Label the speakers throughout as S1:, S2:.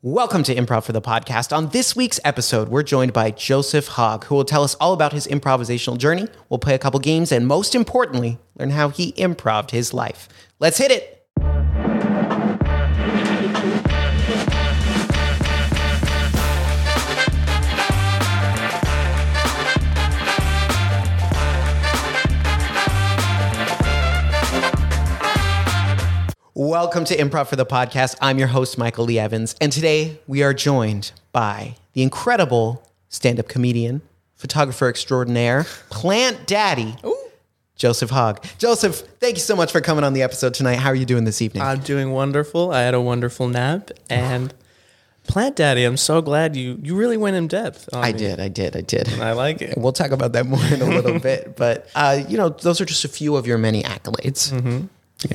S1: Welcome to Improv for the Podcast. On this week's episode, we're joined by Joseph Hogg, who will tell us all about his improvisational journey. We'll play a couple games and, most importantly, learn how he improved his life. Let's hit it. Welcome to Improv for the Podcast. I'm your host, Michael Lee Evans, and today we are joined by the incredible stand up comedian, photographer extraordinaire, plant daddy, Joseph Hogg. Joseph, thank you so much for coming on the episode tonight. How are you doing this evening?
S2: I'm doing wonderful. I had a wonderful nap and Plant Daddy, I'm so glad you you really went in depth. on
S1: I
S2: me.
S1: did, I did, I did.
S2: I like it.
S1: We'll talk about that more in a little bit, but uh, you know, those are just a few of your many accolades.
S2: Mm-hmm.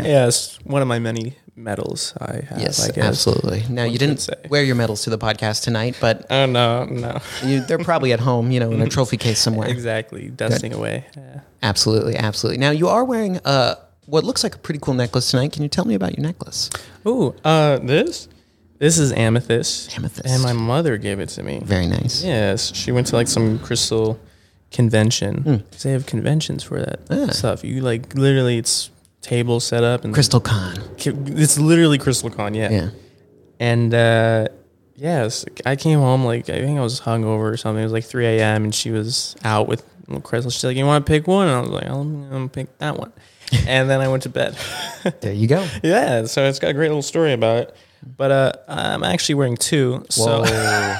S2: Yes, one of my many medals I have. I
S1: Yes,
S2: guess.
S1: absolutely. Now, you didn't
S2: say.
S1: wear your medals to the podcast tonight, but
S2: Oh no, no,
S1: you, they're probably at home, you know,
S2: Mm-hmm.
S1: in a trophy case somewhere.
S2: exactly. Dusting away. Yeah.
S1: Absolutely, absolutely. Now you are wearing uh, what looks like a pretty cool necklace tonight. Can you tell me about your necklace?
S2: Ooh, uh, this this is amethyst.
S1: Amethyst.
S2: And my mother gave it to me.
S1: Very nice.
S2: Yes, she went to like some crystal convention.
S1: Hmm.
S2: 'Cause They have conventions for that stuff. You like literally, it's table set up and
S1: Crystal Con.
S2: it's literally crystal con.
S1: Yeah.
S2: And uh, yes, I came home like I think I was hungover or something. It was like 3 a.m. and she was out with little Crystal. She's like, "You want to pick one?" And I was like, "I'm gonna pick that one." and then I went to bed.
S1: There you go.
S2: yeah, so it's got a great little story about it. But uh, I'm actually wearing two. So
S1: Whoa.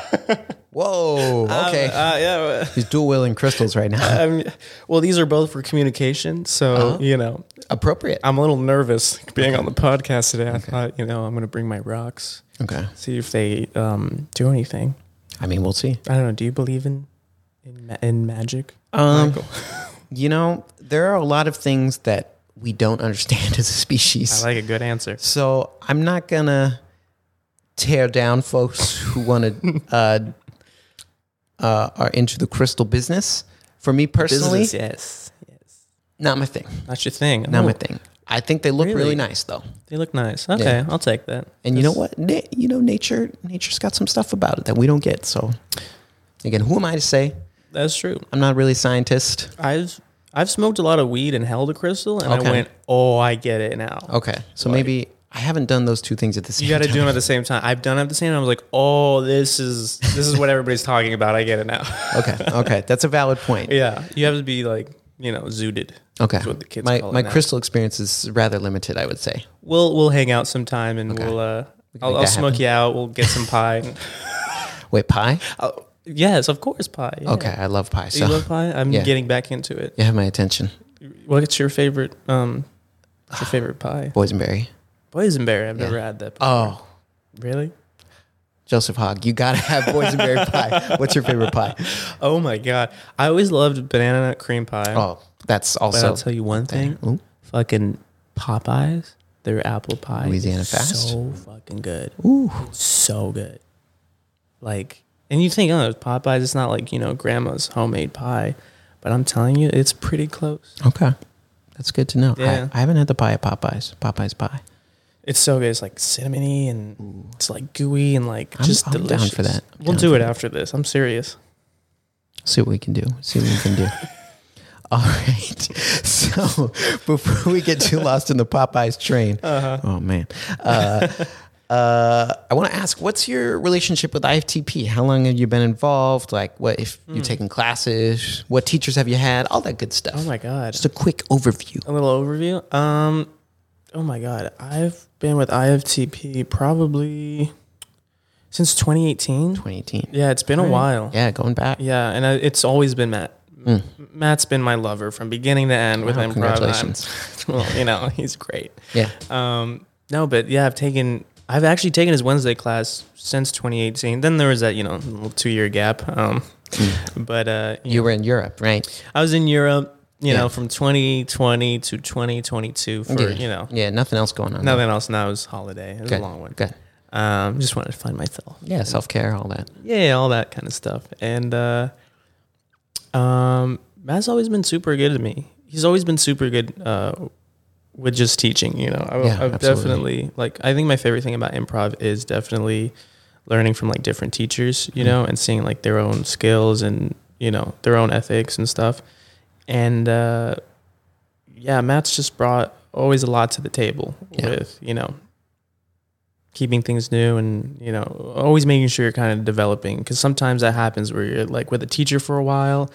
S1: Whoa. Okay.
S2: uh, yeah.
S1: He's dual wielding crystals right now.
S2: I'm, well, these are both for communication, so
S1: Uh-huh.
S2: you know
S1: Appropriate.
S2: I'm a little nervous being on the podcast today. I thought, you know, I'm gonna bring my rocks,
S1: Okay.
S2: see if they um, do anything.
S1: I mean, we'll see.
S2: I don't know. Do you believe in in, ma- in magic?
S1: Um,
S2: Michael?
S1: you know, there are a lot of things that we don't understand as a
S2: I
S1: species.
S2: like a good answer.
S1: So I'm not gonna tear down folks who want to uh, uh, are into the crystal business. For me personally,
S2: yes, yes.
S1: not my thing.
S2: Not your thing.
S1: not
S2: Oh,
S1: my thing. I think they look really,
S2: Really?
S1: nice though.
S2: They look nice. Okay,
S1: Yeah.
S2: I'll take that.
S1: And you know what? Na- you know nature nature's got some stuff about it that we don't get. So again, who am I to say?
S2: That's true.
S1: I'm not really a scientist.
S2: I've I've smoked a lot of weed and held a crystal, and
S1: Okay.
S2: I went, oh, I get it now.
S1: Okay. So maybe I haven't done those two things at the same
S2: You got to
S1: time.
S2: do them at the same time. I've done it at the same time. I was like, oh, this is this is what everybody's talking about. I get it now.
S1: okay. Okay. That's a valid point.
S2: yeah, you have to be like you know zooted.
S1: Okay.
S2: That's what the kids
S1: my
S2: call it
S1: my
S2: now.
S1: crystal experience is rather limited, I would say.
S2: We'll we'll hang out sometime, and we'll uh, I'll,
S1: make
S2: I'll
S1: that
S2: smoke
S1: happen.
S2: you out. We'll get some pie.
S1: Wait, pie?
S2: Oh, yes, of course, pie. yeah.
S1: Okay, I love pie.
S2: Do
S1: So
S2: you love pie? I'm
S1: yeah.
S2: getting back into it.
S1: you have my attention.
S2: What's your favorite? Um, what's your favorite pie?
S1: Boysenberry.
S2: Boysenberry. I've never had that.
S1: Oh,
S2: really?
S1: Joseph Hogg, you gotta have boysenberry pie. What's your favorite pie?
S2: Oh my god! I always loved banana nut cream pie.
S1: Oh, that's
S2: but
S1: also
S2: I'll tell you one thing:
S1: Ooh.
S2: fucking Popeyes, their apple pie,
S1: Louisiana
S2: is
S1: Fast?
S2: so fucking good. Ooh, so good. Like, and you think, oh, it's Popeyes. It's not like you know grandma's homemade pie, but I'm telling you, it's pretty close.
S1: Okay. That's good to know.
S2: Yeah.
S1: I, I haven't had the pie at Popeyes. Popeyes pie.
S2: It's so good. It's like cinnamony and it's like gooey and like
S1: I'm-
S2: just
S1: I'm down
S2: delicious.
S1: for that. I'm
S2: We'll
S1: down
S2: do
S1: for
S2: it after this. I'm serious.
S1: See what we can do. See what we can do. All right. So before we get too lost in the Popeyes train, oh man, uh, uh, I want to ask, what's your relationship with IFTP? How long have you been involved? Like, what if you're taking classes? What teachers have you had? Hmm. All that good stuff.
S2: Oh my god.
S1: Just a quick overview.
S2: A little overview. Um oh my god. I've been with IFTP probably since 2018.
S1: 2018.
S2: Yeah, it's been a while. Yeah,
S1: Yeah, going back.
S2: and I, it's always been Matt. M- Matt's been my lover from beginning to end with
S1: Hmm. Wow,
S2: improv.
S1: congratulations.
S2: well, you know, he's great.
S1: Yeah.
S2: Um, no, but yeah, I've taken I've actually taken his Wednesday class since 2018. Then there was that you know little two year gap. Um, but uh, you
S1: Hmm. You were in Europe, right?
S2: know, I was in Europe, you
S1: Yeah.
S2: know, from 2020 to 2022 for
S1: yeah.
S2: you know
S1: Yeah, nothing else going on.
S2: nothing else. Now it was holiday. It was
S1: Good.
S2: a long one.
S1: Good.
S2: Um, just wanted to find myself.
S1: Yeah, self care, all that.
S2: Yeah, all that kind of stuff. And uh, um, Matt's always been super good to me. He's always been super good uh, with just teaching. You know, I,
S1: Yeah,
S2: I've
S1: absolutely.
S2: definitely like. I think my favorite thing about improv is definitely learning from like different teachers,
S1: Hmm.
S2: you know, and seeing like their own skills and you know their own ethics and stuff. And uh, yeah, Matt's just brought always a lot to the table
S1: Yeah.
S2: with you know keeping things new and you know always making sure you're kind of developing because sometimes that happens where you're like with a teacher for a while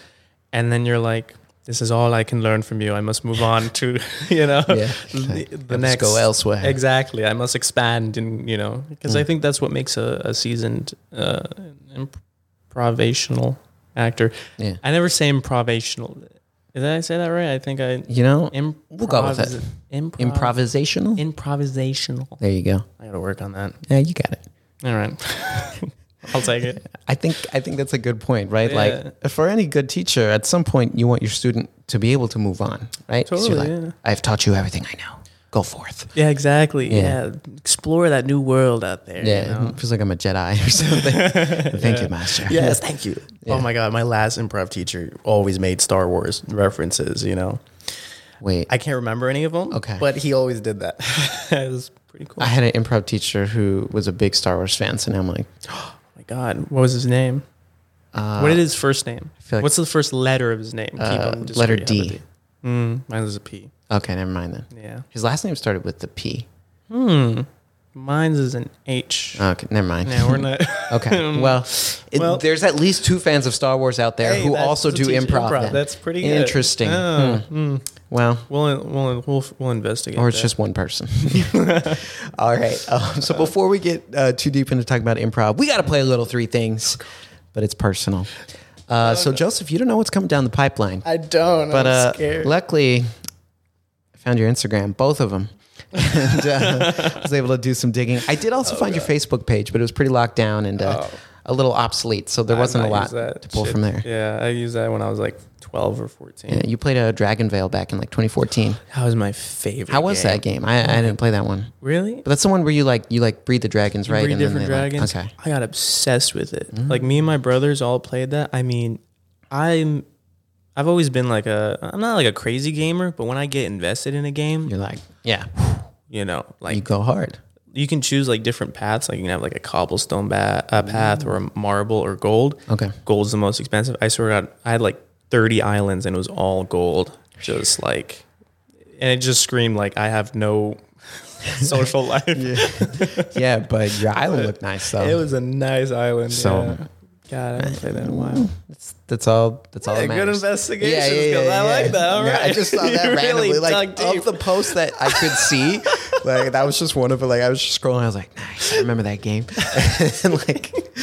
S2: and then you're like this is all i can learn from you i must move on to you know
S1: Yeah.
S2: the, the
S1: Let's
S2: next
S1: go elsewhere. Mm.
S2: exactly i must expand and you know because i think that's what makes a, a seasoned uh, improvisational actor
S1: Yeah.
S2: i never say improvisational did i say that right i think i
S1: You know,
S2: improv-
S1: We'll go with it.
S2: improv-
S1: improvisational.
S2: improvisational
S1: There you go.
S2: i gotta work on that
S1: Yeah, you got it.
S2: all right i'll take it
S1: I think I think that's a good point, right?
S2: Yeah.
S1: Like for any good teacher, at some point you want your student to be able to move on, right? so you're
S2: Totally,
S1: like,
S2: yeah.
S1: I've taught you everything I know. Go forth.
S2: Yeah, exactly.
S1: Yeah.
S2: Yeah. Explore that new world out there. you
S1: Yeah,
S2: know?
S1: it feels like I'm a Jedi or something. Thank you, master.
S2: Yes, thank you. Oh my god, my last improv teacher always made Star Wars references, you know.
S1: Wait,
S2: I can't remember any of them,
S1: Okay.
S2: but he always did that. it was pretty cool.
S1: I had an improv teacher who was a big Star Wars fan, so now I'm like, uh,
S2: oh my god, what was his name? what is his first name?
S1: feel like-
S2: What's the first letter of his name? Keep
S1: Uh,
S2: on- just
S1: letter
S2: forget the
S1: D.
S2: Mm, mine was a P.
S1: okay, never mind then.
S2: Yeah.
S1: His last name started with the P.
S2: Hmm. Mine's is an H.
S1: Okay, never mind.
S2: no, we're not.
S1: Okay. Well, it,
S2: Um, Well-
S1: there's at least two fans of Star Wars out there
S2: Hey,
S1: who
S2: that's
S1: also
S2: the
S1: do
S2: teacher-
S1: improv.
S2: improv.
S1: then.
S2: That's pretty good.
S1: interesting.
S2: Oh,
S1: Hmm. Well,
S2: we'll, we'll we'll we'll investigate.
S1: or it's
S2: that.
S1: just one person. All right. Um, so before we get uh, too deep into talking about improv, we got to play a little three things, but it's personal. Uh, so Joseph, you don't know what's coming down the pipeline,
S2: I don't.
S1: but
S2: I'm
S1: uh,
S2: scared.
S1: luckily, I found your Instagram, both of them, and uh, I was able to do some digging. I did also find your Facebook page, but it was pretty locked down and uh, a little obsolete, so there wasn't a
S2: I
S1: lot
S2: use that
S1: to pull
S2: shit.
S1: from there.
S2: Yeah, I used that when I was like 12 or 14.
S1: Yeah, you played a Dragon Veil back in like 2014.
S2: That was my favorite.
S1: How was
S2: game.
S1: that game? I, I didn't play that one.
S2: Really?
S1: But that's the one where you like you like breed the dragons, right?
S2: Three
S1: then
S2: different
S1: they, like-
S2: dragons.
S1: okay. Mm-hmm.
S2: I got obsessed with it. Like me and my brothers all played that. I mean, I'm I've always been like a I'm not like a crazy gamer, but when I get invested in a game,
S1: You're like, yeah,
S2: you know, like
S1: you go hard.
S2: you can choose like different paths. Like you can have like a cobblestone ba- uh, path or a marble or gold.
S1: Mm. Okay.
S2: Gold's the most expensive. I swear to God, I had like 30 islands and it was all gold. Just like, and it just screamed like, I have no social life.
S1: Yeah, but your island looked nice though.
S2: It was a nice island.
S1: So-
S2: So, God, I haven't played that in a while.
S1: that's, that's all. That's all.
S2: Yeah,
S1: that
S2: good
S1: matters.
S2: investigations, 'cause I like that. All
S1: I
S2: right.
S1: just saw
S2: You
S1: that
S2: really
S1: randomly. like
S2: dug
S1: of
S2: deep.
S1: the posts that I could see, like that was just one of it. Like I was just scrolling. I was like, nice. I remember that game. and like,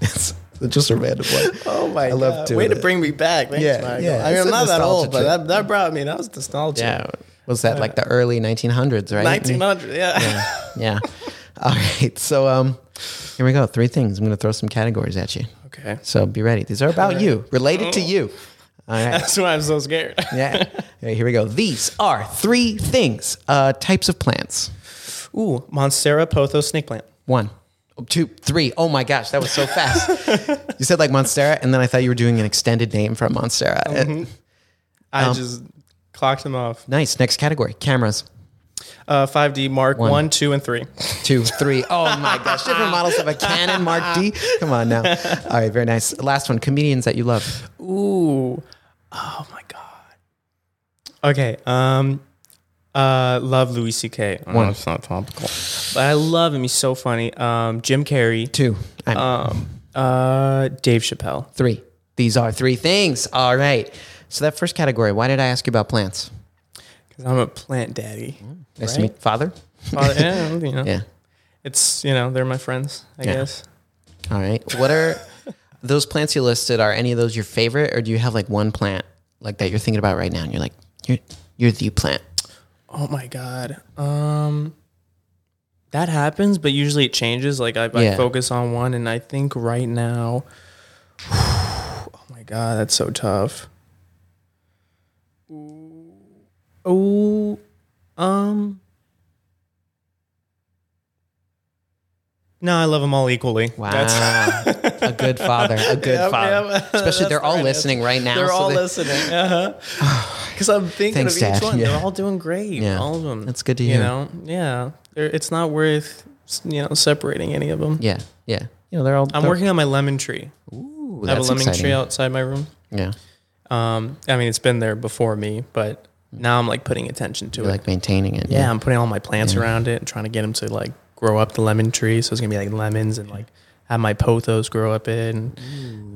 S1: it's just a random one.
S2: Oh my I
S1: love doing
S2: Way to
S1: it.
S2: bring me back. Thanks,
S1: Yeah,
S2: Michael.
S1: yeah,
S2: I mean,
S1: it's
S2: I'm
S1: a
S2: not that
S1: nostalgia
S2: old, but
S1: trip.
S2: that, that brought me. That was nostalgia.
S1: Yeah. Was that like
S2: Uh,
S1: the early 1900s, right?
S2: 1900. Yeah.
S1: yeah. All right. So um, here we go. Three things. I'm going to throw some categories at you.
S2: okay.
S1: So be ready. These are about you, related
S2: Oh.
S1: to you. All right.
S2: That's why I'm so scared.
S1: Yeah. All right, here we go. These are three things. Uh, types of plants.
S2: Ooh, Monstera pothos snake plant.
S1: One, two, three. Oh my gosh, that was so fast. you said like Monstera, and then I thought you were doing an extended name from Monstera. Uh,
S2: I just clocked him off.
S1: nice. Next category: cameras.
S2: Uh, 5D Mark one. two, and three.
S1: Two, three. Oh my gosh, different models of a Canon Mark D. Come on now. All right, very nice. Last one: comedians that you love.
S2: Ooh. Oh my god. Okay. Um uh love Louis CK. I know
S1: One.
S2: it's not topical. But I love him. He's so funny. Um Jim Carrey.
S1: Two. I'm-
S2: Um uh Dave Chappelle.
S1: Three. These are three things. All right. So that first category, why did I ask you about plants?
S2: Cuz I'm a plant daddy.
S1: Nice to meet father.
S2: Father- Mm. yeah, you know.
S1: Yeah.
S2: It's, you know, they're my friends, I guess.
S1: All right. What are those plants you listed? Are any of those your favorite, or do you have like one plant like that you're thinking about right now, and you're like, you're you're the plant?
S2: Oh my god. Um that happens, but usually it changes. Like I,
S1: Yeah.
S2: I focus on one and I think right now Oh my god, that's so tough. Oh um No, I love them all equally.
S1: Wow.
S2: That's-
S1: a good father. A good
S2: Yep,
S1: father.
S2: yep.
S1: Especially
S2: That's
S1: they're
S2: the
S1: all
S2: right
S1: listening right now.
S2: they're
S1: so
S2: all
S1: they-
S2: listening. Uh huh. Because I'm thinking
S1: Thanks,
S2: of each
S1: Dad.
S2: one.
S1: Yeah.
S2: They're all doing great.
S1: Yeah.
S2: All of them.
S1: That's good to
S2: you
S1: hear.
S2: know, yeah. They're- It's not worth s- you know, separating any of them.
S1: Yeah, yeah. You know, they're all.
S2: I'm
S1: they're-
S2: working on my lemon tree.
S1: Ooh,
S2: I have a
S1: that's
S2: lemon
S1: exciting.
S2: tree outside my room.
S1: Yeah,
S2: Um, I mean, it's been there before me, but now I'm like putting attention to
S1: you
S2: it.
S1: like maintaining it.
S2: yeah, I'm putting all my plants around it and trying to get them to like grow up the lemon tree. So it's gonna be like lemons and like have my pothos grow up it. And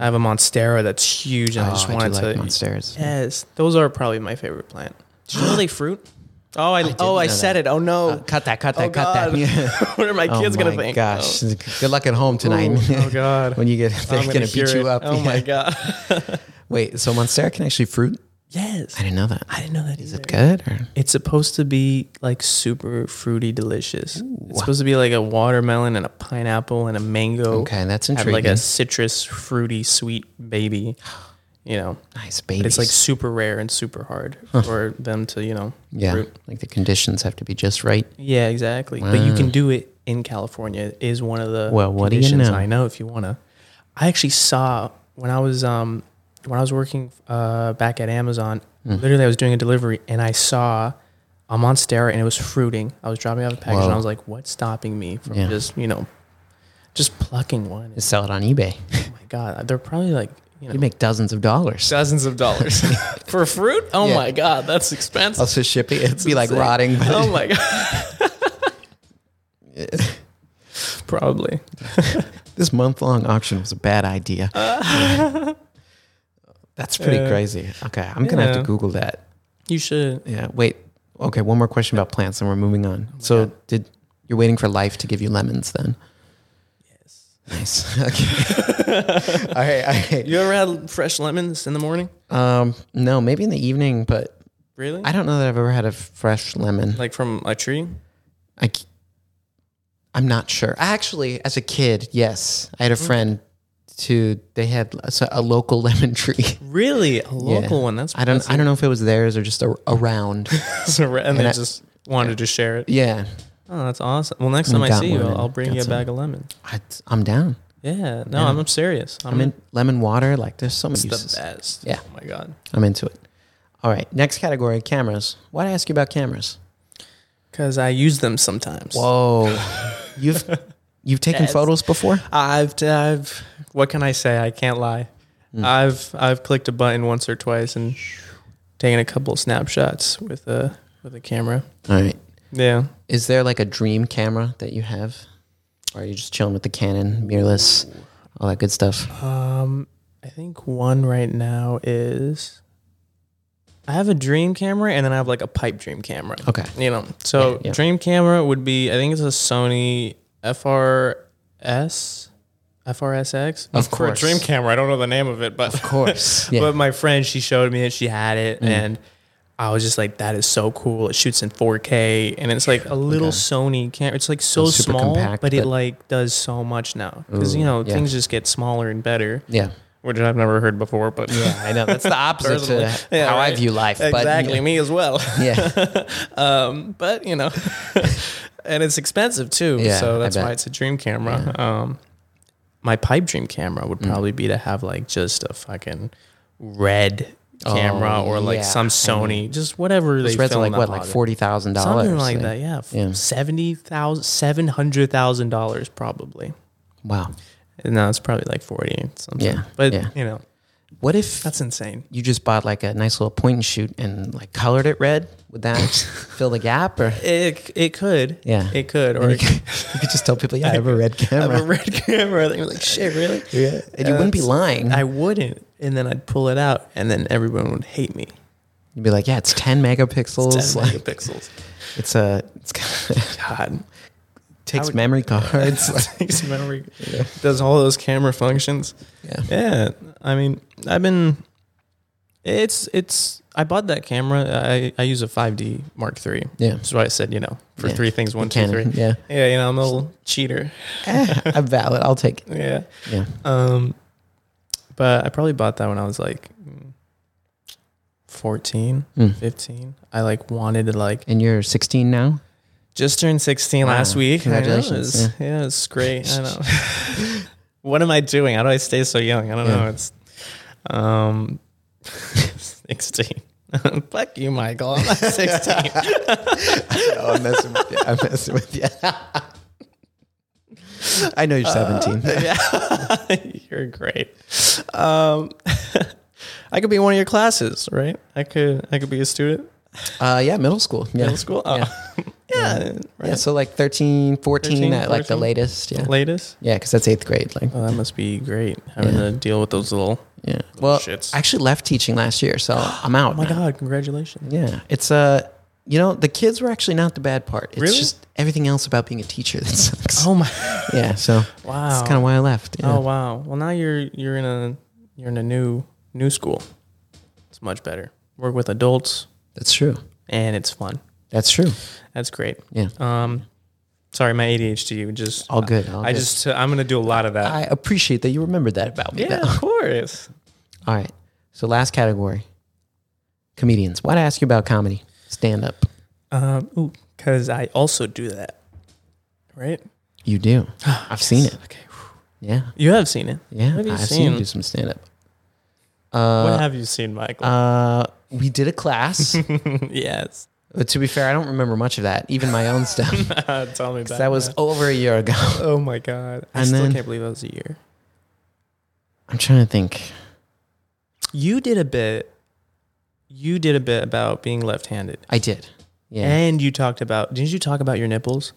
S2: I have a monstera that's huge, and I just
S1: oh, I
S2: wanted
S1: do like
S2: to.
S1: monsters.
S2: Yes, those are probably my favorite plant. Do you know they fruit? Oh, I,
S1: didn't
S2: oh I
S1: know
S2: said
S1: that.
S2: it. Oh no,
S1: Uh, cut that! Cut that!
S2: Oh,
S1: cut
S2: God.
S1: that! Yeah.
S2: what are my kids
S1: oh my
S2: gonna think?
S1: gosh! Good luck at home
S2: Oh,
S1: tonight.
S2: oh, God,
S1: when you get, they're
S2: I'm
S1: gonna,
S2: hear
S1: beat you
S2: it.
S1: up.
S2: Oh my
S1: Yeah.
S2: God.
S1: Wait, so monstera can actually fruit? I
S2: yes,
S1: didn't know that.
S2: I didn't know that.
S1: Is
S2: either.
S1: it good? Or?
S2: It's supposed to be like super fruity, delicious. It's supposed to be like a watermelon and a pineapple and a mango.
S1: Okay, that's
S2: Have like
S1: intriguing.
S2: a citrus, fruity, sweet baby. You know,
S1: nice baby.
S2: but it's like super rare and super hard for them to, you know,
S1: yeah,
S2: fruit.
S1: like the conditions have to be just right.
S2: Yeah, exactly. But you can do it in California. It is one of the
S1: Well, what do you
S2: conditions.
S1: know?
S2: I know if you want to. I actually saw when I was um when I was working uh back at Amazon.
S1: Hmm.
S2: Literally, I was doing a delivery and I saw a monstera and it was fruiting. I was dropping off a package and
S1: Whoa.
S2: I was like, "What's stopping me from
S1: Yeah.
S2: just you know just plucking one?"
S1: You sell it on eBay.
S2: oh my god, they're probably like you know
S1: You make dozens of dollars.
S2: dozens of dollars for fruit. Oh
S1: Yeah.
S2: my god, that's expensive.
S1: Also shipping, it'd be like
S2: insane.
S1: rotting. But
S2: Oh my god. Probably.
S1: This month long auction was a bad idea. That's pretty
S2: Yeah.
S1: crazy. Okay, I'm gonna have to
S2: Yeah.
S1: Google that.
S2: You should.
S1: Yeah. Wait. Okay. One more question about plants, and we're moving
S2: Oh
S1: on. so, did you're waiting for life to give you lemons? Then. Yes. Nice. Okay. all right. All right.
S2: You ever had fresh lemons in the morning?
S1: Um, no, maybe in the evening, but
S2: Really?
S1: I don't know that I've ever had a fresh lemon.
S2: like from a tree?
S1: I, c- I'm not sure. Actually, as a kid, yes, I had a
S2: Mm.
S1: friend who they had so- a local lemon tree.
S2: Really? A local one. That's
S1: I don't. I don't know if it was theirs or just a, around.
S2: that's a, and they
S1: I-
S2: just wanted to share it.
S1: yeah,
S2: Oh, that's awesome. Well, next time I
S1: got
S2: see you,
S1: one
S2: I'll,
S1: and
S2: I'll bring
S1: got
S2: you a
S1: some.
S2: bag of lemon.
S1: I, am down.
S2: Yeah. No, I'm serious. I'm,
S1: I'm in lemon water. Like there's so many
S2: it's
S1: uses.
S2: the best.
S1: Yeah.
S2: Oh my god.
S1: I'm into it. All right, next category: cameras. Why did I ask you about cameras?
S2: Because I use them sometimes.
S1: Whoa, you've you've taken
S2: Yes.
S1: photos before?
S2: I've, I've, what can I say? I can't lie.
S1: Hmm.
S2: I've, I've clicked a button once or twice and taken a couple of snapshots with a, with a camera.
S1: All right.
S2: Yeah.
S1: Is there like a dream camera that you have, or are you just chilling with the Canon, mirrorless, all that good stuff?
S2: Um, I think one right now is I have a dream camera and then I have like a pipe dream camera.
S1: Okay.
S2: You know, so
S1: Yeah, yeah.
S2: dream camera would be I think it's a Sony FRS. FRSX
S1: Of
S2: for a
S1: course.
S2: dream camera. I don't know the name of it, but
S1: Of course. Yeah. Mm.
S2: but my friend she showed me it. She had it, and I was just like, "That is so cool! It shoots in 4K, and it's like a little Sony camera. It's like so
S1: So super
S2: small,
S1: compact,
S2: but it
S1: but-
S2: like does so much now because you
S1: Ooh,
S2: know
S1: yeah.
S2: things just get smaller and better,
S1: yeah.
S2: which I've never heard before. But
S1: Yeah, I know. That's the opposite to
S2: Personally.
S1: how
S2: Yeah,
S1: I
S2: right.
S1: view life. But
S2: exactly, me as well.
S1: Yeah.
S2: um, but you know, and it's expensive too.
S1: Yeah, I
S2: so that's
S1: bet.
S2: why it's a dream camera. Um, my pipe dream camera would
S1: Mm.
S2: probably be to have like just a fucking red
S1: Oh,
S2: camera or like
S1: yeah.
S2: some
S1: I
S2: Sony, just whatever they
S1: Those reds are
S2: film
S1: like
S2: that
S1: what, like
S2: holiday.
S1: forty thousand dollars,
S2: something like that. Yeah,
S1: Yeah.
S2: yeah. seventy thousand, seven hundred thousand dollars probably.
S1: Wow.
S2: And No, it's probably like forty something.
S1: Yeah,
S2: but
S1: yeah.
S2: you know
S1: What if
S2: that's insane.
S1: you just bought like a nice little point and shoot and like colored it red? Would that fill the gap? Or
S2: It it could.
S1: Yeah.
S2: it could. Or
S1: you
S2: it
S1: could, you could just tell people, yeah, I have a red
S2: have
S1: camera.
S2: a red camera. They were like, shit, really? Uh,
S1: yeah, and you wouldn't be
S2: That's-
S1: lying.
S2: I wouldn't. And then I'd pull it out, and then everyone would hate me.
S1: You'd be like, yeah, it's ten megapixels.
S2: 10
S1: like
S2: megapixels.
S1: it's a it's kind of,
S2: God.
S1: takes
S2: would-
S1: memory cards. like,
S2: Takes memory. Does all those camera functions.
S1: yeah.
S2: Yeah. I mean, I've been. It's, it's, I bought that camera. I, I use a 5D Mark III.
S1: Yeah.
S2: That's why I said, you know, for
S1: Yeah.
S2: three things, one, two, three.
S1: Canon. Yeah.
S2: Yeah, you know, I'm a little cheater.
S1: Eh, I'm valid. I'll take it.
S2: Yeah.
S1: Yeah.
S2: Um, but I probably bought that when I was like mm, 14,
S1: Mm.
S2: 15. I like wanted to like
S1: And you're 16 now.
S2: just turned 16
S1: Wow.
S2: last week. I know,
S1: Congratulations,
S2: it's- yeah. it's great. I know. what am I doing? How do I stay so young? I don't
S1: Yeah.
S2: know. It's um 16. Fuck you, Michael. I'm not 16.
S1: Oh, I'm messing with you. I'm messing with you. I know you're 17.
S2: You're great. Um, I could be in one of your classes, right? I could. I could be a student.
S1: Uh, yeah, middle school. Yeah.
S2: Middle school. Oh. Yeah.
S1: Yeah, so like 13, 14,
S2: 13,
S1: at like the
S2: 14?
S1: latest. Yeah.
S2: Latest.
S1: Yeah, because that's eighth grade. Like,
S2: Oh, that must be great having to deal with those little.
S1: yeah. Well,
S2: Oh, shits.
S1: I actually left teaching last year, so I'm out.
S2: Oh my God! Congratulations.
S1: Yeah, it's uh, you know, the kids were actually not the bad part. It's
S2: Really?
S1: just everything else about being a teacher that sucks.
S2: Oh my.
S1: Yeah, so
S2: Wow.
S1: that's kind of why I left. Yeah.
S2: Oh wow. Well, now you're you're in a you're in a new new school. It's much better. Work with adults,
S1: That's true.
S2: and it's fun.
S1: That's true.
S2: That's great.
S1: Yeah.
S2: Um, sorry, my ADHD just.
S1: All good. all
S2: I
S1: good.
S2: just I'm gonna do a lot of that.
S1: I appreciate that you remembered that about me.
S2: yeah,
S1: though.
S2: of course.
S1: All right. So last category, comedians. Why'd I ask you about comedy? Stand up.
S2: Um, because I also do that, right?
S1: You do. I've seen it.
S2: Okay,
S1: Yeah.
S2: you have seen it.
S1: Yeah.
S2: What have you
S1: I've seen you
S2: seen?
S1: do some stand up.
S2: what have you seen, Michael?
S1: Uh, we did a class,
S2: yes,
S1: but to be fair, I don't remember much of that, even my own stuff. 'cause
S2: tell me about
S1: that was over a year ago.
S2: Oh my god! I
S1: And
S2: still
S1: then-
S2: can't believe that was a year.
S1: I'm trying to think.
S2: You did a bit. You did a bit about being left-handed,
S1: I did. Yeah.
S2: and you talked about. Didn't you talk about your nipples?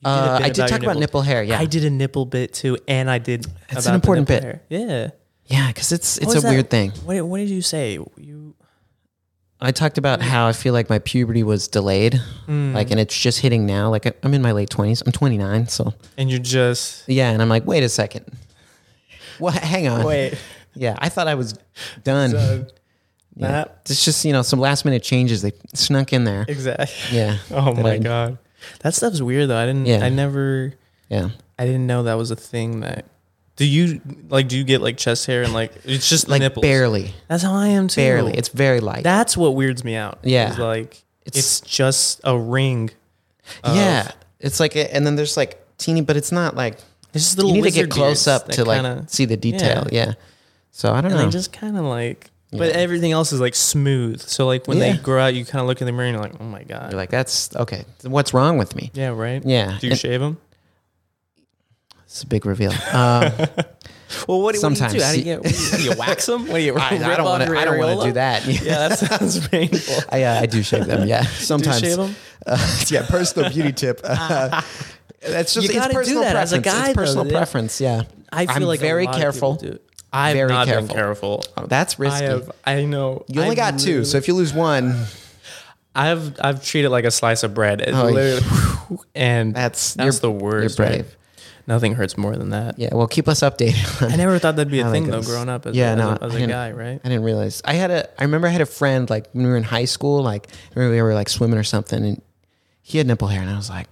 S2: You did a
S1: Uh,
S2: bit
S1: I did
S2: your
S1: talk about
S2: nipples.
S1: nipple hair. Yeah.
S2: I did a nipple bit too, and I did.
S1: It's
S2: about
S1: an
S2: the
S1: important
S2: nipple
S1: bit.
S2: hair. Yeah.
S1: Yeah, because it's it's a
S2: was that?
S1: weird thing.
S2: What, what did you say? You
S1: I talked about
S2: Mm.
S1: how I feel like my puberty was delayed,
S2: Mm-hmm.
S1: Mm. like, and it's just hitting now. Like, I- I'm in my late 20s. I'm 29, so
S2: and you're just
S1: yeah. And I'm like, wait a second. Well, hang on.
S2: wait.
S1: Yeah, I thought I was done.
S2: so
S1: Yeah.
S2: that-
S1: It's just you know some last minute changes they snuck in there.
S2: Exactly.
S1: Yeah.
S2: Oh
S1: That
S2: my
S1: I-
S2: god, that stuff's weird though. I didn't.
S1: Yeah.
S2: I never.
S1: Yeah.
S2: I didn't know that was a thing that. Do you like? Do you get like chest hair and like it's just
S1: Like
S2: nipples?
S1: barely,
S2: That's how I am too.
S1: barely. It's very light.
S2: that's what weirds me out.
S1: Yeah.
S2: is, like it's,
S1: It's-
S2: just a ring. of-
S1: yeah. It's like a, and then there's like teeny, but it's not like
S2: It's just
S1: you
S2: little.
S1: need to get
S2: lizard
S1: close
S2: beards
S1: up
S2: that
S1: to like
S2: kinda-
S1: see the detail. Yeah. So I don't
S2: And
S1: know.
S2: they just kind of like. But everything else is like smooth. So like when
S1: Yeah.
S2: they grow out, you kind of look in the mirror and you're like, oh my god.
S1: You're like that's okay. What's wrong with me?
S2: yeah. Right.
S1: Yeah.
S2: Do you
S1: And-
S2: shave them?
S1: It's a big reveal. Um,
S2: Well, what,
S1: Sometimes.
S2: do you do? How do you, get, what do you wax them? What do you?
S1: I, I
S2: rip
S1: don't
S2: off
S1: want to.
S2: your
S1: I don't want
S2: areola?
S1: to do that. Yeah.
S2: Yeah, that sounds painful.
S1: I, uh, I do shave them. Yeah,
S2: Do you
S1: sometimes.
S2: shave them?
S1: Uh, yeah, personal beauty tip. Uh, that's just
S2: You
S1: it's
S2: gotta do
S1: personal
S2: that as
S1: preference.
S2: a guy,
S1: it's
S2: though,
S1: personal
S2: dude.
S1: preference. Yeah,
S2: I feel
S1: am
S2: like a
S1: very
S2: lot of
S1: careful.
S2: people do. I've
S1: Very
S2: not
S1: careful.
S2: been careful.
S1: Oh, that's
S2: I
S1: risky.
S2: have. I know.
S1: you only
S2: I've
S1: got two,
S2: literally-
S1: so if you lose one,
S2: I've I've treated it like a slice of bread. It
S1: Oh, yeah.
S2: literally, and
S1: That's-
S2: that's
S1: you're-
S2: that's the worst.
S1: you're
S2: right?
S1: brave.
S2: Nothing hurts more than that.
S1: yeah. Well, keep us updated.
S2: I never thought that'd be a
S1: How that
S2: thing though.
S1: goes.
S2: Growing up as,
S1: Yeah,
S2: a,
S1: no,
S2: as a, as
S1: I
S2: a
S1: didn't-
S2: guy, right?
S1: I didn't realize. I had a. I remember I had a friend like when we were in high school, like I remember we were like swimming or something, and he had nipple hair, and I was like,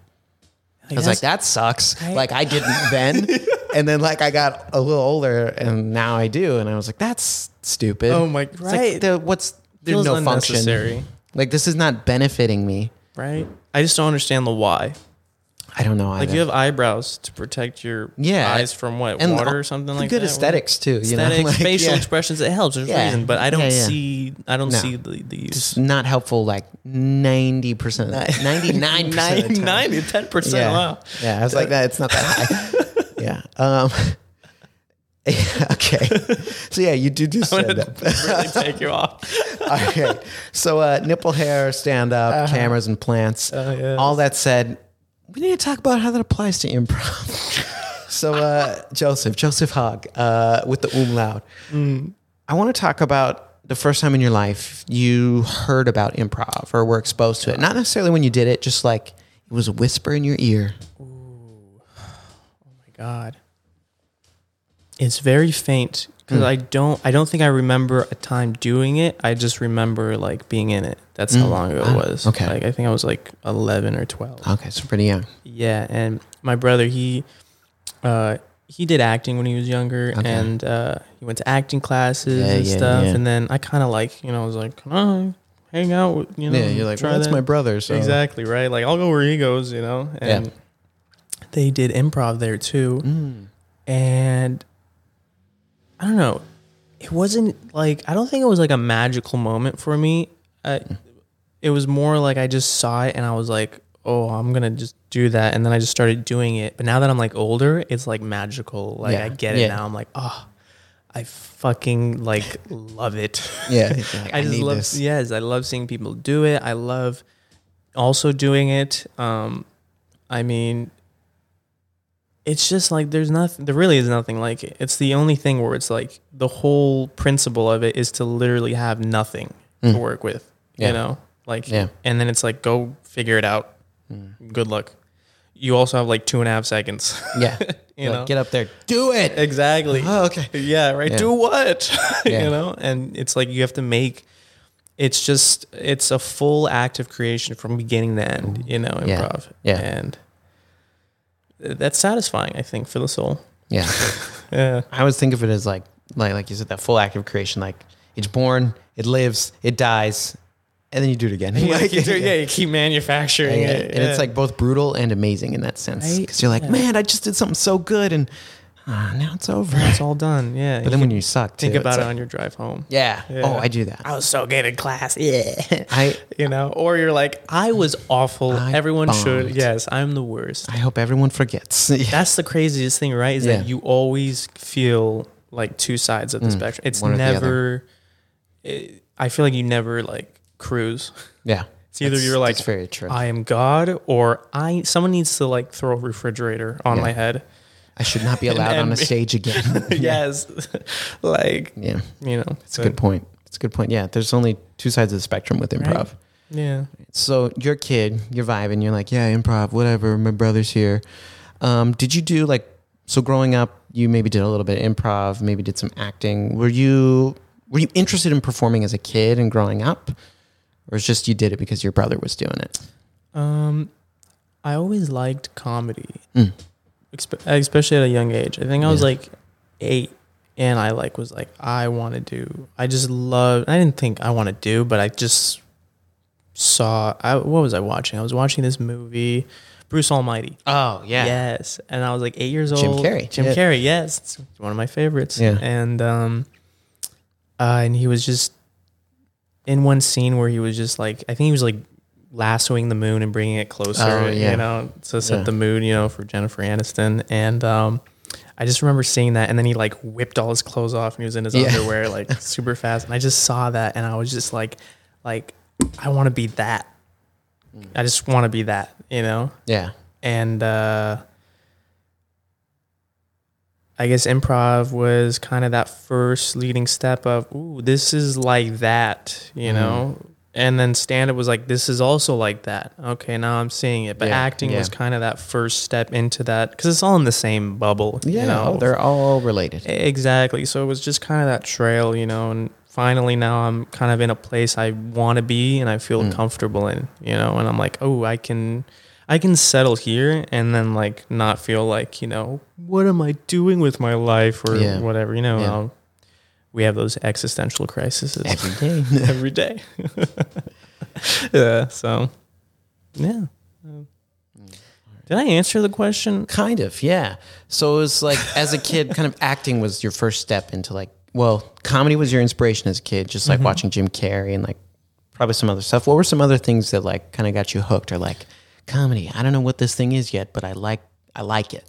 S1: I was like, that sucks. like I didn't then, and then like I got a little older, and now I do, and I was like, that's stupid.
S2: Oh my-
S1: It's like,
S2: right.
S1: the- what's there's
S2: Feels
S1: no function.
S2: unnecessary.
S1: Like this is not benefiting me.
S2: right. I just don't understand the why.
S1: I don't know.
S2: Like you have eyebrows to protect your
S1: Yeah.
S2: eyes from what
S1: And
S2: water
S1: all-
S2: or something
S1: the
S2: like
S1: good
S2: that.
S1: aesthetics, too, you know,
S2: aesthetics,
S1: like,
S2: facial
S1: yeah.
S2: expressions. It helps. There's
S1: Yeah.
S2: a reason, but I don't
S1: Yeah, yeah.
S2: see. I don't
S1: No.
S2: see the, the use.
S1: not helpful. Like ninety percent, ninety nine percent,
S2: 90, 10 percent.
S1: Yeah.
S2: Wow.
S1: Yeah, I was like that. It's not that high. yeah. Um, okay. So yeah, you do do stand up.
S2: really take you off.
S1: okay. So uh, nipple hair, stand up, cameras and plants.
S2: yes.
S1: All that said, we need to talk about how that applies to improv. so uh, Joseph, Joseph Hogg, uh, with the umlaut. I want to talk about the first time in your life you heard about improv or were exposed to it. Not necessarily when you did it, just like it was a whisper in your ear.
S2: God. It's very faint
S1: Hmm.
S2: because I don't I don't think I remember a time doing it. I just remember like being in it. That's how long ago it was.
S1: Hmm. Ah, okay. Ah.
S2: Like I think I was like 11 or 12.
S1: Okay, so pretty young.
S2: Yeah, and my brother he uh he did acting when he was younger and uh he went to acting classes
S1: Yeah,
S2: and
S1: yeah,
S2: stuff
S1: yeah.
S2: and then I kind of like, you know, I was like, "Can I hang out with, you know,
S1: Yeah, you're like,
S2: try
S1: well, that's
S2: that?"
S1: my brother. So
S2: Exactly, right? Like I'll go where he goes, you know? And they did improv there too.
S1: Mm.
S2: And I don't know. It wasn't like I don't think it was like a magical moment for me. I, it was more like I just saw it and I was like, "Oh, I'm going to just do that. And then I just started doing it. But now that I'm like older, it's like magical. Like
S1: Yeah.
S2: I get it
S1: Yeah.
S2: now. I'm like, oh, I fucking like love it.
S1: Yeah, it's like,
S2: I just
S1: need
S2: love
S1: this.
S2: yes, I love seeing people do it. I love also doing it. Um I mean it's just like there's nothing there really is nothing like it. It's the only thing where it's like the whole principle of it is to literally have nothing to work with.
S1: Mm. Yeah.
S2: You know? Like
S1: Yeah. Mm.
S2: and then it's like go figure it out. Good luck. You also have like two and a half seconds.
S1: Yeah,
S2: You
S1: Like,
S2: know?
S1: get up there, do it.
S2: Exactly.
S1: Oh, okay.
S2: Yeah, right.
S1: Yeah.
S2: Do what?
S1: Yeah.
S2: you know? And it's like you have to make it's just it's a full act of creation from beginning to end, you know,
S1: Yeah.
S2: improv.
S1: Yeah.
S2: And that's satisfying, I think, for the soul.
S1: Yeah,
S2: Yeah.
S1: I always think of it as like, like, like you said, that full act of creation. Like it's born, it lives, it dies, and then you do it again.
S2: Yeah,
S1: Like,
S2: you do- yeah, you keep
S1: Yeah,
S2: manufacturing
S1: yeah.
S2: it.
S1: and
S2: yeah.
S1: it's like both brutal and amazing in that sense
S2: Right?
S1: because you're like,
S2: Yeah.
S1: man, I just did something so good, and ah, now it's over.
S2: it's all done. Yeah.
S1: But then when you suck, too,
S2: think
S1: it's
S2: about it
S1: like,
S2: on your drive home.
S1: Yeah.
S2: Yeah.
S1: Oh, I do that.
S2: I was so good in class. Yeah.
S1: I
S2: you know, or you're like, I was awful.
S1: I
S2: Everyone should.
S1: bombed.
S2: Yes, I'm the worst.
S1: I hope everyone forgets. Yeah.
S2: That's the craziest thing, right? Is
S1: Yeah. Mm.
S2: that you always feel like two sides of the spectrum. It's
S1: one or the
S2: never. It, I feel like you never like cruise.
S1: yeah.
S2: It's either
S1: That's-
S2: you're like,
S1: that's very true. I,
S2: I am God, or I. Someone needs to like throw a refrigerator on my head.
S1: should not be allowed on a
S2: envy.
S1: stage again.
S2: yes, like
S1: yeah.
S2: you know,
S1: It's a good point. It's a good point. Yeah. There's only two sides of the spectrum with improv.
S2: Right. Yeah,
S1: So you're a kid, you're vibing, you're like, yeah, improv, whatever. My brother's here. Um, did you do like so growing up? You maybe did a little bit of improv, maybe did some acting. Were you were you interested in performing as a kid and growing up, or it's just you did it because your brother was doing it?
S2: Um, I always liked comedy,
S1: Mm.
S2: Expe- especially at a young age. I think I was
S1: Yeah.
S2: like eight, and I like was like I want to do. I just love. I didn't think I want to do, but I just saw. I what was I watching? I was watching this movie, Bruce Almighty.
S1: Oh
S2: Yes, and I was like eight years old.
S1: Jim Carrey.
S2: Jim
S1: Yeah.
S2: Carrey. Yes, it's one of my favorites.
S1: Yeah.
S2: and um, uh, and he was just in one scene where he was just like, I think he was like lassoing the moon and bringing it closer.
S1: Oh, yeah.
S2: you know, to set
S1: Yeah.
S2: the mood. You know, for Jennifer Aniston. And um, I just remember seeing that, and then he like whipped all his clothes off, and he was in his
S1: Yeah.
S2: underwear like super fast. And I just saw that, and I was just like, like I want to be that.
S1: Mm.
S2: I just want to be that. You know
S1: yeah,
S2: and uh, I guess improv was kind of that first leading step of ooh, this is like that,
S1: Mm-hmm.
S2: you know. And then stand up was like, this is also like that. Okay, now I'm seeing it. But
S1: Yeah,
S2: acting
S1: yeah.
S2: was kind of that first step into that because it's all in the same bubble.
S1: yeah.
S2: you know?
S1: oh, they're all related.
S2: Exactly. So it was just kind of that trail, you know, and finally now I'm kind of in a place I want to be and I feel
S1: Mm.
S2: comfortable in, you know, and I'm like, "Oh, I can I can settle here and then like not feel like, you know, what am I doing with my life or
S1: Yeah.
S2: whatever, you know.
S1: Yeah.
S2: how we have those existential crises
S1: Every day.
S2: every day. yeah, so yeah.
S1: Mm.
S2: Did I answer the question?
S1: Kind of, yeah. So it was like as a kid, kind of acting was your first step into like, well, comedy was your inspiration as a kid, just
S2: Mm-hmm.
S1: like watching Jim Carrey and like probably some other stuff. What were some other things that like kind of got you hooked or like comedy? I don't know what this thing is yet, but I like I like it.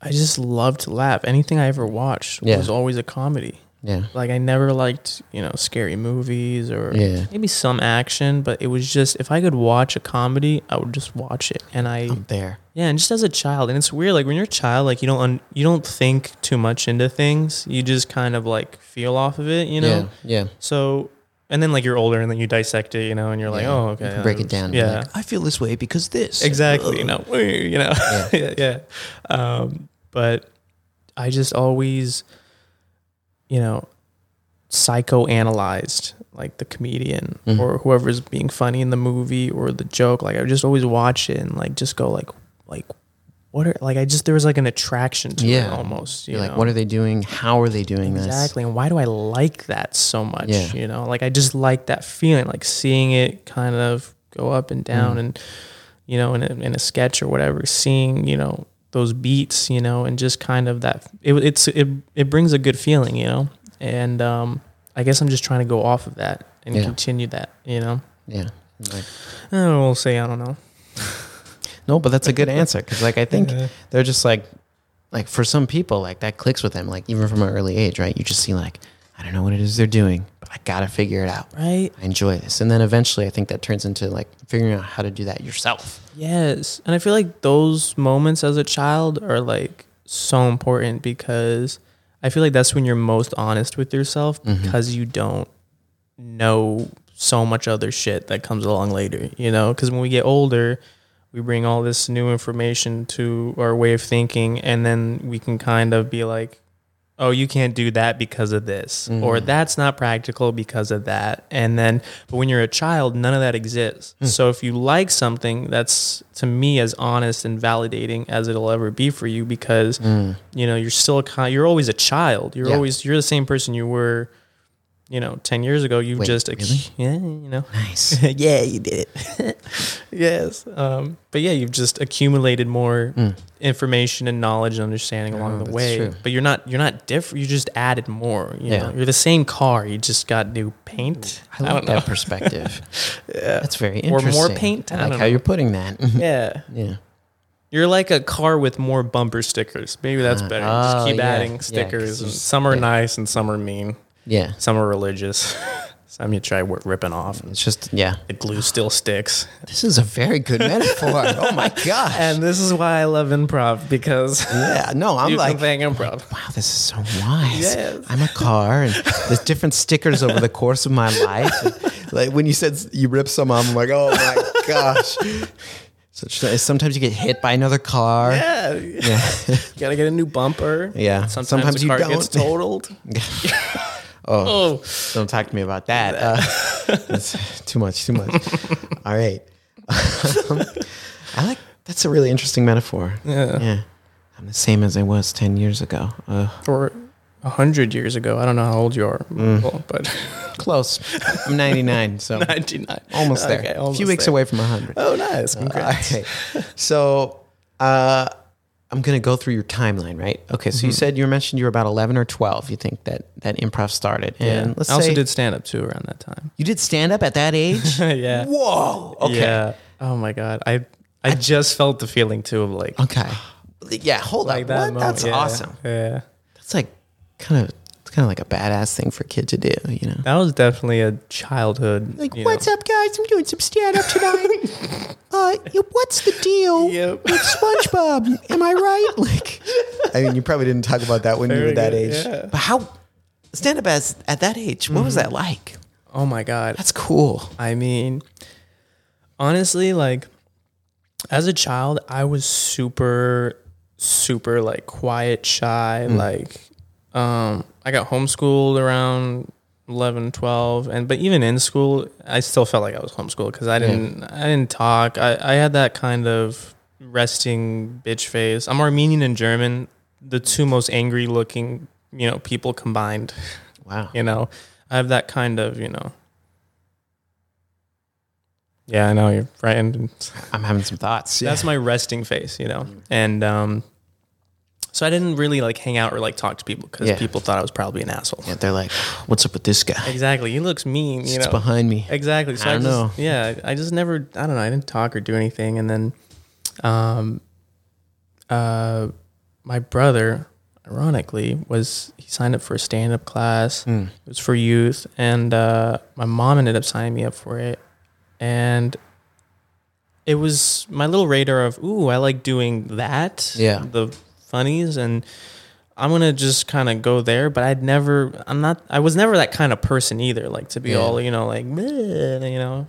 S2: I just love to laugh. Anything I ever watched
S1: Yeah.
S2: was always a comedy.
S1: Yeah.
S2: Like I never liked, you know, scary movies or
S1: Yeah.
S2: maybe some action, but it was just if I could watch a comedy, I would just watch it. And I
S1: I'm there.
S2: yeah, and just as a child, and it's weird like when you're a child, like you don't un, you don't think too much into things. You just kind of like feel off of it, you know.
S1: yeah. Yeah.
S2: So and then like you're older and then you dissect it, you know, and you're like,
S1: Yeah.
S2: "Oh,
S1: You
S2: okay."
S1: can break it down. and be
S2: Yeah.
S1: like, I feel this way because this.
S2: Exactly. You know, you know, yeah, yeah. Um, but I just always, you know, psychoanalyzed like the comedian
S1: Mm-hmm.
S2: or whoever's being funny in the movie or the joke. Like I would just always watch it and like just go like, like, what are like I just there was like an attraction to
S1: Yeah.
S2: it almost. You
S1: You're like,
S2: know?
S1: what are they doing? How are they doing this?
S2: Exactly. And why do I like that so much?
S1: Yeah.
S2: You know, like I just like that feeling, like seeing it kind of go up and down
S1: Mm.
S2: and, you know, in a, in a sketch or whatever, seeing, you know, those beats, you know, and just kind of that, it, it's, it, it brings a good feeling, you know? And, um, I guess I'm just trying to go off of that and
S1: Yeah.
S2: continue that, you know?
S1: Yeah. Like,
S2: I will say, I don't know.
S1: No, but that's a good answer because, like, I think they're just like, like for some people, like that clicks with them. Like even from an early age, right? You just see like, I don't know what it is they're doing, but I gotta figure it out.
S2: Right?
S1: I enjoy this, and then eventually, I think that turns into like figuring out how to do that yourself.
S2: Yes. And I feel like those moments as a child are like so important because I feel like that's when you're most honest with yourself because you don't know so much other shit that comes along later, you know? Because when we get older, we bring all this new information to our way of thinking, and then we can kind of be like, oh, you can't do that because of this, or
S1: Mm.
S2: that's not practical because of that. And then, but when you're a child, none of that exists.
S1: Mm.
S2: So if you like something, that's to me as honest and validating as it'll ever be for you because, you know, you're still, a ki- you're always a child. You're
S1: Mm. Yeah.
S2: always, you're the same person you were you know, 10 years ago, you
S1: Wait,
S2: just,
S1: really?
S2: yeah, you know,
S1: Nice.
S2: yeah, you did it. yes. Um, but yeah, you've just accumulated more information and knowledge and understanding
S1: Oh,
S2: along the
S1: that's
S2: way,
S1: true.
S2: but you're not, you're not different. You just added more, you
S1: Yeah.
S2: know, you're the same car. You just got new paint.
S1: I like
S2: don't
S1: that
S2: know.
S1: perspective. That's very
S2: Or more
S1: interesting.
S2: paint?
S1: I
S2: I
S1: like
S2: don't
S1: how
S2: know.
S1: you're putting that.
S2: Yeah.
S1: yeah.
S2: You're like a car with more bumper stickers. Maybe that's
S1: Ah,
S2: better.
S1: oh,
S2: just keep
S1: yeah, yeah,
S2: adding
S1: 'cause
S2: stickers. and
S1: there's-
S2: some are
S1: yeah.
S2: nice and some are mean.
S1: Yeah.
S2: Some are religious. some you try wi- ripping off.
S1: It's just, yeah.
S2: The glue still sticks.
S1: This is a very good metaphor. oh my gosh.
S2: And this is why I love improv because
S1: yeah. No, I'm
S2: you
S1: like,
S2: can think improv.
S1: wow, this is so wise.
S2: Yes.
S1: I'm a car, and there's different stickers over the course of my life. And, like when you said s- you rip some off, I'm like, oh my gosh. So it's- sometimes you get hit by another car.
S2: Yeah. you gotta get a new bumper.
S1: Yeah.
S2: Sometimes,
S1: Sometimes
S2: the
S1: you
S2: car
S1: don't.
S2: gets totaled.
S1: Oh,
S2: Oh.
S1: don't talk to me about that. Uh, that's too much, too much. All right. Um, I like that's a really interesting metaphor.
S2: Yeah.
S1: Yeah. I'm the same as I was 10 years ago. Uh,
S2: Or a hundred years ago. I don't know how old you are,
S1: Mm.
S2: Well, but
S1: close. I'm 99, so
S2: ninety nine.
S1: almost there.
S2: Okay,
S1: a few weeks away Uh, from 100.
S2: Oh nice. Congrats.
S1: All right. So, uh, I'm going to go through your timeline, right? Okay. So you said you mentioned you were about 11 or 12. You think that that improv started. And
S2: yeah.
S1: let's
S2: I also
S1: say
S2: did stand up too around that time.
S1: you did stand up at that age.
S2: yeah.
S1: Whoa. Okay.
S2: Yeah. Oh my god. I I just felt the feeling too of like,
S1: Okay. Yeah, hold
S2: like
S1: up.
S2: that
S1: What?
S2: moment.
S1: That's
S2: Yeah.
S1: awesome.
S2: Yeah.
S1: That's like kind of it's kind of like a badass thing for a kid to do, you know.
S2: That was definitely a childhood.
S1: Like,
S2: you know.
S1: what's up, guys? I'm doing some stand up tonight. uh, yeah, what's the deal
S2: Yep.
S1: with SpongeBob? Am I right? Like, I mean, you probably didn't talk about that when you
S2: Very
S1: were that
S2: good,
S1: age.
S2: yeah.
S1: But how stand up as at that age? What was that like?
S2: Oh my god.
S1: That's cool.
S2: I mean, honestly, like as a child, I was super, super like quiet, shy. Like, um, I got homeschooled around 11, 12. And, but even in school, I still felt like I was homeschooled because I didn't, I didn't talk. I, I had that kind of resting bitch face. I'm Armenian and German, the two most angry looking, you know, people combined
S1: Wow.
S2: you know i have that kind of you know yeah i know you're frightened
S1: I'm having some thoughts.
S2: that's my resting face you know and um so i didn't really like hang out or like talk to people because
S1: Yeah.
S2: people thought i was probably an asshole
S1: Yeah, they're like, what's up with this guy?
S2: exactly he looks mean you
S1: It's
S2: know
S1: behind me.
S2: Exactly. So
S1: I
S2: I,
S1: don't
S2: just,
S1: know.
S2: Yeah, I just never. I don't know. I didn't talk or do anything, and then, um, uh, my brother, ironically, was he signed up for a stand up class.
S1: Hmm.
S2: It was for youth, and uh, my mom ended up signing me up for it, and. It was my little radar of ooh, I like doing that.
S1: Yeah.
S2: the funnies, and I'm gonna just kind of go there, but I'd never. I'm not. I was never that kind of person either. Like to be
S1: Yeah.
S2: all you know, like "Bleh," you know.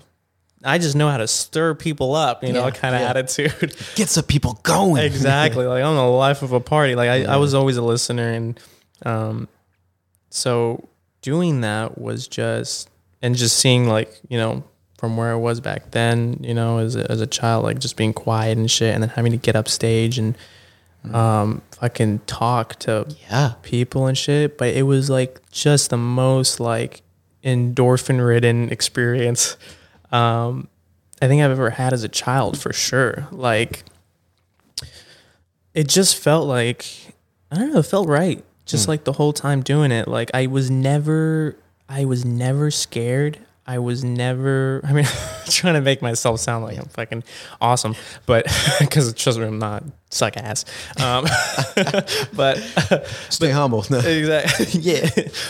S2: I just know how to stir people up, you know,
S1: Yeah,
S2: kind of
S1: yeah.
S2: attitude.
S1: Get some people going.
S2: exactly. Like I'm the life of a party. Like I, I was always a listener, and um, so doing that was just and just seeing like you know from where I was back then, you know, as a, as a child, like just being quiet and shit, and then having to get up stage and
S1: Mm-hmm.
S2: um, fucking talk to
S1: Yeah.
S2: people and shit, but it was like just the most like endorphin ridden experience um, I think I've ever had as a child for sure. Like it just felt like I don't know, it felt right. Just like the whole time doing it. Like I was never I was never scared. I was never. I mean, trying to make myself sound like I'm fucking awesome, but because trust me, I'm not suck ass. Um, but
S1: Stay humble. No.
S2: exactly, yeah.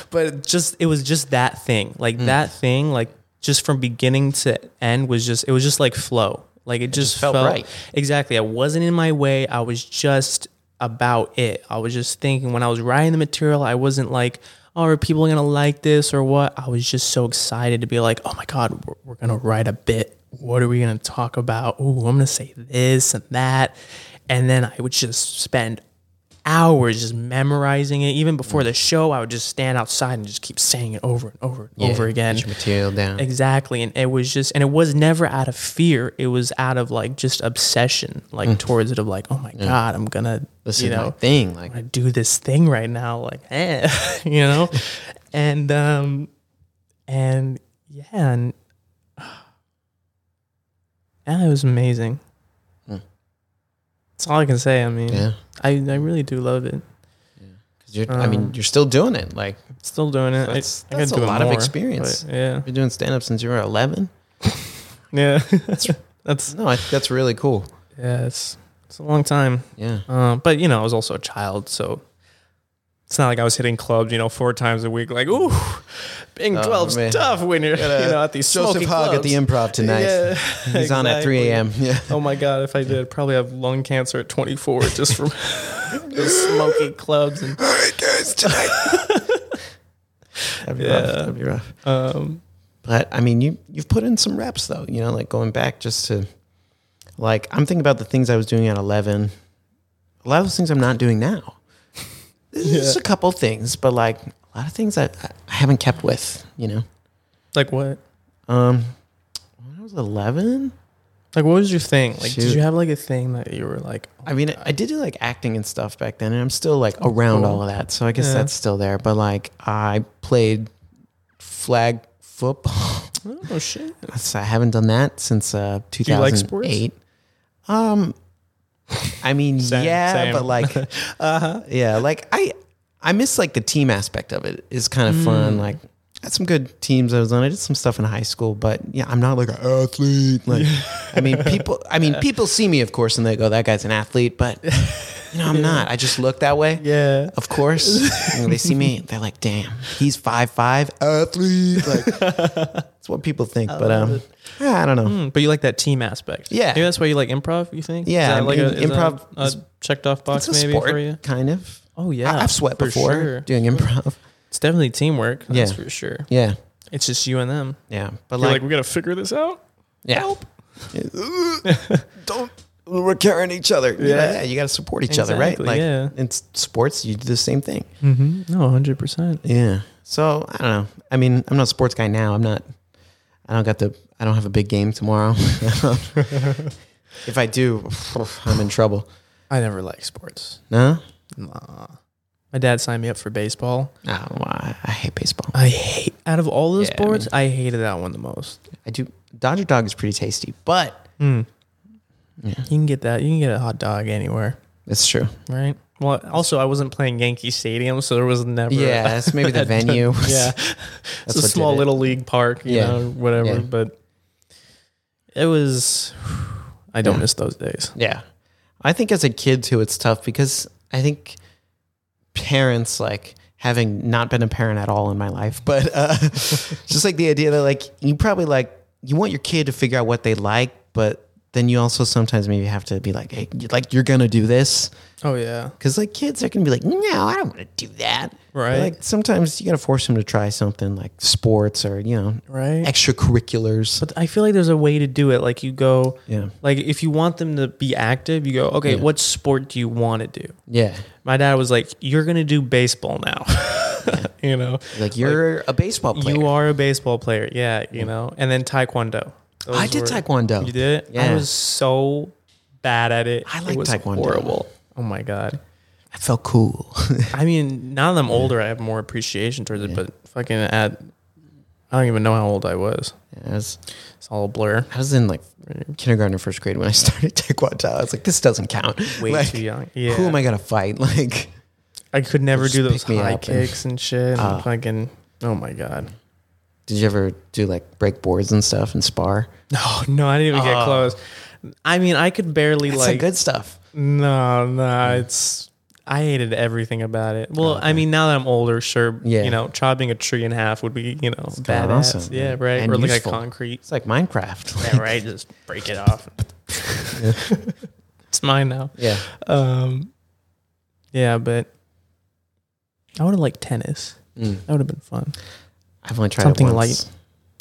S2: But just it was just that thing, like that thing, like just from beginning to end was just it was just like flow. Like it just,
S1: felt
S2: felt,
S1: right.
S2: Exactly. I wasn't in my way. I was just about it. I was just thinking when I was writing the material, I wasn't like, oh, are people going to like this or what? I was just so excited to be like, oh my God, we're, we're going to write a bit. What are we going to talk about? Oh, I'm going to say this and that. And then I would just spend hours just memorizing it. Even before the show, I would just stand outside and just keep saying it over and over and over again.
S1: Get your material down.
S2: Exactly. And it was just, and it was never out of fear. It was out of like just obsession, like towards it of like, oh my God, I'm going to,
S1: This
S2: you
S1: is
S2: know,
S1: my thing. Mm. Like,
S2: I do this thing right now, like, eh, you know, and um, and yeah, and yeah, it was amazing. That's all I can say. I mean,
S1: Mm. yeah.
S2: I I really do love it.
S1: 'Cause you're, I
S2: um,
S1: mean, you're still doing it. Like,
S2: Still doing it. I-
S1: That's-
S2: I, gotta
S1: that's a
S2: do it
S1: lot of
S2: more,
S1: experience.
S2: but Yeah,
S1: you're doing stand up since you were 11.
S2: yeah. that's that's
S1: No, I think that's really cool.
S2: yeah. It's it's a long time.
S1: Yeah.
S2: Um, but you know, I was also a child, so it's not like I was hitting clubs, you know, four times a week. Like, ooh, being
S1: Oh,
S2: twelve's
S1: man.
S2: tough when you're,
S1: Got a
S2: you know, at these
S1: Joseph
S2: smoky
S1: Hogg at the
S2: clubs.
S1: improv tonight.
S2: Yeah,
S1: He's on at 3
S2: exactly.
S1: a.m. Yeah.
S2: Oh my god, if I did, I'd probably have lung cancer at 24 just from those smoky clubs and
S1: All right, guys, tonight. That'd be rough.
S2: Yeah.
S1: That'd be rough.
S2: um,
S1: But I mean, you you've put in some reps though. You know, like going back just to, like I'm thinking about the things I was doing at 11. A lot of those things I'm not doing now. There's a couple things, but like a lot of things that I- I haven't kept with. You know,
S2: like what?
S1: um, when I was 11,
S2: Like what was your thing? Like, did
S1: Shoot.
S2: you have like a thing that you were like,
S1: I mean, I did do like acting and stuff back then, and I'm still like around all of that. So I guess
S2: Yeah.
S1: that's still there. But like, I played flag football.
S2: oh shit,
S1: So I haven't done that since uh,
S2: you like sports?
S1: 2008. um, I mean,
S2: Same,
S1: yeah,
S2: same.
S1: but like, uh-huh, yeah, like I, I miss like the team aspect of it. It's kind of
S2: Mm.
S1: fun. Like, I had some good teams I was on. I did some stuff in high school, but yeah, I'm not like an athlete. Like, I mean, people, I mean, people see me, of course, and they go, "That guy's an athlete," but you know, I'm not. I just look that way.
S2: yeah,
S1: Of course, You know, they see me. They're like, "Damn, he's five five athlete." Like, that's what people think. but um, yeah, I don't know.
S2: Hmm, but you like that team aspect.
S1: Yeah.
S2: maybe that's why you like improv. You think?
S1: Yeah,
S2: Is that
S1: I
S2: like
S1: mean,
S2: a, is
S1: improv
S2: that a
S1: is-
S2: checked off box
S1: It's a
S2: maybe
S1: sport,
S2: for you.
S1: kind of.
S2: Oh yeah,
S1: I, have sweat
S2: for
S1: before
S2: sure.
S1: doing improv.
S2: It's definitely teamwork. That's
S1: Yeah.
S2: for sure.
S1: Yeah,
S2: It's just you and them.
S1: yeah, but
S2: You're
S1: like,
S2: we gotta figure this out.
S1: yeah, don't we're carrying each other. Yeah, yeah, you got to support each other, right?
S2: Exactly,
S1: Like
S2: yeah.
S1: in s- sports, you do the same thing.
S2: Mm-hmm. No, hundred percent.
S1: Yeah. So I don't know. I mean, I'm not a sports guy now. I'm not. I don't got the. I don't have a big game tomorrow. if I do, I'm in trouble.
S2: I never liked sports.
S1: No.
S2: Nah. My dad signed me up for baseball.
S1: No, I, I hate baseball.
S2: I hate out of all the
S1: Yeah, I
S2: sports, I, hated that one the most.
S1: I do. Dodger dog is pretty tasty, but
S2: Hmm. You can get that. You can get a hot dog anywhere,
S1: it's true.
S2: right? Well, also I wasn't playing Yankee Stadium, so there was never.
S1: Yeah, that's maybe the venue.
S2: yeah.
S1: That's
S2: it's a
S1: what
S2: small
S1: did it.
S2: little league park, you
S1: Yeah.
S2: know, whatever.
S1: Yeah.
S2: But it was. I don't miss those days.
S1: Yeah. I think as a kid too, it's tough because I think parents like having not been a parent at all in my life, but uh, just like the idea that like you probably like you want your kid to figure out what they like, but then you also sometimes maybe have to be like, hey, you- like you're gonna do this
S2: Oh yeah,
S1: because like kids are gonna be like, no, I don't want to do that. But,
S2: Right.
S1: like sometimes you gotta force them to try something like sports or you know
S2: right.
S1: extracurriculars.
S2: But I feel like there's a way to do it. Like you go,
S1: Yeah.
S2: Like if you want them to be active, you go, okay, what sport do you want to do?
S1: Yeah.
S2: My dad was like, you're gonna do baseball now. you know,
S1: Like you're a baseball player.
S2: you are a baseball player. Yeah, you know, and then taekwondo. Those
S1: I did
S2: were-
S1: taekwondo.
S2: You did?
S1: Yeah.
S2: I was so bad at it.
S1: I
S2: It
S1: like
S2: was
S1: taekwondo.
S2: Horrible. Oh my god.
S1: I felt cool.
S2: I mean, now that I'm older, I have more appreciation towards it. But fucking at, I don't even know how old I was.
S1: I was,
S2: It's all a blur.
S1: I was in like kindergarten or first grade when I started taekwondo. I was like, this doesn't count.
S2: Way
S1: Like,
S2: too young. Yeah.
S1: Who am I gonna fight? Like,
S2: I could never
S1: Just
S2: do those
S1: pick me
S2: high
S1: up and-
S2: Ah. kicks and, shit. And fucking, oh my god.
S1: Did you ever do like break boards and stuff and spar?
S2: No, Oh, no, I didn't even get close. I mean, I could barely
S1: That's
S2: like
S1: like, good stuff.
S2: No, no, it's I hated everything about it. Well, I mean, now that I'm older, sure,
S1: Yeah.
S2: you know, chopping a tree in half would be, you know,
S1: kinda
S2: badass.
S1: awesome,
S2: Yeah,
S1: yeah.
S2: right.
S1: And
S2: or look at
S1: useful.
S2: concrete.
S1: It's like Minecraft.
S2: Yeah, right. Just break it off. it's mine now.
S1: yeah.
S2: Um, yeah, but I would have liked tennis.
S1: Mm.
S2: That would have been fun.
S1: I've only tried
S2: Something
S1: it once.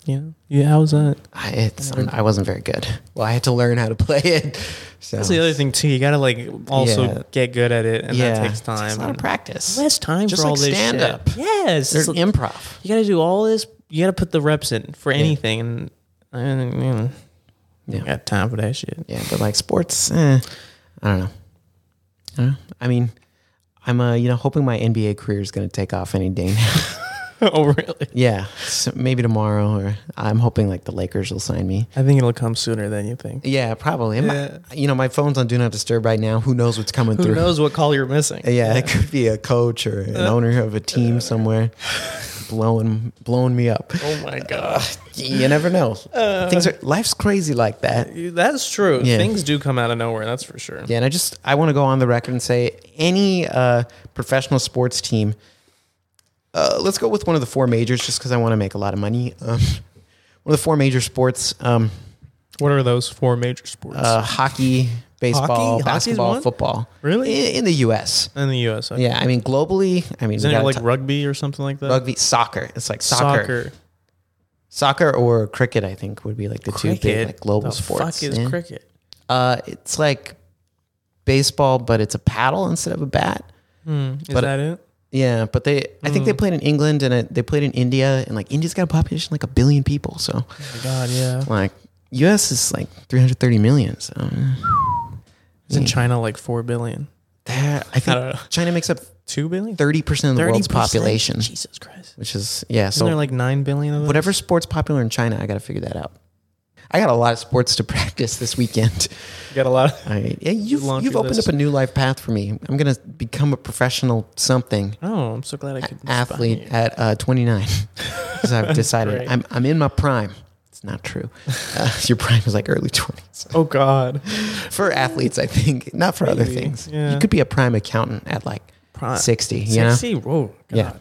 S2: You know? Yeah, how was that?
S1: I, it's, I wasn't very good. Well, I had to learn how to play it. So
S2: That's the other thing too. You gotta like also
S1: Yeah.
S2: get good at it, and that takes
S1: It takes
S2: time.
S1: a lot of
S2: and-
S1: practice.
S2: Less time
S1: Just
S2: for all
S1: like
S2: this
S1: stand-up.
S2: shit. Yes,
S1: There's
S2: it's-
S1: improv.
S2: you got to do all this. You got to put the reps in for anything, and I don't you know,
S1: Yeah.
S2: I got time for that shit.
S1: Yeah, but like sports, eh, I don't know. I don't know. I mean, I'm uh, you know hoping my NBA career is going to take off any day now.
S2: oh, really?
S1: yeah, so maybe tomorrow, or I'm hoping like the Lakers will sign me.
S2: I think it'll come sooner than you think.
S1: Yeah, probably. And my- you know, my phone's on Do Not Disturb right now. Who knows what's coming
S2: Who
S1: through?
S2: knows what call you're missing?
S1: Yeah, it could be a coach or an owner of a team somewhere, blowing blowing me up.
S2: Oh my god,
S1: You never know.
S2: Uh.
S1: Things are life's crazy like that.
S2: that's true.
S1: Yeah.
S2: Things do come out of nowhere. That's for sure.
S1: Yeah, and I just I want to go on the record and say any uh, professional sports team. Uh, let's go with one of the four majors, just because I want to make a lot of money. Um, one of the four major sports: um,
S2: What are those four major sports
S1: uh, hockey, baseball,
S2: Hockey's
S1: basketball,
S2: one?
S1: football.
S2: Really?
S1: in, in the U.S.
S2: in the U.S.? Okay.
S1: Yeah, I mean globally. I mean,
S2: Isn't
S1: we
S2: it
S1: gotta
S2: like
S1: talk-
S2: rugby or something like that?
S1: rugby, soccer? It's like soccer, soccer, or cricket. I think would be like the two big like global
S2: the
S1: sports.
S2: Fuck is
S1: Yeah.
S2: cricket?
S1: uh, it's like baseball, but it's a paddle instead of a bat.
S2: Hmm. Is
S1: But-
S2: that it?
S1: Yeah, but they I
S2: Hmm.
S1: think they played in England and uh they played in India and like India's got a population of like a billion people, so
S2: Oh my god, yeah.
S1: like US is like 330 million. So
S2: Isn't China like four billion?
S1: that I think
S2: don't know.
S1: China makes up
S2: Two billion?
S1: 30% of the world's
S2: 30%?
S1: population,
S2: Jesus Christ.
S1: which is yeah,
S2: Isn't there
S1: so
S2: like nine billion of them?
S1: whatever sports popular in China, I got to figure that out. I got a lot of sports to practice this weekend.
S2: Got a lot. Of-
S1: I, yeah, you've,
S2: laundry
S1: you've opened
S2: list.
S1: up a new life path for me. I'm going to become a professional something.
S2: oh, I'm so glad I could. inspire
S1: athlete
S2: you.
S1: at uh, 29 because I've decided
S2: Great.
S1: I'm, I'm in my prime. It's not true. Uh, your prime is like early 20s
S2: Oh God.
S1: for athletes, I think, not for other
S2: Maybe,
S1: things.
S2: yeah. Uh,
S1: You could be a prime accountant at like
S2: Prime.
S1: 60, you know?
S2: Sexy. Whoa. God.
S1: Yeah.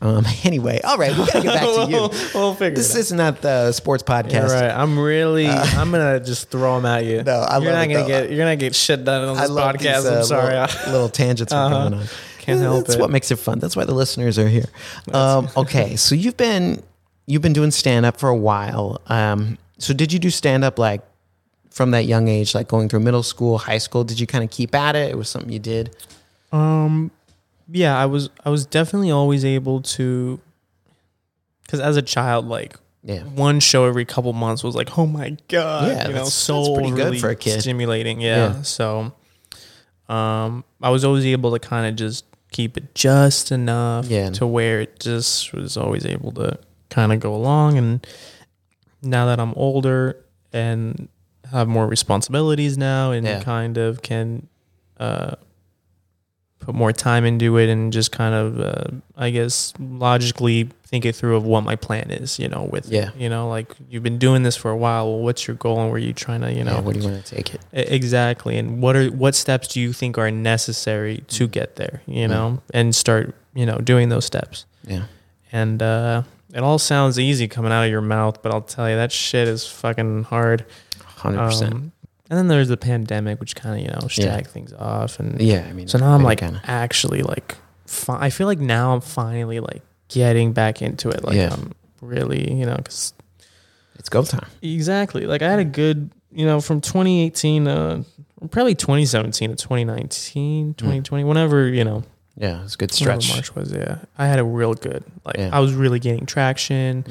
S1: Um, anyway, all right, we gotta get back to
S2: we'll,
S1: you.
S2: we'll figure
S1: This
S2: it
S1: is not the sports
S2: out.
S1: podcast.
S2: All right. I'm really. I'm gonna just throw them at you.
S1: uh, No, I
S2: you're
S1: love
S2: not
S1: it,
S2: gonna
S1: though.
S2: get. You're gonna get shit done on
S1: I
S2: this
S1: love
S2: podcast.
S1: these, uh,
S2: I'm sorry.
S1: Little, little tangents we're
S2: Uh-huh.
S1: going on.
S2: Can't help
S1: That's
S2: it.
S1: what makes it fun. That's why the listeners are here. Um, okay, so you've been you've been doing stand up for a while. Um, so did you do stand up like from that young age, like going through middle school, high school? Did you kind of keep at it? It was something you did.
S2: Um, yeah, I was I was definitely always able to, because as a child, like
S1: Yeah.
S2: one show every couple months was like, oh my god,
S1: Yeah,
S2: you know,
S1: that's-
S2: so
S1: that's pretty good
S2: really
S1: for a kid.
S2: stimulating. Yeah.
S1: Yeah.
S2: so, um, I was always able to kind of just keep it just enough
S1: Yeah.
S2: to where it just was always able to kind of go along. And now that I'm older and have more responsibilities now, and
S1: Yeah.
S2: kind of can. Uh, put more time into it and just kind of uh, i guess logically think it through of what my plan is you know with it.
S1: Yeah.
S2: you know like you've been doing this for a while well what's your goal and where you trying to you
S1: Yeah,
S2: know
S1: where do you want to take it?
S2: E- exactly and what are what steps do you think are necessary to
S1: Mm.
S2: get there you know and start you know doing those steps
S1: Yeah.
S2: and uh it all sounds easy coming out of your mouth but i'll tell you that shit is fucking hard
S1: 100%.
S2: Um, and then there's the pandemic which kind of you know
S1: Yeah.
S2: shag things off and
S1: yeah, I mean.
S2: so now I'm
S1: maybe
S2: like
S1: kinda.
S2: actually like fi- I feel like now I'm finally like getting back into it. Like
S1: Yeah.
S2: I'm really you know because
S1: it's go time.
S2: exactly like I had a good you know from 2018 uh probably 2017 to 2019 2020 whenever you know
S1: Yeah, it's a good
S2: whenever
S1: Mm. stretch.
S2: March was yeah I had a real good like
S1: Yeah.
S2: I was really getting traction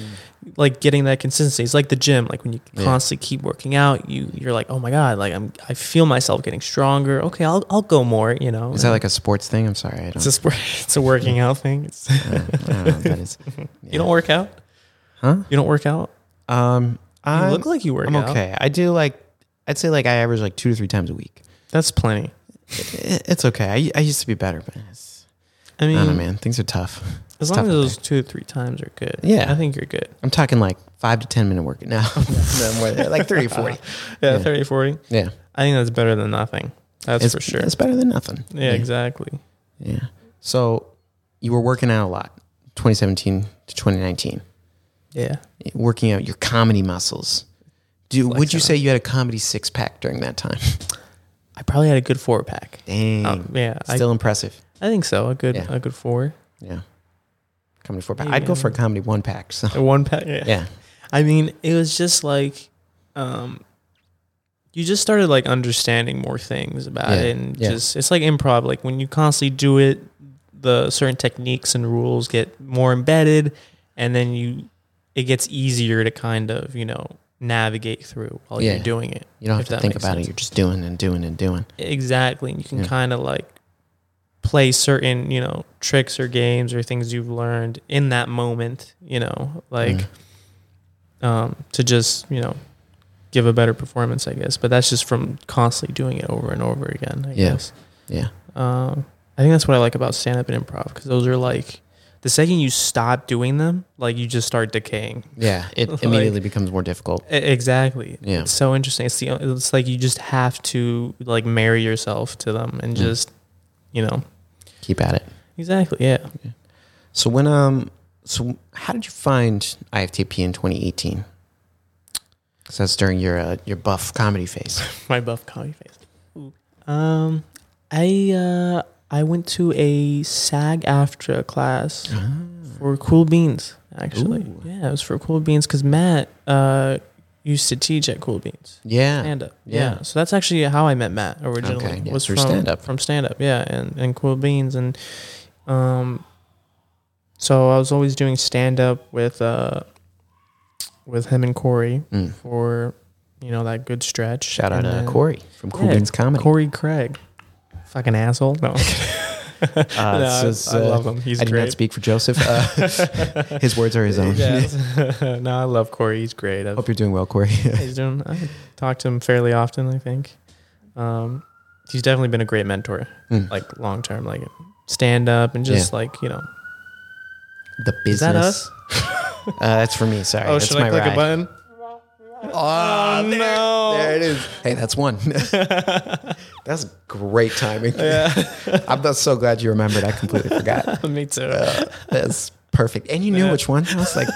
S2: like getting that consistency it's like the gym like when you
S1: Yeah.
S2: constantly keep working out you you're like oh my god like I'm I feel myself getting stronger okay I'll I'll go more you know
S1: Is that like a sports thing? I'm sorry. I don't,
S2: it's a sport, it's a working out thing. It's,
S1: I don't, I don't know what that is.
S2: You don't work out?
S1: Huh?
S2: You don't work out?
S1: Um,
S2: You
S1: I
S2: look like you work
S1: I'm
S2: out.
S1: okay. I do like, I'd say like I average like two to three times a week.
S2: That's plenty.
S1: I- It's okay. I, I used to be better, but it's,
S2: I
S1: I
S2: mean,
S1: don't know, man. Things are tough. It's
S2: as long
S1: tough
S2: as
S1: out
S2: those
S1: there.
S2: two or three times are good,
S1: Yeah.
S2: I think you're good.
S1: I'm talking like five to ten minute work now. no more than that, like 30, 40.
S2: Yeah,
S1: Yeah.
S2: 30, 40.
S1: Yeah,
S2: I think that's better than nothing. That's
S1: it's
S2: for sure.
S1: It's better than nothing.
S2: yeah, exactly.
S1: Yeah. So you were working out a lot, 2017 to 2019,
S2: Yeah.
S1: working out your comedy muscles. Do, would you
S2: Flexing
S1: say you had a comedy six pack during that time?
S2: I probably had a good four pack.
S1: Dang.
S2: Um, yeah, I,
S1: Still impressive.
S2: I think so. A good,
S1: Yeah.
S2: a good four,
S1: Yeah. Comedy four pack.
S2: Maybe,
S1: I'd go
S2: I
S1: for a
S2: mean-
S1: comedy one pack. So
S2: a one pack. Yeah.
S1: yeah.
S2: I mean, it was just like, um, you just started like understanding more things about
S1: Yeah,
S2: it, and
S1: yeah.
S2: just it's like improv. Like when you constantly do it, the certain techniques and rules get more embedded, and then you, it gets easier to kind of you know navigate through while
S1: Yeah.
S2: you're doing it.
S1: You don't have
S2: If
S1: to
S2: that
S1: think
S2: makes
S1: about
S2: sense.
S1: it. You're just doing and doing and doing.
S2: Exactly. And you can
S1: Yeah.
S2: kind of like play certain, you know, tricks or games or things you've learned in that moment, you know, like um, to just, you know, give a better performance, I guess. But that's just from constantly doing it over and over again, I
S1: Yeah.
S2: guess.
S1: Yeah.
S2: Um, I think that's what I like about stand up and improv because those are like, the second you stop doing them, like you just start decaying.
S1: Yeah. It
S2: Like-
S1: immediately becomes more difficult.
S2: E- Exactly.
S1: Yeah.
S2: It's so interesting. It's the it's like you just have to like marry yourself to them and
S1: Mm.
S2: just you know
S1: Keep at it.
S2: exactly yeah.
S1: So when um so how did you find IFTP in 2018? Because that's during your uh, your buff comedy phase.
S2: My buff coffee face. Um, I uh I went to a SAG AFTRA class
S1: Ah.
S2: for Cool Beans actually.
S1: Ooh.
S2: Yeah, it was for Cool Beans because Matt uh used to teach at Cool Beans.
S1: Yeah.
S2: stand up.
S1: Yeah.
S2: uh, Yeah. So that's actually how I met Matt originally.
S1: Okay, yeah,
S2: Was
S1: through
S2: from
S1: stand-up.
S2: From stand up, yeah, and and Cool Beans and um so I was always doing stand up with uh with him and Corey
S1: Mm.
S2: for you know that good stretch.
S1: Shout out
S2: And
S1: to
S2: then
S1: Corey from Cool
S2: Yeah,
S1: Beans Comedy.
S2: Corey Craig. Fucking asshole. No.
S1: Uh,
S2: No,
S1: so it's,
S2: I
S1: uh,
S2: love him. He's
S1: I did not
S2: great.
S1: speak for Joseph. Uh, his words are his own.
S2: Yes. no, I love Corey. He's great. I've-
S1: Hope you're doing well, Corey.
S2: he's doing. I talk to him fairly often. I think um, he's definitely been a great mentor,
S1: Mm.
S2: like long term, like stand up and just like you know.
S1: the business.
S2: Is that us?
S1: Uh, that's for me. Sorry.
S2: oh,
S1: that's
S2: should
S1: my
S2: I click
S1: ride.
S2: a button?
S1: Oh, there,
S2: no.
S1: there it is. Hey, that's one. that's great timing. I'm not so glad you remembered. I completely forgot.
S2: Me too.
S1: That's perfect. And you knew which one. I was like,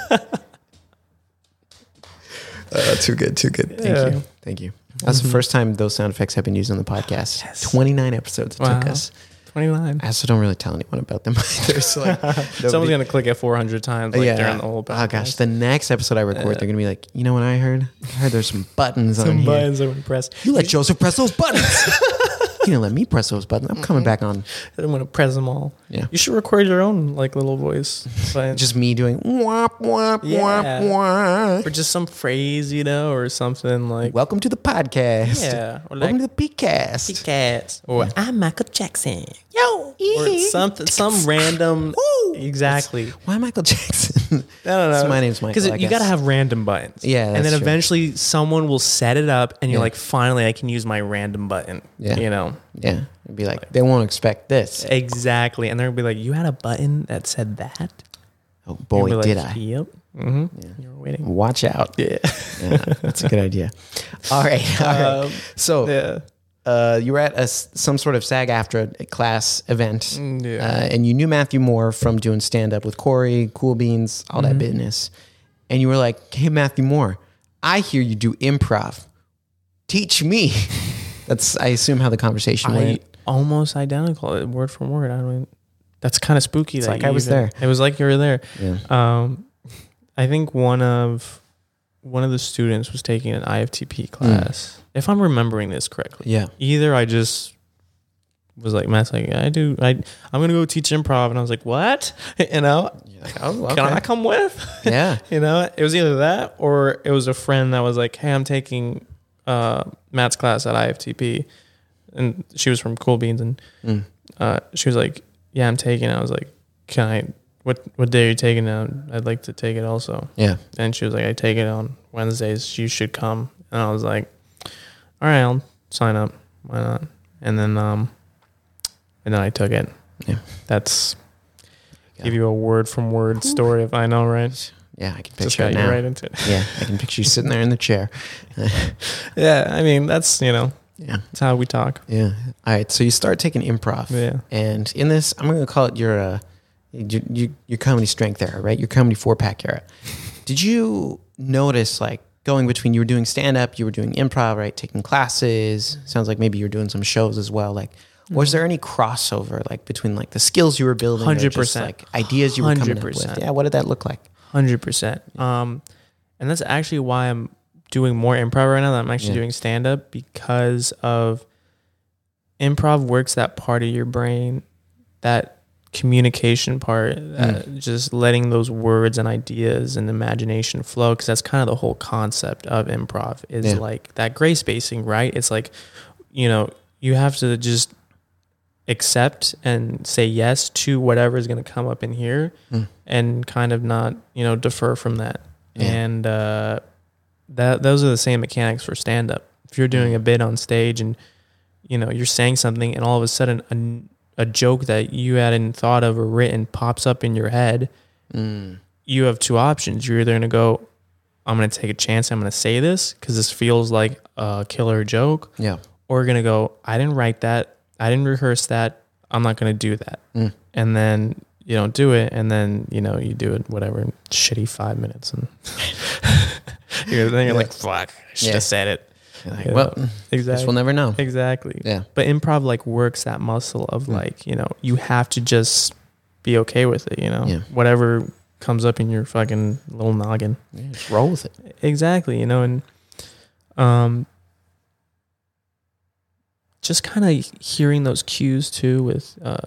S1: uh, too good, too good. Thank
S2: Yeah.
S1: you. Mm-hmm. Thank you. That's the first time those sound effects have been used on the podcast. 29 episodes it took
S2: Wow.
S1: us.
S2: Twenty nine.
S1: I also don't really tell anyone about them either. So like,
S2: Someone's
S1: nobody-
S2: gonna click it four hundred times like, during the whole.
S1: Oh gosh, the next episode I record, they're gonna be like, you know what I heard? I heard there's some buttons on
S2: Some
S1: here.
S2: buttons are impressed.
S1: You let Joseph press those buttons. you didn't let me press those buttons. I'm coming
S2: Mm-hmm.
S1: back on.
S2: I'm gonna press them all.
S1: Yeah.
S2: You should record your own like little voice, but just
S1: Just me doing womp womp
S2: Yeah.
S1: womp
S2: or
S1: womp.
S2: just some phrase, you know, or something like.
S1: Welcome to the podcast.
S2: yeah, or like
S1: Welcome to the PCast.
S2: cats, or I'm Michael Jackson.
S1: Yo,
S2: or something, some random.
S1: Ooh.
S2: Exactly.
S1: Why Michael Jackson?
S2: I don't
S1: So
S2: know.
S1: my name's Michael,
S2: Because
S1: I
S2: you got to
S1: guess.
S2: have random buttons.
S1: Yeah,
S2: and
S1: that's
S2: then
S1: true.
S2: eventually someone will set it up, and you're
S1: Yeah.
S2: like, finally, I can use my random button.
S1: Yeah.
S2: You know,
S1: yeah, it'd be like they won't expect this.
S2: exactly. And they'll be like, you had a button that said that.
S1: Oh
S2: You'll
S1: boy,
S2: be like,
S1: did I! Mm-hmm.
S2: Yep. hmm You were waiting.
S1: Watch out.
S2: Yeah.
S1: Yeah, that's a good idea. All right, all right.
S2: Um,
S1: so
S2: yeah.
S1: uh, you were at a, s- some sort of SAG after class
S2: Mm-hmm.
S1: event,
S2: yeah.
S1: uh, and you knew Matthew Moore from doing stand up with Corey, Cool Beans, all
S2: Mm-hmm.
S1: that business. And you were like, hey, Matthew Moore, I hear you do improv. Teach me. That's, I assume, how the conversation
S2: I
S1: went.
S2: almost identical, word for word. I don't. Even, that's kind of spooky. that
S1: like
S2: you
S1: I was
S2: even- It was like you were there.
S1: Yeah.
S2: Um, I think one of one of the students was taking an IFTP class, if I'm remembering this correctly.
S1: Yeah.
S2: Either I just was like, Matt's like, I do, I, I'm gonna go teach improv, and I was like, what? You know,
S1: Oh,
S2: can I come with?
S1: yeah.
S2: you know, it was either that or it was a friend that was like, hey, I'm taking uh, Matt's class at IFTP, and she was from Cool Beans, and
S1: Mm.
S2: uh, she was like, yeah, I'm taking. it. I was like, can I? What what day are you taking it? I'd like to take it also.
S1: Yeah.
S2: And she was like, I take it on Wednesdays. You should come. And I was like, all right, I'll sign up. Why not? And then, um, and then I took it.
S1: Yeah.
S2: That's Give you a word from word story if I know, right?
S1: Yeah, I can
S2: Just
S1: picture
S2: got
S1: it
S2: you
S1: now.
S2: right into it.
S1: Yeah, I can picture you sitting there in the chair.
S2: Yeah, I mean that's you know
S1: yeah,
S2: that's how we talk.
S1: yeah. All right, so you start taking improv.
S2: Yeah.
S1: And in this, I'm going to call it your uh, your, your your comedy strength era, right? Your comedy four pack era. Did you notice like going between you were doing stand up, you were doing improv, right? Taking classes. Sounds like maybe you were doing some shows as well. Like, was there any crossover like between like the skills you were building, or just,
S2: 100%.
S1: like ideas you were coming up with?
S2: 100%.
S1: Yeah. What did that look like?
S2: Hundred percent. Um, and that's actually why I'm doing more improv right now. That I'm actually
S1: Yeah.
S2: doing stand up because of improv works that part of your brain, that communication part,
S1: Mm.
S2: that just letting those words and ideas and imagination flow. Because that's kind of the whole concept of improv is
S1: Yeah.
S2: like that gray spacing, right? It's like you know you have to just accept and say yes to whatever is going to come up in here
S1: Mm.
S2: and kind of not you know defer from that
S1: Yeah.
S2: and uh, that those are the same mechanics for stand up if you're doing a bit on stage and you know you're saying something and all of a sudden a n- a, joke that you hadn't thought of or written pops up in your head
S1: Mm.
S2: you have two options you're either going to go i'm going to take a chance i'm going to say this because this feels like a killer joke
S1: Yeah.
S2: or gonna go, I didn't write that, I didn't rehearse that, I'm not gonna do that.
S1: Mm.
S2: And then you don't do it, and then you know you do it whatever shitty five minutes, and you're, then you're like, fuck, I should
S1: Yeah.
S2: have said it.
S1: You're like,
S2: You know?
S1: well, mm,
S2: exactly,
S1: guess we'll never know.
S2: exactly.
S1: Yeah. Mm.
S2: But improv like works that muscle of like you know you have to just be okay with it, you know,
S1: Yeah.
S2: whatever comes up in your fucking little noggin.
S1: yeah. Just roll with it.
S2: Exactly, you know, and um, just kind of hearing those cues too with uh,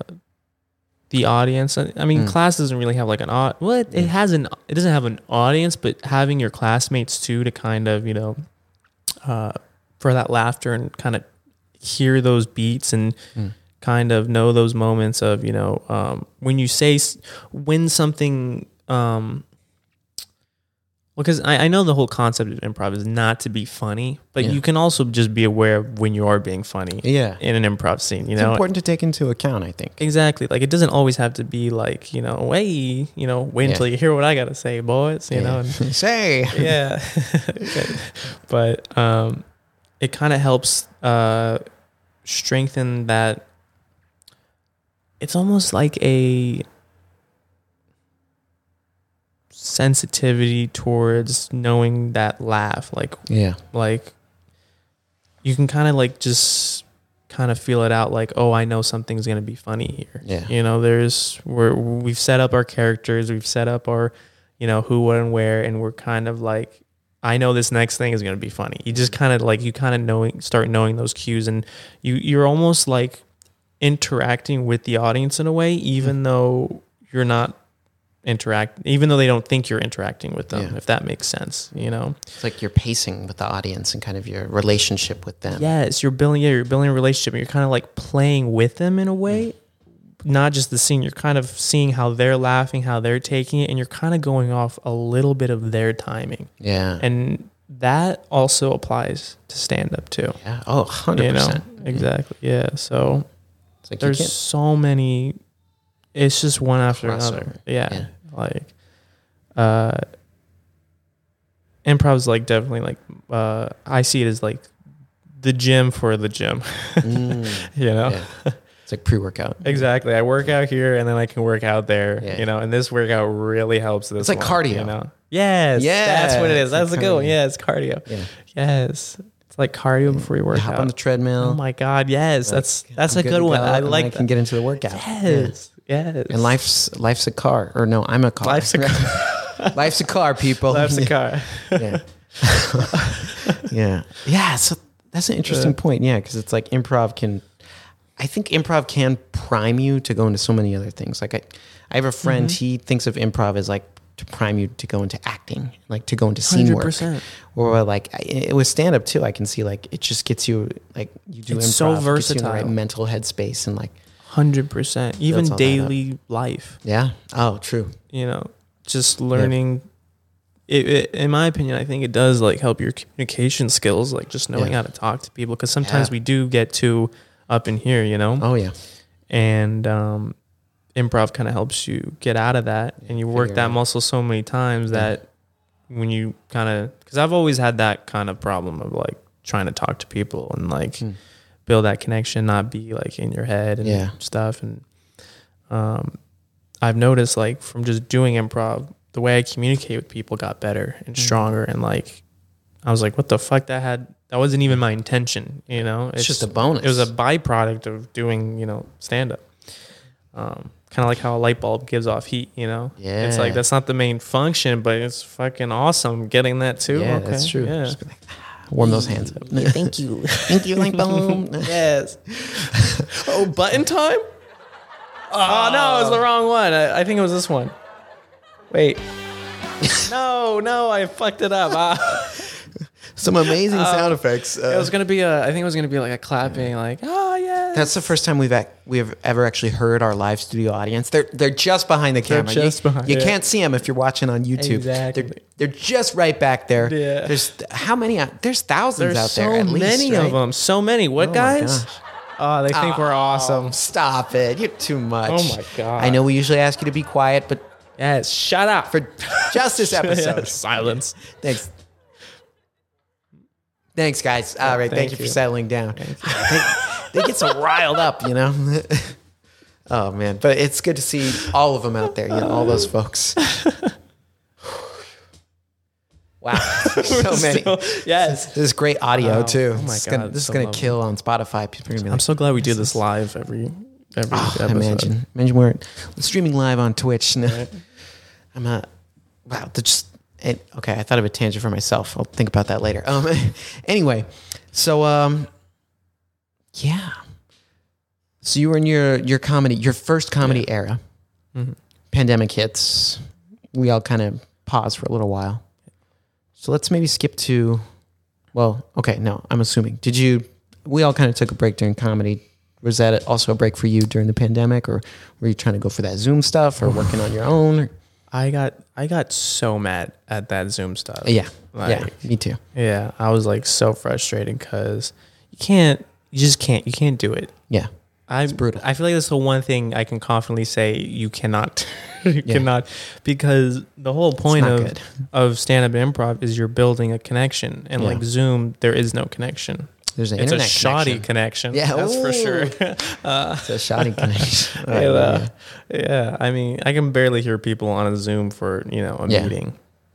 S2: the audience. I I mean,
S1: Mm.
S2: class doesn't really have like an au- well, it, it
S1: Yeah.
S2: has an it doesn't have an audience, but having your classmates too to kind of you know uh, for that laughter and kind of hear those beats and
S1: Mm.
S2: kind of know those moments of you know um, when you say s- when something um, because I, I know the whole concept of improv is not to be funny, but
S1: Yeah.
S2: you can also just be aware of when you are being funny
S1: Yeah.
S2: in an improv scene. You
S1: It's
S2: know,
S1: important to take into account, I think.
S2: exactly. Like it doesn't always have to be like you know, hey, you know, wait
S1: Yeah.
S2: until you hear what I gotta say, boys. You know, and,
S1: say.
S2: yeah. but um, it kind of helps uh, strengthen that. It's almost like a sensitivity towards knowing that laugh, like
S1: Yeah.
S2: like you can kind of like just kind of feel it out like oh i know something's going to be funny here
S1: Yeah.
S2: you know there's we're we've set up our characters we've set up our you know who what and where and we're kind of like i know this next thing is going to be funny you just kind of like you kind of knowing start knowing those cues and you you're almost like interacting with the audience in a way even
S1: Hmm.
S2: though you're not interact even though they don't think you're interacting with them
S1: Yeah.
S2: if that makes sense you know
S1: It's like your pacing with the audience and kind of your relationship with them.
S2: Yes, you're building. Yeah, you're building a relationship. and You're kind of like playing with them in a
S1: Mm.
S2: way, not just the scene. You're kind of seeing how they're laughing, how they're taking it, and you're kind of going off a little bit of their timing,
S1: Yeah.
S2: and that also applies to stand up too.
S1: yeah. Oh, 100%.
S2: You know, exactly. Yeah. So
S1: it's like you
S2: there's
S1: can't,
S2: so many. It's just one after another.
S1: Crossover.
S2: Yeah,
S1: Yeah.
S2: Like, uh, improv's like definitely like uh, I see it as like the gym for the gym.
S1: Mm,
S2: you know
S1: yeah. It's like pre workout.
S2: exactly i work out here and then i can work out there
S1: Yeah.
S2: you know and this workout really helps this
S1: It's like
S2: one,
S1: cardio.
S2: you know yes
S1: Yeah,
S2: yeah that's what it
S1: it's
S2: is that's
S1: like
S2: a good one
S1: cardio.
S2: yeah it's cardio
S1: Yeah.
S2: yes it's like cardio before you work
S1: Hop on the
S2: out
S1: treadmill.
S2: oh my god yes that's that's
S1: I'm
S2: a
S1: to
S2: good one
S1: go,
S2: i
S1: and
S2: like
S1: I can
S2: that
S1: get into the workout. Yeah.
S2: yes yes
S1: And life's life's a car, or no? I'm a car.
S2: Life's a
S1: car. life's a car, people.
S2: life's a car
S1: yeah. yeah. Yeah. So that's an interesting point. Yeah. Cause it's like improv can, I think improv can prime you to go into so many other things. Like I, I have a friend, he thinks of improv as like to prime you to go into acting, like to go into scene work.
S2: 100%.
S1: Or like I, with stand up too, I can see like it just gets you like you do
S2: It's
S1: improv,
S2: so
S1: gets you in the right
S2: versatile.
S1: mental headspace and like
S2: 100% even
S1: Builds all that up.
S2: daily life
S1: yeah. Oh, true.
S2: you know just learning it, it in my opinion i think it does like help your communication skills like just knowing
S1: Yeah.
S2: how to talk to people because sometimes
S1: Yeah.
S2: we do get too up in here you know
S1: Oh yeah.
S2: and um improv kind of helps you get out of that and you work
S1: figure it
S2: that
S1: out.
S2: muscle so many times that when you kind of because i've always had that kind of problem of like trying to talk to people and like
S1: Hmm.
S2: build that connection not be like in your head and
S1: Yeah.
S2: stuff and um i've noticed like from just doing improv the way i communicate with people got better
S1: Hmm.
S2: and stronger and like i was like what the fuck that had that wasn't even my intention you know
S1: It's, just a bonus.
S2: it was a byproduct of doing, you know, stand up. Um, kind of like how a light bulb gives off heat, you know? It's
S1: Yeah.
S2: like that's not the main function, but it's fucking awesome getting that too.
S1: yeah,
S2: Okay,
S1: that's true.
S2: Yeah.
S1: Just be like, "Ah," warm those hands up.
S3: Thank you.
S1: Thank you, like boom.
S2: Yes. oh, button time? Oh, no, it was the wrong one. I, I think it was this one. Wait. no, no, I fucked it up. Ah.
S1: Some amazing sound effects.
S2: it
S1: Uh,
S2: was gonna be a. I think it was gonna be like a clapping, like oh yeah.
S1: that's the first time we've ac- we've ever actually heard our live studio audience. They're they're just behind the camera.
S2: just
S1: you,
S2: behind-
S1: You
S2: yeah.
S1: can't see them if you're watching on YouTube.
S2: Exactly.
S1: They're, they're just right back there.
S2: Yeah.
S1: There's how many? out- There's thousands
S2: There's
S1: out
S2: so
S1: there. At least,
S2: many
S1: right?
S2: of them. So many. What
S1: my
S2: guys?
S1: gosh.
S2: Oh, they think we're awesome.
S1: Oh, stop it! You're too much.
S2: Oh my God.
S1: I know we usually ask you to be quiet, but
S2: Yes, shut up
S1: for just this episode,
S2: silence.
S1: Thanks. Thanks, guys. All right. Thank,
S2: thank
S1: you for
S2: you.
S1: settling down. they, they get so riled up, you know? oh, man. But it's good to see all of them out there, you know, all those folks. wow. So many.
S2: yes.
S1: This is great audio,
S2: Wow.
S1: too.
S2: Oh my
S1: This is gonna-
S2: God,
S1: this is
S2: so
S1: going to
S2: lovely.
S1: kill on Spotify. People are going to be
S2: I'm
S1: like,
S2: so glad we do this live every every
S1: I
S2: episode.
S1: Ah, imagine. Imagine we're streaming live on Twitch. No. I'm not. Wow, that just. It, okay, I thought of a tangent for myself. I'll think about that later. Um, anyway, so um, yeah. So you were in your your comedy, your first comedy era. Pandemic hits. We all kind of pause for a little while. So let's maybe skip to. Well, okay, no, I'm assuming. Did you? We all kind of took a break during comedy. Was that also a break for you during the pandemic, or were you trying to go for that Zoom stuff, or working on your own? Or,
S2: I got I got so mad at that Zoom stuff.
S1: yeah, yeah,
S2: Like-
S1: me too.
S2: Yeah, I was like so frustrated because you can't, you just can't, you can't do it.
S1: Yeah,
S2: I
S1: brutal.
S2: I feel like that's the one thing I can confidently say you cannot, you cannot, because the whole point
S1: not
S2: of
S1: good.
S2: of stand up and improv is you're building a connection, and
S1: Yeah.
S2: like Zoom, there is no connection.
S1: there's an
S2: It's a
S1: internet
S2: shoddy
S1: connection.
S2: connection.
S1: Yeah,
S2: that's for
S1: ooh.
S2: sure.
S1: It's a shoddy connection.
S2: Yeah,
S1: Alright,
S2: uh, yeah, I mean, I can barely hear people on a Zoom for you know a
S1: Yeah.
S2: meeting,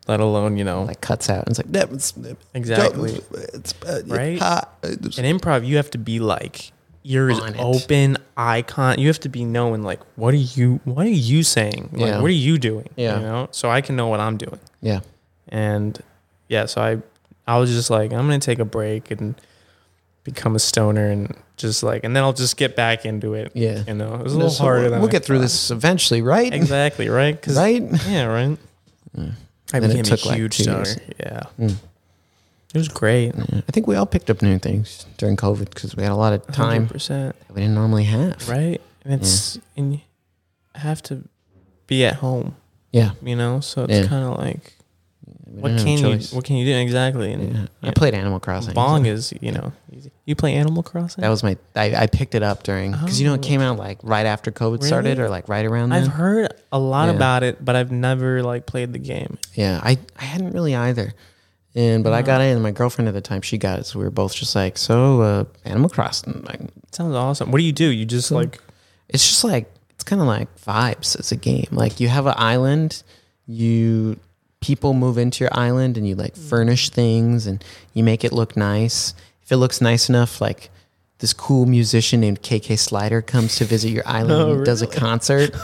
S2: let alone you know
S1: like cuts out and it's like that was
S2: exactly
S1: it's uh,
S2: Right?
S1: hot. It was-
S2: in improv. You have to be like ears
S1: On it.
S2: open, eye con. You have to be knowing like what are you what are you saying? Like
S1: Yeah.
S2: what are you doing?
S1: Yeah.
S2: you know, so I can know what I'm doing.
S1: yeah
S2: And yeah, so I I was just like I'm gonna take a break and become a stoner and just like and then I'll just get back into it.
S1: Yeah.
S2: you know, it was a little
S1: So
S2: harder.
S1: we'll,
S2: than
S1: we'll
S2: I
S1: get through
S2: thought.
S1: this eventually right
S2: exactly right 'Cause-
S1: right
S2: Yeah, right. I
S1: Then it
S2: became
S1: took,
S2: a
S1: like,
S2: huge
S1: two
S2: stoner.
S1: years. Hmm.
S2: Yeah. It was great.
S1: i think we all picked up new things during covid because we had a lot of time
S2: 100%.
S1: that we didn't normally have
S2: Right? And it's,
S1: Mm.
S2: and you have to be at home,
S1: yeah
S2: you know? So it's
S1: Yeah.
S2: kind of like,
S1: we
S2: what
S1: didn't have
S2: can
S1: a
S2: you,
S1: choice.
S2: what can you do? Exactly. And
S1: yeah. i
S2: yeah.
S1: played animal crossing
S2: Bong is, you know, easy. You play Animal Crossing?
S1: that was my I, I picked it up during because you know it
S2: Oh.
S1: came out like right after covid started
S2: Really?
S1: or like right around then
S2: I've heard a lot
S1: Yeah.
S2: about it, but I've never like played the game.
S1: Yeah, I, I hadn't really either. And but I got in. My girlfriend at the time, she got it, so we were both just like, so uh, Animal Crossing. Like,
S2: It sounds awesome. What do you do? You just like
S1: it's just like it's kind of like vibes. It's a game. Like you have an island, you people move into your island, and you like furnish things, and you make it look nice. If it looks nice enough, like this cool musician named KK Slider comes to visit your island
S2: Oh,
S1: and does a concert.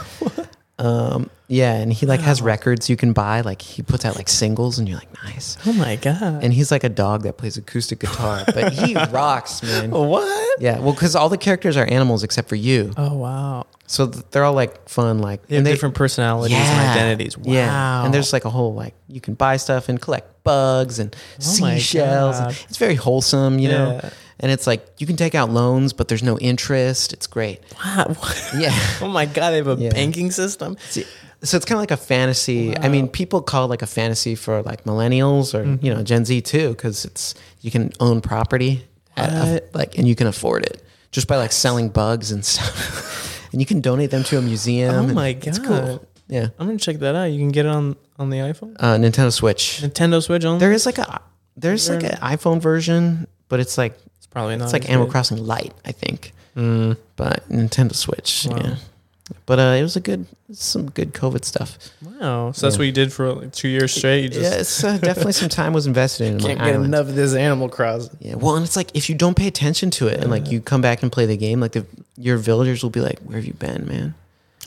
S1: um, yeah, and he like has records you can buy. Like he puts out like singles, and you're like, nice.
S2: oh my god,
S1: and he's like a dog that plays acoustic guitar, but he rocks,
S2: Oh.
S1: man.
S2: what?
S1: Yeah, well, because all the characters are animals except for you,
S2: Oh wow,
S1: so th- they're all like fun, like
S2: they have different personalities and identities. Wow,
S1: yeah. And there's like a whole like you can buy stuff and collect bugs and
S2: Oh my
S1: seashells. and
S2: God.
S1: it's very wholesome, you know.
S2: Yeah.
S1: And it's like you can take out loans, but there's no interest. It's great.
S2: Wow. what?
S1: Yeah.
S2: Oh my God, they have a
S1: Yeah.
S2: banking system.
S1: See, so it's kind of like a fantasy. I mean, people call it like a fantasy for like millennials or
S2: Mm-hmm.
S1: you know Gen Z too, because it's you can own uh, property, at a- like, and you can afford it just by like selling bugs and stuff. and you can donate them to a museum.
S2: Oh
S1: and
S2: my
S1: It's cool.
S2: God.
S1: Yeah.
S2: I'm gonna check that out. You can get it on on the iPhone,
S1: Uh, Nintendo Switch.
S2: Nintendo Switch only.
S1: There is like a there's like an iPhone version, but it's like
S2: it's probably not.
S1: it's like
S2: as
S1: Animal
S2: good.
S1: Crossing Lite, I think.
S2: Mm.
S1: But Nintendo Switch,
S2: Wow.
S1: yeah. But uh, it was a good some good COVID stuff.
S2: Wow. So that's
S1: Yeah.
S2: what you did for like two years straight. You just
S1: yeah, it's uh, definitely some time was invested in.
S2: can't
S1: my
S2: get
S1: island.
S2: enough of this Animal Crossing.
S1: Yeah, well, and it's like if you don't pay attention to it, and like you come back and play the game, like the your villagers will be like, "Where have you been, man?"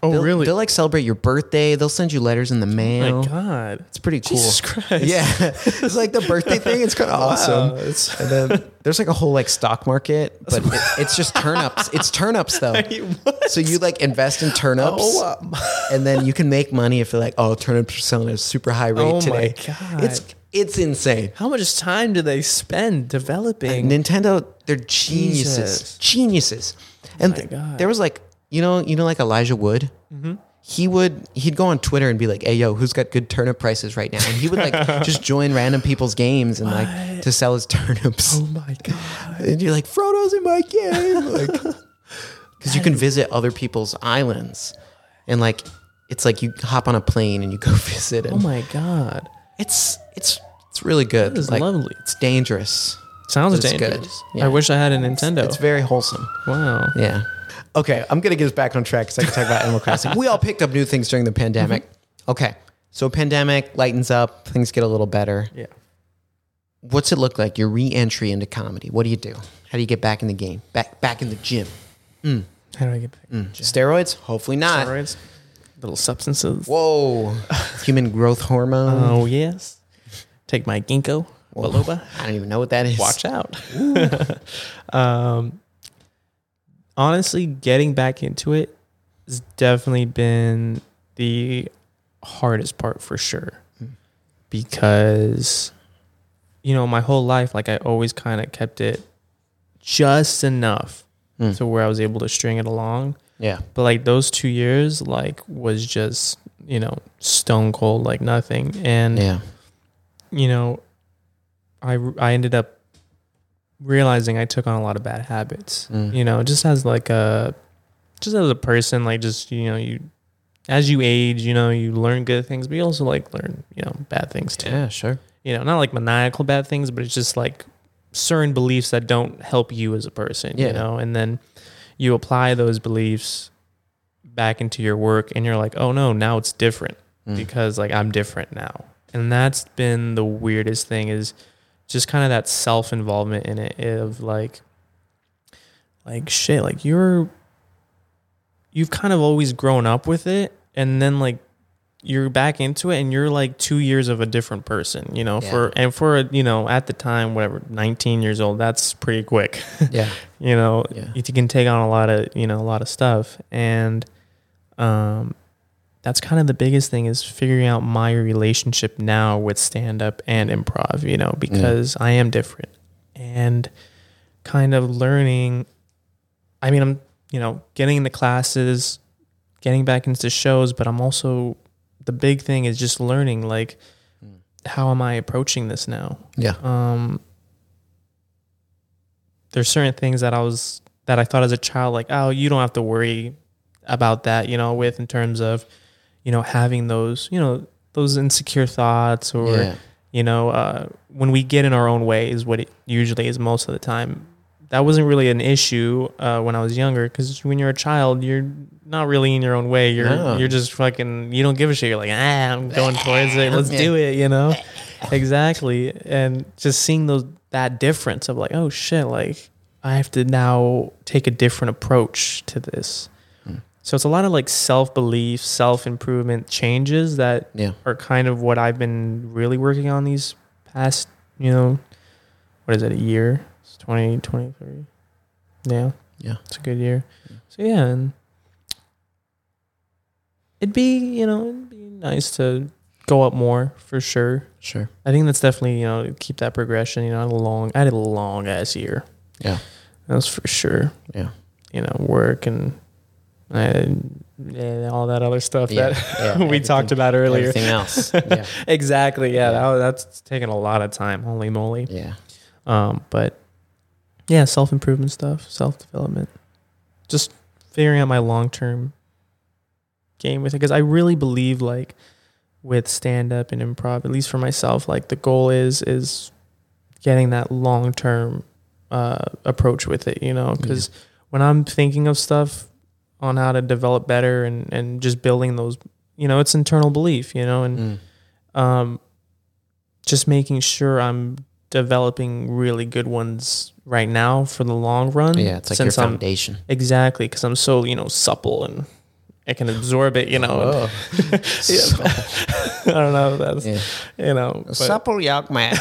S2: Oh
S1: they'll,
S2: really?
S1: They'll like celebrate your birthday. They'll send you letters in the mail.
S2: my God.
S1: It's pretty cool.
S2: Jesus Christ.
S1: Yeah, it's like the birthday thing. It's kind of awesome.
S2: Wow. It's-
S1: And then there's like a whole like stock market, but it, it's just turnips. It's turnips though. So you like invest in turnips,
S2: Oh,
S1: and then you can make money if you're like, oh, turnips are selling at a super high rate
S2: Oh my
S1: today.
S2: God.
S1: It's it's insane.
S2: How much time do they spend developing?
S1: Nintendo, they're geniuses,
S2: Jesus. Oh
S1: geniuses. And
S2: My
S1: th-
S2: God. Mm-hmm.
S1: there was like, you know, you know, like Elijah Wood. He would he'd go on Twitter and be like, "Hey, yo, who's got good turnip prices right now?" And he would like just join random people's games and like to sell his turnips.
S2: oh my God.
S1: And you're like, "Frodo's in my game," like because you can visit other people's islands, and like it's like you hop on a plane and you go visit.
S2: Oh
S1: And
S2: my God.
S1: It's it's it's really good.
S2: That is
S1: Like,
S2: lovely.
S1: It's dangerous.
S2: Sounds
S1: It's good.
S2: dangerous.
S1: Yeah.
S2: I wish I had a Nintendo.
S1: It's very wholesome.
S2: wow.
S1: Yeah. Okay, I'm gonna get us back on track because I can talk about Animal Crossing. We all picked up new things during the pandemic.
S2: Mm-hmm.
S1: Okay, so pandemic lightens up, things get a little better.
S2: Yeah.
S1: What's it look like? Your re-entry into comedy. What do you do? How do you get back in the game? Back back in the gym.
S2: How do I get back?
S1: Mm. Steroids? Hopefully not.
S2: Steroids? Little substances.
S1: Whoa, human growth hormone.
S2: Oh yes. Take my ginkgo biloba.
S1: I don't even know what that is.
S2: Watch out. um, honestly, getting back into it has definitely been the hardest part for sure, because you know my whole life, like I always kind of kept it just enough
S1: Mm.
S2: to where I was able to string it along.
S1: Yeah.
S2: But like those two years, like was just you know stone cold, like nothing. And
S1: Yeah.
S2: you know, I I ended up realizing I took on a lot of bad habits.
S1: Mm.
S2: You know, just as like a just as a person, like just you know, you as you age, you know, you learn good things, but you also like learn you know bad things too.
S1: Sure.
S2: You know, not like maniacal bad things, but it's just like certain beliefs that don't help you as a person.
S1: Yeah.
S2: You know, and then you apply those beliefs back into your work, and you're like, oh no, now it's different because like I'm different now. And that's been the weirdest thing is just kind of that self involvement in it of like like shit, like you're you've kind of always grown up with it and then like you're back into it and you're like two years of a different person, you know,
S1: Yeah.
S2: for and for a, you know, at the time, whatever, nineteen years old, that's pretty quick.
S1: Yeah.
S2: you know
S1: Yeah.
S2: you can take on a lot of you know a lot of stuff and um that's kind of the biggest thing is figuring out my relationship now with stand up and improv you know because i am different and kind of learning i mean i'm you know getting into classes getting back into shows but i'm also the big thing is just learning like how am i approaching this now
S1: Hmm. Yeah.
S2: um there's certain things that I was that I thought as a child like oh you don't have to worry about that you know with in terms of you know having those you know those insecure thoughts or
S1: Yeah.
S2: you know uh, when we get in our own way is what it usually is most of the time that wasn't really an issue uh, when I was younger because when you're a child you're not really in your own way you're
S1: No.
S2: you're just fucking you don't give a shit you're like ah I'm going towards it let's
S1: Yeah.
S2: do it you know exactly and just seeing those that difference of like oh shit like i have to now take a different approach to this so it's a lot of like self-belief self-improvement changes that
S1: Yeah.
S2: are kind of what i've been really working on these past you know what is it a year it's 2023 yeah
S1: Yeah.
S2: it's a good year so yeah and it'd be you know it'd be nice to go up more for sure
S1: Sure.
S2: I think that's definitely you know keep that progression. You know, I had a long, I had a long ass year.
S1: Yeah.
S2: That's for sure.
S1: Yeah.
S2: You know, work and and, and all that other stuff
S1: Yeah, yeah,
S2: that we
S1: everything-
S2: talked about earlier.
S1: Everything else. Yeah.
S2: Exactly. Yeah,
S1: Yeah.
S2: That, that's taken a lot of time. Holy moly.
S1: Yeah.
S2: Um, but yeah, self improvement stuff, self development, just figuring out my long term game with it because I really believe like with stand up and improv, at least for myself, like the goal is is getting that long term uh, approach with it, you know, because when I'm thinking of stuff on how to develop better and and just building those, you know, it's internal belief, you know, and
S1: Mm.
S2: um, just making sure I'm developing really good ones right now for the long run.
S1: Yeah, it's like
S2: since
S1: your
S2: I'm
S1: foundation.
S2: Exactly, because I'm so you know supple and I can absorb it. You
S1: Oh.
S2: know, and-
S1: Supple.
S2: I don't know. If that's
S1: Yeah.
S2: you know, but
S1: Supple yak man.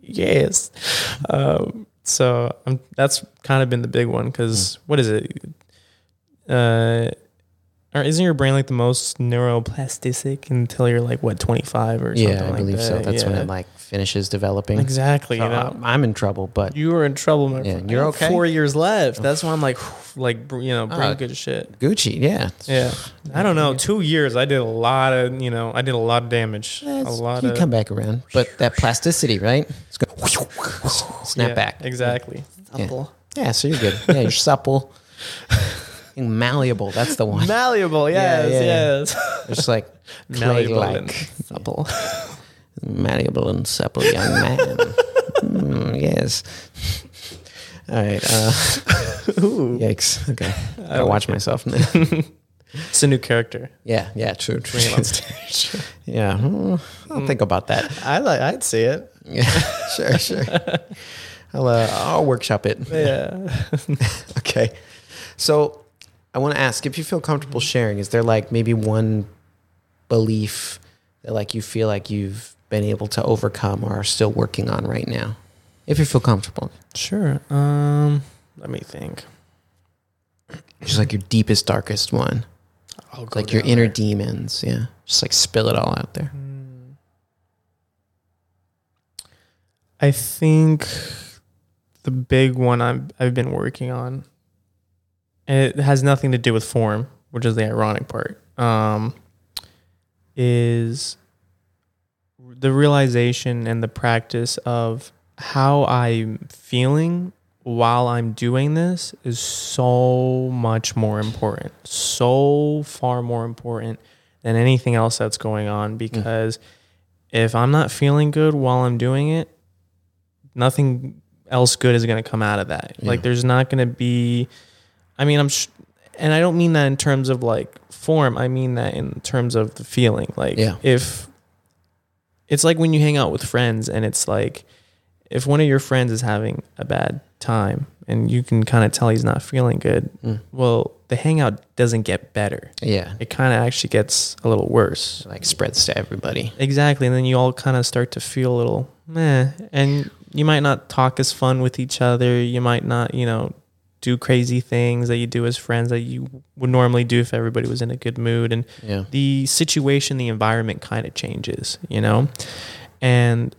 S2: yes. Um, so i that's kind of been the big one because
S1: Hmm.
S2: what is it? Uh, or isn't your brain like the most neuroplastic until you're like what 25 or something?
S1: Yeah, I
S2: like
S1: believe so.
S2: that?
S1: That's when
S2: Yeah.
S1: it like finishes developing.
S2: exactly.
S1: So
S2: you know,
S1: I'm- I'm in trouble, but
S2: you were in trouble, my
S1: Yeah,
S2: friend.
S1: you're
S2: I have
S1: okay?
S2: Four years left. That's why I'm like, like br- you know, bring
S1: Ah.
S2: good shit.
S1: Gucci, yeah.
S2: Yeah. I don't know. Two years, I did a lot of, you know, I did a lot of damage. a lot
S1: you
S2: of.
S1: come back around, but that plasticity, right? It's going snap
S2: yeah,
S1: back.
S2: Exactly.
S1: Yeah. Yeah, so you're good. Yeah, you're supple, and malleable. That's the one.
S2: Malleable.
S1: Yeah,
S2: Yes.
S1: yeah, yeah.
S2: Yes.
S1: It's like
S2: Malleable
S1: clay-like.
S2: and supple.
S1: malleable and supple young man. Mm, yes. All right. Uh, yikes. Okay. Gotta watch myself now.
S2: It's a new character.
S1: yeah. Yeah. True. True.
S2: Bring it on stage.
S1: yeah. Hmm, I'll think about that.
S2: I like. I'd see it.
S1: Yeah. sure. Sure. I'll, uh, I'll workshop it.
S2: Yeah.
S1: Okay. So I want to ask if you feel comfortable sharing, is there like maybe one belief that like you feel like you've been able to overcome or are still working on right now? If you feel comfortable.
S2: Sure. Um. Let me think.
S1: Just like your deepest, darkest one.
S2: I'll go
S1: Like your
S2: down
S1: inner
S2: there.
S1: demons. Yeah. Just like spill it all out there.
S2: Mm. I think the big one I'm, I've been working on, and it has nothing to do with form, which is the ironic part, um, is the realization and the practice of how I'm feeling while I'm doing this is so much more important, so far more important than anything else that's going on because if I'm not feeling good while I'm doing it, nothing else good is going to come out of that. Like there's not going to be I mean, I'm sh- and I don't mean that in terms of like form. I mean that in terms of the feeling. Like
S1: Yeah.
S2: if it's like when you hang out with friends and it's like if one of your friends is having a bad time and you can kind of tell he's not feeling good,
S1: Mm.
S2: well, the hangout doesn't get better.
S1: Yeah.
S2: It kind of actually gets a little worse.
S1: Like spreads to everybody.
S2: Exactly. And then you all kind of start to feel a little meh. And you might not talk as fun with each other. You might not, you know, do crazy things that you do as friends that you would normally do if everybody was in a good mood. And
S1: Yeah.
S2: the situation, the environment kind of changes, you know? And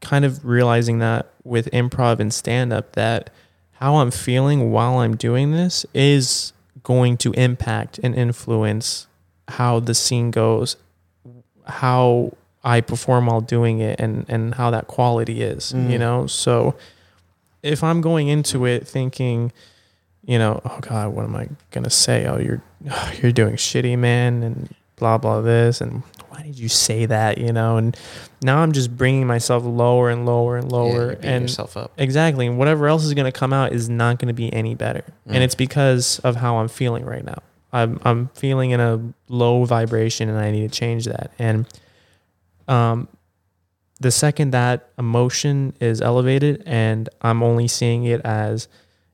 S2: kind of realizing that with improv and stand up, that how I'm feeling while I'm doing this is going to impact and influence how the scene goes, how I perform while doing it, and, and how that quality is, you know? So if I'm going into it thinking, you know, oh God, what am I gonna say? Oh, you're oh, you're doing shitty, man, and blah blah this, and why did you say that? You know, and now I'm just bringing myself lower and lower and lower,
S1: yeah, beating
S2: and
S1: yourself up.
S2: exactly, and whatever else is gonna come out is not gonna be any better, and it's because of how I'm feeling right now. I'm I'm feeling in a low vibration, and I need to change that. And um, the second that emotion is elevated and I'm only seeing it as,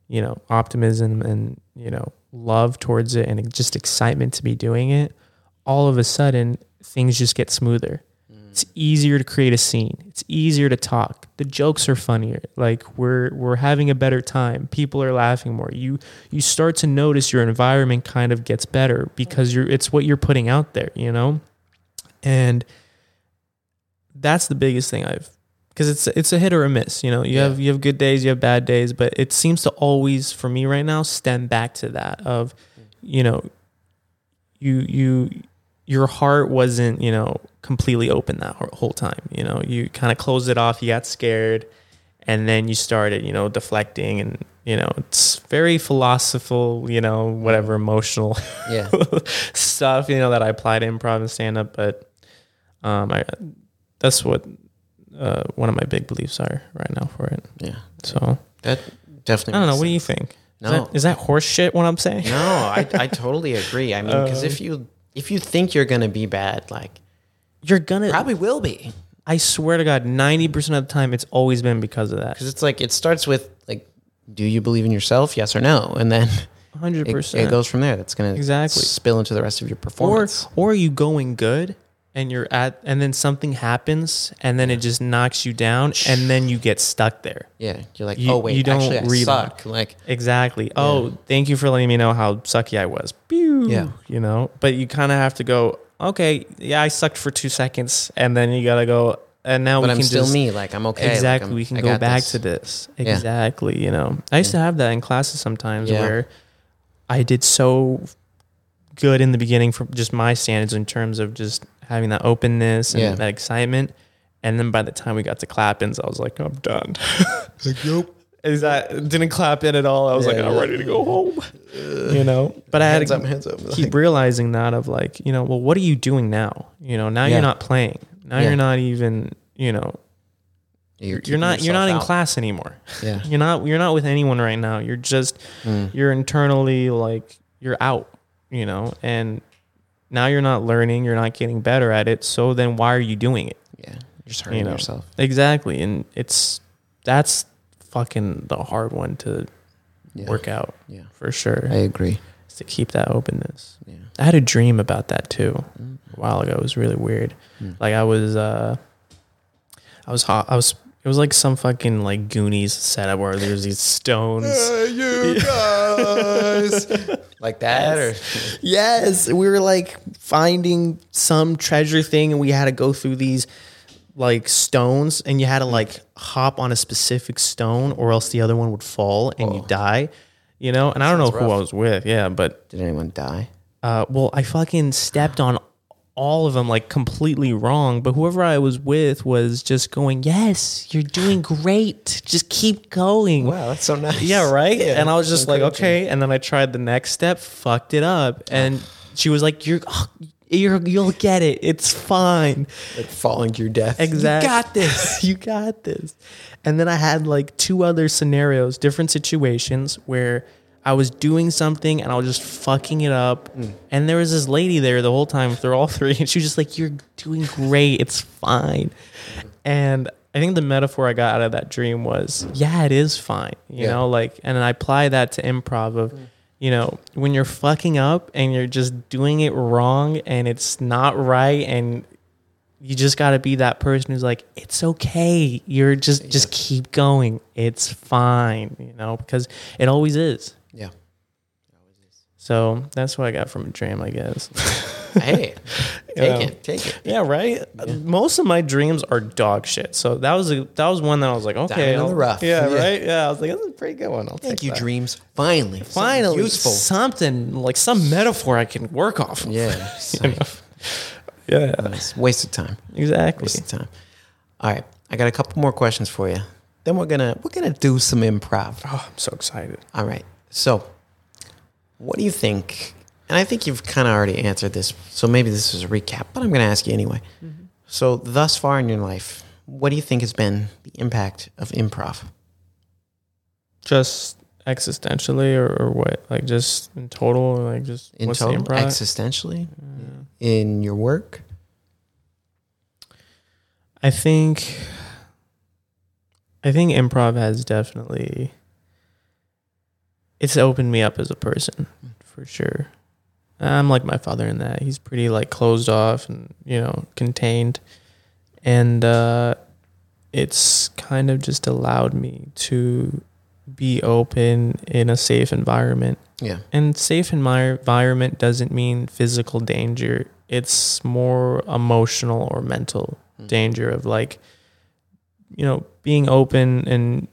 S2: you know, optimism and, you know, love towards it and just excitement to be doing it, all of a sudden things just get smoother. It's easier to create a scene. It's easier to talk. The jokes are funnier. Like we're we're having a better time. People are laughing more. You you start to notice your environment kind of gets better because you're it's what you're putting out there, you know? And that's the biggest thing I've because it's it's a hit or a miss. You know, you have you have good days, you have bad days, but it seems to always for me right now stem back to that of, you know, you you your heart wasn't you know completely open that whole- whole time. You know, you kind of closed it off. You got scared, and then you started you know deflecting and you know, it's very philosophical, you know, whatever emotional
S1: Yeah.
S2: stuff, you know, that I apply to improv and stand up, but um I that's what uh one of my big beliefs are right now for it.
S1: Yeah.
S2: So
S1: That
S2: I
S1: definitely.
S2: don't know,
S1: makes
S2: what do you think?
S1: No.
S2: Is that, is that horse shit what I'm saying?
S1: No, I, I totally agree. I mean, because
S2: Um,
S1: if you if you think you're gonna be bad, like
S2: You're gonna
S1: probably will be,
S2: I swear to God, ninety percent of the time it's always been because of that.
S1: because it's like it starts with like, do you believe in yourself? Yes or no, and then
S2: hundred
S1: it, it
S2: percent.
S1: goes from there. That's gonna
S2: Exactly.
S1: spill into the rest of your
S2: or
S1: performance.
S2: or are you going good and you're at and then something happens and then it just knocks you down and then you get stuck there
S1: yeah, you're like,
S2: You-
S1: oh wait,
S2: you don't
S1: actually I
S2: rebound.
S1: suck. Like,
S2: exactly oh thank you for letting me know how sucky i was Pew,
S1: Yeah.
S2: you know but you kind of have to go okay yeah i sucked for two seconds and then you gotta go and now
S1: but
S2: we
S1: I'm
S2: can
S1: still
S2: just
S1: me. Like I'm okay. like,
S2: exactly
S1: I'm-
S2: we can
S1: I
S2: go
S1: got
S2: back
S1: this.
S2: to this
S1: Yeah.
S2: exactly you know i used to have that in classes sometimes
S1: Yeah.
S2: where i did so good in the beginning for just my standards in terms of just having that openness and
S1: Yeah.
S2: that excitement and then by the time we got to clap-ins i was like i'm done
S1: Like, nope.
S2: is that didn't clap in at all i was like
S1: Yeah,
S2: i'm
S1: yeah.
S2: ready to go home you know but i had
S1: Hands
S2: to
S1: up, hands up.
S2: keep realizing that of like you know well what are you doing now you know now
S1: Yeah.
S2: you're not playing now
S1: Yeah.
S2: you're not even you know
S1: you're,
S2: you're not you're not in
S1: keeping
S2: class anymore
S1: yourself out.
S2: you're not you're not with anyone right now you're just
S1: Yeah. Mm.
S2: you're internally like you're out you know and now you're not learning you're not getting better at it so then why are you doing it
S1: Yeah. You're just hurting
S2: know.
S1: yourself.
S2: exactly and it's that's fucking the hard one to
S1: Yeah.
S2: work out
S1: Yeah.
S2: for sure
S1: I agree.
S2: is to keep that openness
S1: Yeah.
S2: i had a dream about that too a while ago it was really weird like i was uh i was hot i was it was like some fucking like goonies setup where there's these stones
S1: you guys. like that or
S2: Yes, we were like finding some treasure thing, and we had to go through these like stones, and you had to like hop on a specific stone, or else the other one would fall and you die. You know, and I don't know who I was with. Yeah, but
S1: did anyone die?
S2: uh, well, I fucking stepped on all of them like completely wrong. But whoever I was with was just going, "Yes, you're doing great. Just keep going."
S1: Wow, that's so nice.
S2: Yeah, right. and I was just like, okay. And then I tried the next step, fucked it up, and she was like, "You're, oh, you're, you'll get it. It's fine.
S1: Like falling to your death.
S2: Exact-
S1: You got this.
S2: you got this." And then I had like two other scenarios, different situations where I was doing something and I was just fucking it up.
S1: Mm.
S2: And there was this lady there the whole time through all three, and she was just like, "You're doing great. It's fine." And I think the metaphor I got out of that dream was, yeah, it is fine. You
S1: Yeah. Mm.
S2: know, like, and I apply that to improv of, you know, when you're fucking up and you're just doing it wrong and it's not right and you just got to be that person who's like, it's okay. You're just, just keep going. It's fine, you know, because it always is.
S1: Yeah.
S2: So that's what I got from a dream, I guess.
S1: Hey, take
S2: Yeah.
S1: it. Take it.
S2: Yeah, right. Most of my dreams are dog shit. So that was a that was one that I was like, okay,
S1: Diamond in the
S2: I'll-
S1: rough.
S2: Yeah,
S1: Yeah.
S2: right. Yeah, I was like, that's a pretty good one. I'll take
S1: Thank you,
S2: that.
S1: dreams. Finally. something
S2: Finally,
S1: Useful.
S2: something like some metaphor I can work off. Of.
S1: Yeah.
S2: You know? yeah,
S1: It's a waste of time.
S2: exactly.
S1: Waste of time. All right. I got a couple more questions for you. Then we're gonna we're gonna do some improv.
S2: Oh, I'm so excited.
S1: All right. So, what do you think? And I think you've kind of already answered this, so maybe this is a recap, but I'm going to ask you anyway. So, thus far in your life, what do you think has been the impact of improv?
S2: Just existentially, or, or what? Like just in total, or like just
S1: In
S2: what's
S1: total,
S2: the improv?
S1: existentially,
S2: Yeah.
S1: in your work?
S2: I think I think improv has definitely it's opened me up as a person for sure. I'm like my father in that. He's pretty like closed off and, you know, contained. And uh it's kind of just allowed me to be open in a safe environment
S1: Yeah.
S2: and safe enmi- environment doesn't mean physical danger. It's more emotional or mental
S1: Hmm.
S2: danger of like, you know, being open and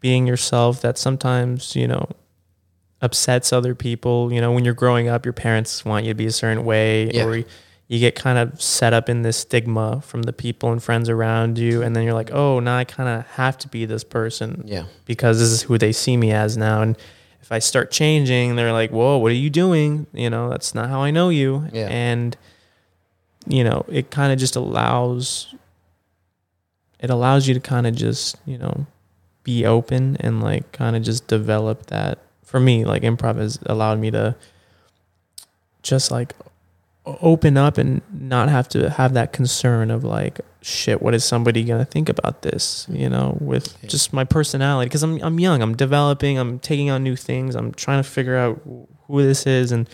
S2: being yourself that sometimes, you know, upsets other people. You know, when you're growing up, your parents want you to be a certain way
S1: Yeah.
S2: or you you get kind of set up in this stigma from the people and friends around you, and then you're like, oh, now I kind of have to be this person
S1: Yeah.
S2: because this is who they see me as now. And if I start changing, they're like, whoa, what are you doing? You know, that's not how I know you.
S1: Yeah.
S2: And, you know, it kind of just allows, it allows you to kind of just, you know, be open and like kind of just develop that. For me, like improv has allowed me to just like o- open up and not have to have that concern of like shit what is somebody going to think about this you know with
S1: Yeah.
S2: just my personality cuz I'm I'm young I'm developing I'm taking on new things I'm trying to figure out wh- who this is and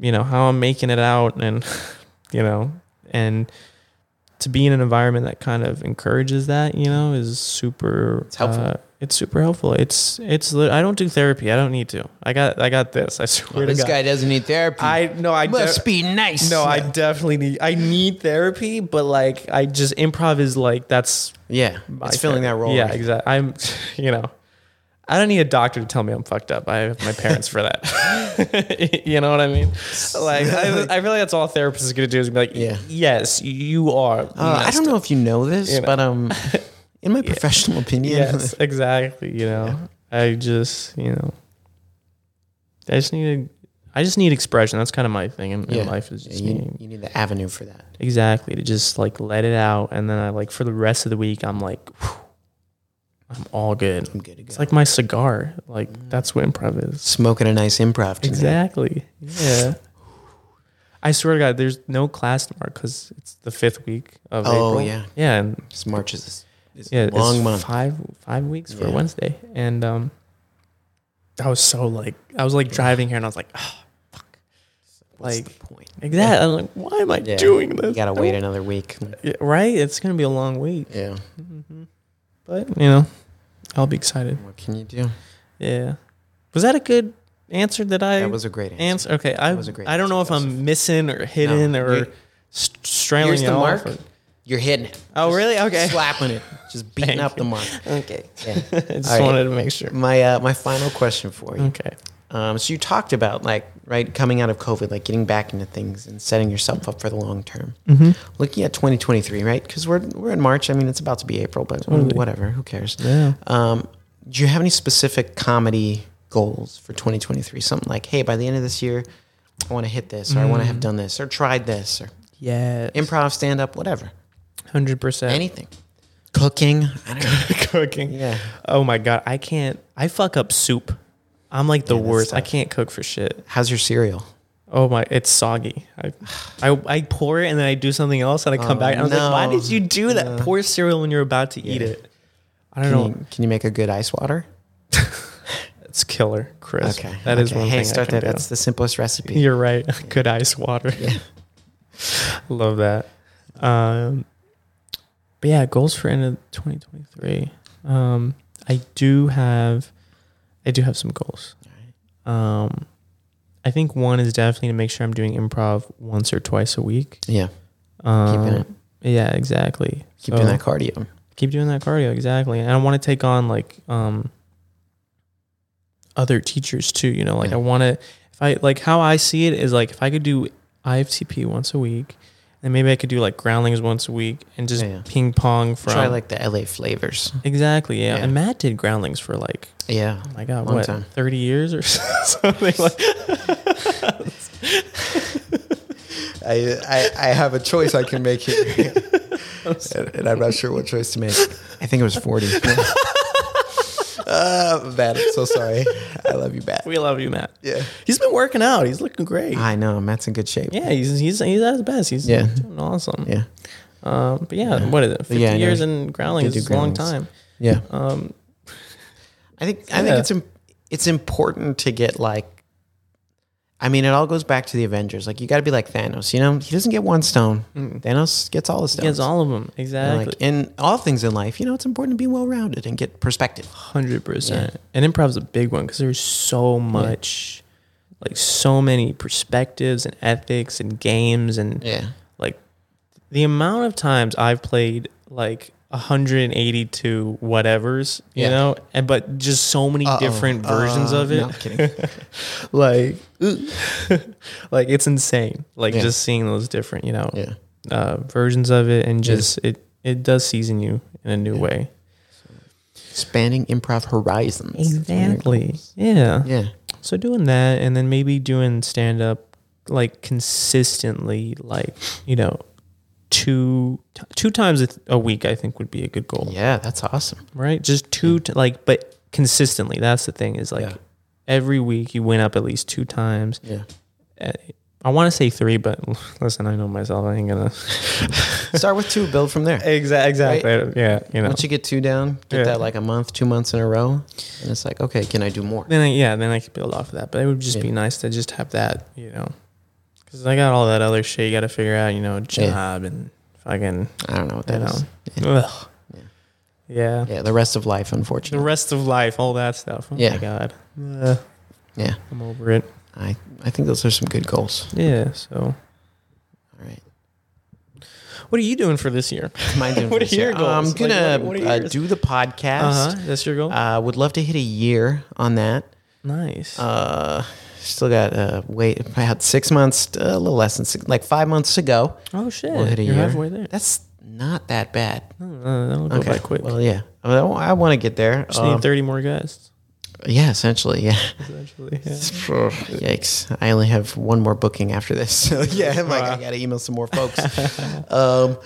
S2: you know how I'm making it out and you know and to be in an environment that kind of encourages that you know is super
S1: It's helpful.
S2: uh, it's super helpful it's it's li- I don't do therapy I don't need to I got I got this I swear
S1: Well,
S2: to
S1: this
S2: God
S1: guy doesn't need therapy.
S2: I no I de-
S1: must be nice.
S2: no, I definitely need I need therapy, but like I just improv is like that's
S1: Yeah,
S2: my
S1: it's filling that
S2: therapy.
S1: role.
S2: Yeah, exactly. I'm you know I don't need a doctor to tell me I'm fucked up. I have my parents for that. you know what I mean? Like I, I feel like that's all a therapist is gonna do is be like,
S1: Yeah.
S2: yes, you are.
S1: Uh, I don't know if you know this,
S2: You know.
S1: but um, in my professional opinion,
S2: Yes, exactly. You know, I just you know, I just need I just need expression. That's kind of my thing in, in
S1: Yeah.
S2: life is just me
S1: you, you need the avenue for that.
S2: Exactly. To just like let it out. And then I like for the rest of the week, I'm like, whew, I'm all good.
S1: I'm good to go.
S2: It's like my cigar. Like
S1: Mm.
S2: that's what improv is.
S1: Smoking a nice improv. Tonight.
S2: Exactly. Yeah. I swear to God, there's no class tomorrow because it's the fifth week of
S1: Oh,
S2: April.
S1: yeah.
S2: Yeah. And
S1: This March is is
S2: yeah,
S1: a long
S2: it's
S1: month.
S2: Five five weeks for
S1: Yeah.
S2: Wednesday, and um, I was so like, I was like driving here, and I was like, oh,
S1: What's
S2: like-
S1: the point?
S2: exactly. I'm like, why am I
S1: Yeah.
S2: doing this?
S1: You gotta wait another week.
S2: Yeah, right? It's gonna be a long week. Mm-hmm.
S1: Yeah.
S2: But you know, I'll be excited.
S1: What can you do?
S2: Yeah. Was that a good answer that I
S1: That was a great answer.
S2: answer? Okay, I
S1: was a great
S2: I don't know if
S1: answer. That was
S2: I'm missing or hidden
S1: No,
S2: or
S1: you-
S2: st- strailing
S1: Here's
S2: it
S1: the
S2: off.
S1: mark. You're hitting it.
S2: Oh,
S1: Just
S2: really? Okay.
S1: Slapping it. Just beating
S2: Thank
S1: up the
S2: you.
S1: mark.
S2: Okay.
S1: Yeah.
S2: I just
S1: All right.
S2: wanted to make sure.
S1: My uh, my final question for you.
S2: Okay.
S1: Um, so you talked about like right coming out of COVID, like getting back into things and setting yourself up for the long term.
S2: Mm-hmm.
S1: Looking at 2023, right? Because we're we're in March. I mean, it's about to be April, but whatever. Who cares?
S2: Yeah.
S1: Um, do you have any specific comedy goals for 2023? Something like, hey, by the end of this year, I want to hit this, or I
S2: Mm.
S1: want to have done this, or tried this, or
S2: Yeah.
S1: improv, stand up, whatever,
S2: Hundred percent.
S1: anything, cooking. I don't know.
S2: Cooking.
S1: yeah.
S2: Oh my god, I can't. I fuck up soup. I'm like the
S1: Yeah, that's
S2: worst. I
S1: tough.
S2: can't cook for shit.
S1: How's your cereal?
S2: Oh my, it's soggy. I, I, I pour it and then I do something else and I come
S1: Oh,
S2: back. And I was like, why
S1: no.
S2: did you do that? Pour cereal when you're about to eat
S1: Yeah.
S2: it. I don't
S1: Can
S2: know.
S1: you, can you make a good ice water?
S2: It's killer, Chris.
S1: Okay,
S2: that is
S1: okay.
S2: one
S1: hey,
S2: thing.
S1: start
S2: I can
S1: that.
S2: do.
S1: That's the simplest recipe.
S2: You're right. Good ice water. Love that. Um, but yeah, goals for end of 2023. Um, I do have, I do have some goals. Um, I think one is definitely to make sure I'm doing improv once or twice a week.
S1: Yeah,
S2: Um,
S1: it.
S2: Yeah, exactly.
S1: keep
S2: So-
S1: doing that cardio.
S2: keep doing that cardio exactly and i want to take on like um other teachers too you know like
S1: Yeah.
S2: i want to if i like how i see it is like if i could do iftp once a week and maybe i could do like groundlings once a week and just
S1: Yeah, yeah.
S2: ping pong from
S1: Try like the LA flavors.
S2: exactly yeah.
S1: Yeah.
S2: and matt did groundlings for like
S1: Yeah,
S2: oh my god
S1: Long
S2: what
S1: time.
S2: 30 years or something like
S1: I, I I have a choice I can make here, and, and I'm not sure what choice to make. I think it was 40. uh, Matt, I'm so sorry. I love you, Matt.
S2: we love you matt
S1: Yeah,
S2: he's been working out he's looking great
S1: I know Matt's in good shape.
S2: yeah he's he's he's at his best he's
S1: Yeah.
S2: doing awesome
S1: yeah,
S2: Um, but yeah, what is it? Fifty
S1: yeah, I know.
S2: years in Groundlings
S1: They do
S2: is a long
S1: Groundlings.
S2: time.
S1: yeah.
S2: Um,
S1: I think I think
S2: Yeah.
S1: it's im- it's important to get like. I mean, it all goes back to the Avengers. Like you got to be like Thanos. You know, he doesn't get one stone. Thanos gets all the
S2: he
S1: stones.
S2: gets all of them
S1: And,
S2: exactly,
S1: like in all things in life, you know, it's important to be well rounded and get perspective.
S2: hundred percent. And improv's a big one because there's so much, like so many perspectives and ethics and games and
S1: Yeah.
S2: like the amount of times I've played like 182 whatevers, you
S1: Yeah.
S2: know, and but just so many
S1: Uh-oh.
S2: different versions
S1: Uh,
S2: of it.
S1: No, I'm kidding.
S2: like, like it's insane. Like
S1: Yeah.
S2: just seeing those different, you know,
S1: yeah.
S2: uh, versions of it, and just it it does season you in a new way.
S1: Expanding improv horizons.
S2: Exactly. Yeah.
S1: Yeah.
S2: So doing that, and then maybe doing stand up like consistently, like you know, two t- two times a, th- a week, I think would be a good goal.
S1: Yeah, that's awesome.
S2: right? Just two, t- like, but consistently. That's the thing is like
S1: Yeah.
S2: every week you went up at least two times.
S1: Yeah.
S2: Eh, I want to say three, but listen, I know myself. I ain't gonna
S1: Start with two, build from there.
S2: exactly, Yeah, you know.
S1: Once you get two down, get
S2: Yeah.
S1: that like a month, two months in a row, and it's like, okay, can I do more?
S2: then I, yeah, then I could build off of that. But it would just be
S1: Yeah.
S2: nice to just have that, you know, because I got all that other shit you got to figure out, you know, job and fucking,
S1: I don't know what
S2: you
S1: that
S2: know,
S1: is.
S2: ugh.
S1: Yeah.
S2: yeah.
S1: Yeah, the rest of life,
S2: The
S1: unfortunately.
S2: rest of life, all that stuff. Oh my
S1: Yeah.
S2: god, Ugh.
S1: Yeah.
S2: I'm over it.
S1: I, I think those are some good goals.
S2: Yeah,
S1: All
S2: so.
S1: right.
S2: What are you doing for this year?
S1: What's mine doing
S2: What
S1: for
S2: are
S1: this year?
S2: your goals?
S1: I'm
S2: Like,
S1: going
S2: what-
S1: to
S2: what are
S1: uh,
S2: yours?
S1: do the podcast.
S2: Uh-huh, That's your goal.
S1: Uh, would love to hit a year on that.
S2: nice.
S1: Uh, still got uh, wait. I had six months, uh, a little less than six, like five months to go.
S2: oh shit!
S1: We'll hit a
S2: You're
S1: year.
S2: halfway there.
S1: That's not that bad.
S2: Uh, that'll go by quick.
S1: Well, yeah. I, want to get there.
S2: Just
S1: Um,
S2: need thirty more guests.
S1: yeah, essentially. Yeah.
S2: Essentially, yeah.
S1: Yikes! I only have one more booking after this. So yeah, I'm like I gotta email some more folks. um,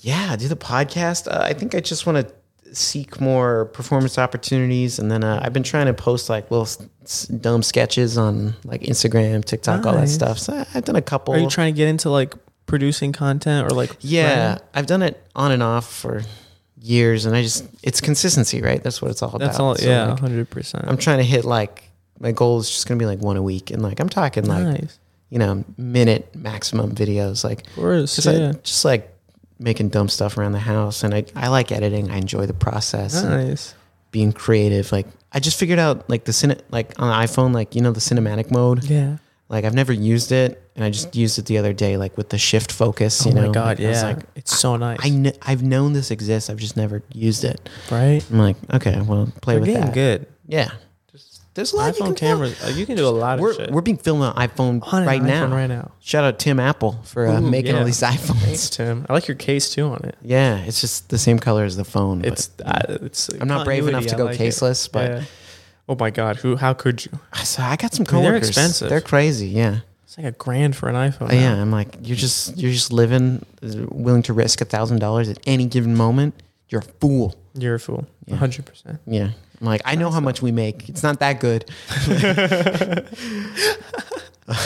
S1: yeah, do the podcast. Uh, I think I just want to seek more performance opportunities, and then uh, I've been trying to post like little s- s- dumb sketches on like Instagram, TikTok, all that
S2: Nice.
S1: stuff. So I- I've done a couple.
S2: Are you trying to get into like producing content or like?
S1: yeah,
S2: writing?
S1: I've done it on and off for years, and I just it's consistency, right? That's what it's all
S2: that's all.
S1: about. So,
S2: yeah,
S1: like,
S2: hundred percent.
S1: I'm trying to hit like my goal is just gonna be like one a week, and like I'm talking like
S2: nice.
S1: you know, minute maximum videos. Like,
S2: Of course.
S1: just, like-
S2: Yeah.
S1: just like making dumb stuff around the house. And I, I like editing. I enjoy the process and
S2: nice.
S1: being creative. Like, I just figured out like the cine, like on the iPhone, like, you know, the cinematic mode.
S2: Yeah.
S1: Like, I've never used it. And I just used it the other day, like with the shift focus.
S2: Oh
S1: You
S2: my
S1: know?
S2: god.
S1: Like, I was
S2: Yeah.
S1: like,
S2: it's so nice.
S1: I kn- I've known this exists. I've just never used it.
S2: right.
S1: I'm like, okay, well, play
S2: They're
S1: with
S2: getting
S1: that.
S2: good.
S1: Yeah. There's a lot you
S2: iPhone
S1: can
S2: cameras. uh, You can do a lot
S1: film.
S2: of
S1: We're,
S2: shit.
S1: we're being filmed on iPhone
S2: on an
S1: right
S2: iPhone
S1: now.
S2: Right now.
S1: Shout out Tim Apple for uh,
S2: Ooh,
S1: making
S2: yeah.
S1: all these iPhones.
S2: Thanks, Tim. I like your case too on it.
S1: Yeah, it's just the same color as the phone. but
S2: It's uh, it's.
S1: I'm not brave enough
S2: continuity.
S1: to
S2: I
S1: go
S2: like it.
S1: caseless, but
S2: Yeah. oh my god, who? How could you?
S1: so I got some
S2: I mean,
S1: coworkers.
S2: they're expensive. Oh,
S1: They're crazy. Yeah,
S2: It's like a grand for an iPhone.
S1: Uh, yeah. I'm like, you're just you're just living, willing to risk a thousand dollars at any given moment. You're a fool.
S2: You're a fool.
S1: Yeah.
S2: 100%.
S1: Yeah. I'm like, I know how much we make. It's not that good. all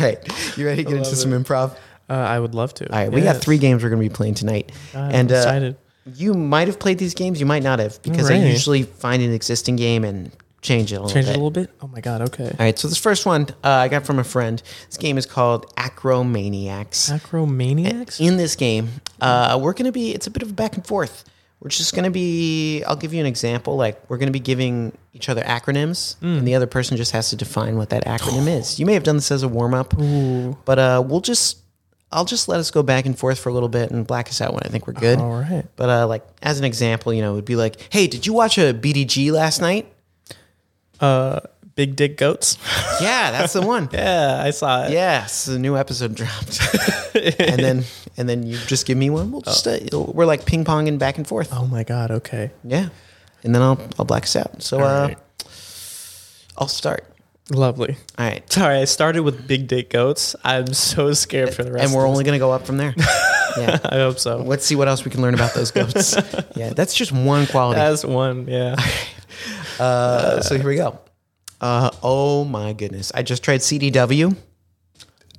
S1: right, you ready to get
S2: I
S1: into
S2: love
S1: some improv?
S2: Uh, I would love to.
S1: All right, we got three games we're going to be playing tonight. and, uh,
S2: excited.
S1: You might have played these games. You might not have because I
S2: Alright.
S1: usually find an existing game and change it a little
S2: Change it
S1: bit.
S2: a little bit. Oh my God. Okay.
S1: All right, so this first one uh, I got from a friend. This game is called Acromaniacs.
S2: Acromaniacs?
S1: In this game, uh, we're going to be, it's a bit of a back and forth. We're just going to be, I'll give you an example. Like, we're going to be giving each other acronyms,
S2: Hmm.
S1: and the other person just has to define what that acronym is. You may have done this as a warm up,
S2: Ooh.
S1: but uh, we'll just, I'll just let us go back and forth for a little bit and black us out when I think we're good.
S2: All right.
S1: But, uh, like, as an example, you know, it would be like, hey, did you watch a BDG last night?
S2: Uh, big dick goats.
S1: Yeah, that's the one.
S2: yeah, I saw it.
S1: Yes, the new episode dropped, and then and then you just give me one. We'll just uh, we're like ping ponging back and forth.
S2: Oh my God. Okay.
S1: Yeah, and then I'll I'll black us out. So uh,
S2: right.
S1: I'll start.
S2: Lovely.
S1: All right,
S2: Sorry, I started with big dick goats. I'm so scared for the rest.
S1: and we're
S2: of
S1: only gonna go up from there. yeah,
S2: this. I hope so.
S1: let's see what else we can learn about those goats. yeah, that's just one quality.
S2: That's one. Yeah.
S1: Uh, so here we go. Uh, oh my goodness, I just tried CDW.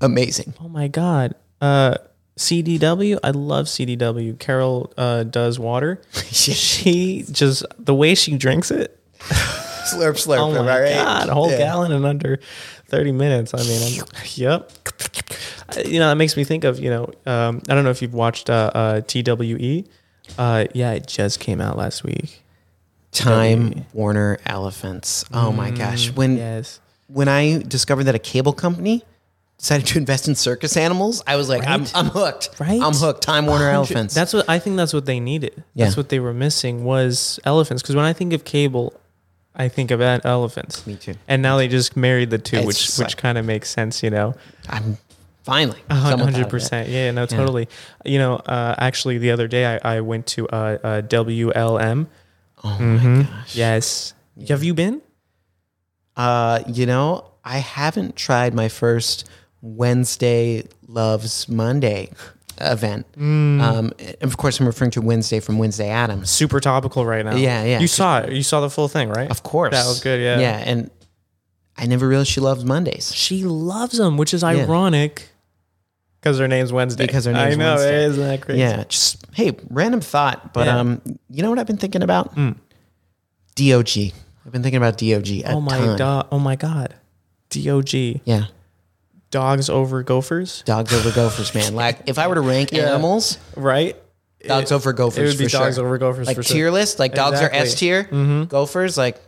S1: Amazing.
S2: Oh my God. Uh, CDW. I love CDW. Carol uh, does water. she just the way she drinks it.
S1: Slurp, slurp.
S2: Oh my
S1: am I right?
S2: god, a whole
S1: Yeah.
S2: gallon in under thirty minutes. I mean, I'm, yep. I- You know that makes me think of you know um, I don't know if you've watched uh, uh, TWE. Uh, yeah, it just came out last week.
S1: Time Warner
S2: Mm,
S1: Elephants. Oh my gosh. When
S2: Yes,
S1: when I discovered that a cable company decided to invest in circus animals, I was like, I'm,
S2: Right.
S1: I'm hooked.
S2: Right?
S1: I'm hooked. Time Warner elephants.
S2: That's what I think. That's what they needed.
S1: Yeah.
S2: That's what they were missing was elephants. Because when I think of cable, I think of an- elephants.
S1: Me too.
S2: And now they just married the two,
S1: It's
S2: which
S1: just
S2: which
S1: like-
S2: kind of makes sense, you know.
S1: I'm finally
S2: A hun-
S1: someone thought of
S2: hundred
S1: it.
S2: percent. Yeah, no, totally. You know, uh, actually, the other day I, I went to uh, uh, WLM.
S1: Oh my
S2: Mhm.
S1: gosh.
S2: Yes. Have you been?
S1: Uh, you know, I haven't tried my first Wednesday loves Monday event.
S2: Mm.
S1: Um, and of course, I'm referring to Wednesday from Wednesday Adams.
S2: Super topical right now.
S1: Yeah, yeah.
S2: You saw it. You saw the full thing, right?
S1: Of course,
S2: That was good, yeah.
S1: yeah. And I never realized she loves Mondays.
S2: She loves them, which is ironic because her name's Wednesday.
S1: Because her
S2: I
S1: name's
S2: know,
S1: Wednesday.
S2: isn't that crazy?
S1: Yeah, just hey, random thought, but
S2: Yeah. Hmm.
S1: um, you know what I've been thinking about? Dog. I've been thinking about Dog. A
S2: Oh my
S1: ton.
S2: god! Oh my god! Dog
S1: Yeah,
S2: dogs over gophers,
S1: dogs over gophers, man. Like if I were to rank animals,
S2: right?
S1: dogs over gophers.
S2: It would be
S1: for
S2: dogs
S1: sure.
S2: over gophers
S1: like
S2: for
S1: tier
S2: sure.
S1: list. Like dogs are
S2: Exactly. Mm-hmm.
S1: S tier. Gophers like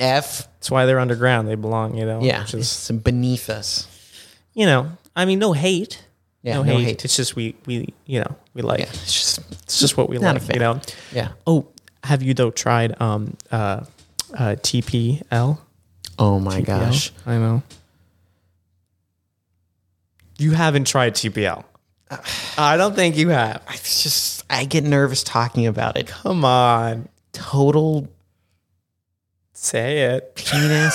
S1: F.
S2: That's why they're underground. They belong, you know.
S1: Yeah,
S2: Oh, Which is,
S1: it's beneath us.
S2: you know, I mean, no hate.
S1: Yeah,
S2: no,
S1: no
S2: hate.
S1: hate.
S2: It's just we we you know we like.
S1: Yeah, it's just
S2: It's just what we
S1: Not a
S2: like, you
S1: fan.
S2: know.
S1: yeah.
S2: Oh, have you though tried um uh, uh TPL?
S1: Oh my gosh,
S2: I know. You haven't tried TPL. I don't think you have.
S1: I it's just I get nervous talking about it.
S2: Come on,
S1: Total
S2: say it
S1: penis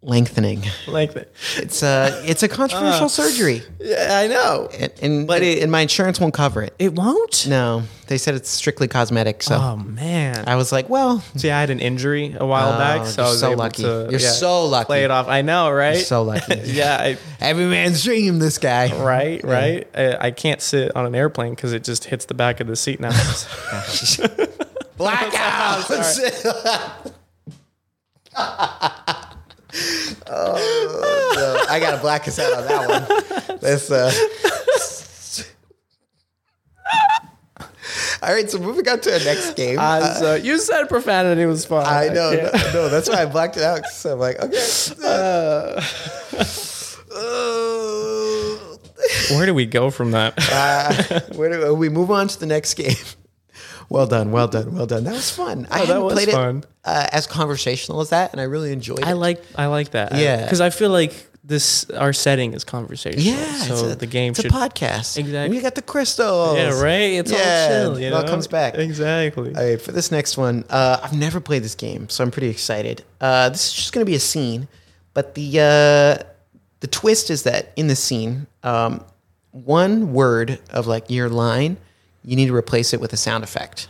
S1: lengthening.
S2: like that.
S1: It's a it's a controversial surgery,
S2: Yeah, I know.
S1: and, and
S2: Uh. But it-
S1: and my insurance won't cover it.
S2: It won't.
S1: No, they said it's strictly cosmetic. So
S2: Oh man.
S1: I was like, well,
S2: See, I had an injury a while back,
S1: Oh, you're
S2: so I was
S1: so
S2: able
S1: lucky.
S2: to,
S1: You're so lucky.
S2: Play it off. I know, right?
S1: so lucky.
S2: yeah.
S1: every man's dream. This guy,
S2: I, right. Right. I, I can't sit on an airplane because it just hits the back of the seat now.
S1: Blackouts. oh, no. I gotta black us out on that one. That's uh. All right, so moving on to our next game.
S2: Uh, so you said profanity was fine.
S1: I know,
S2: can't-
S1: no, no, that's why I blacked it out. 'cause I'm like, okay. Uh,
S2: Where do we go from that?
S1: Uh, where do- we move on to the next game. Well done, well done, well done. That was fun. I
S2: Oh, that
S1: hadn't
S2: was
S1: played
S2: fun.
S1: it uh, as conversational as that, and I really enjoyed
S2: I
S1: it.
S2: like I like that.
S1: Yeah.
S2: because I feel like this our setting is conversational.
S1: yeah,
S2: so the game
S1: it's
S2: should.
S1: a podcast.
S2: Exactly.
S1: We got the crystals.
S2: yeah, right. It's
S1: Yeah,
S2: all chill. You
S1: it all
S2: know?
S1: comes back.
S2: Exactly.
S1: All right, for this next one, uh, I've never played this game, so I'm pretty excited. Uh, this is just going to be a scene, but the uh, the twist is that in the scene, um, one word of like your line, you need to replace it with a sound effect.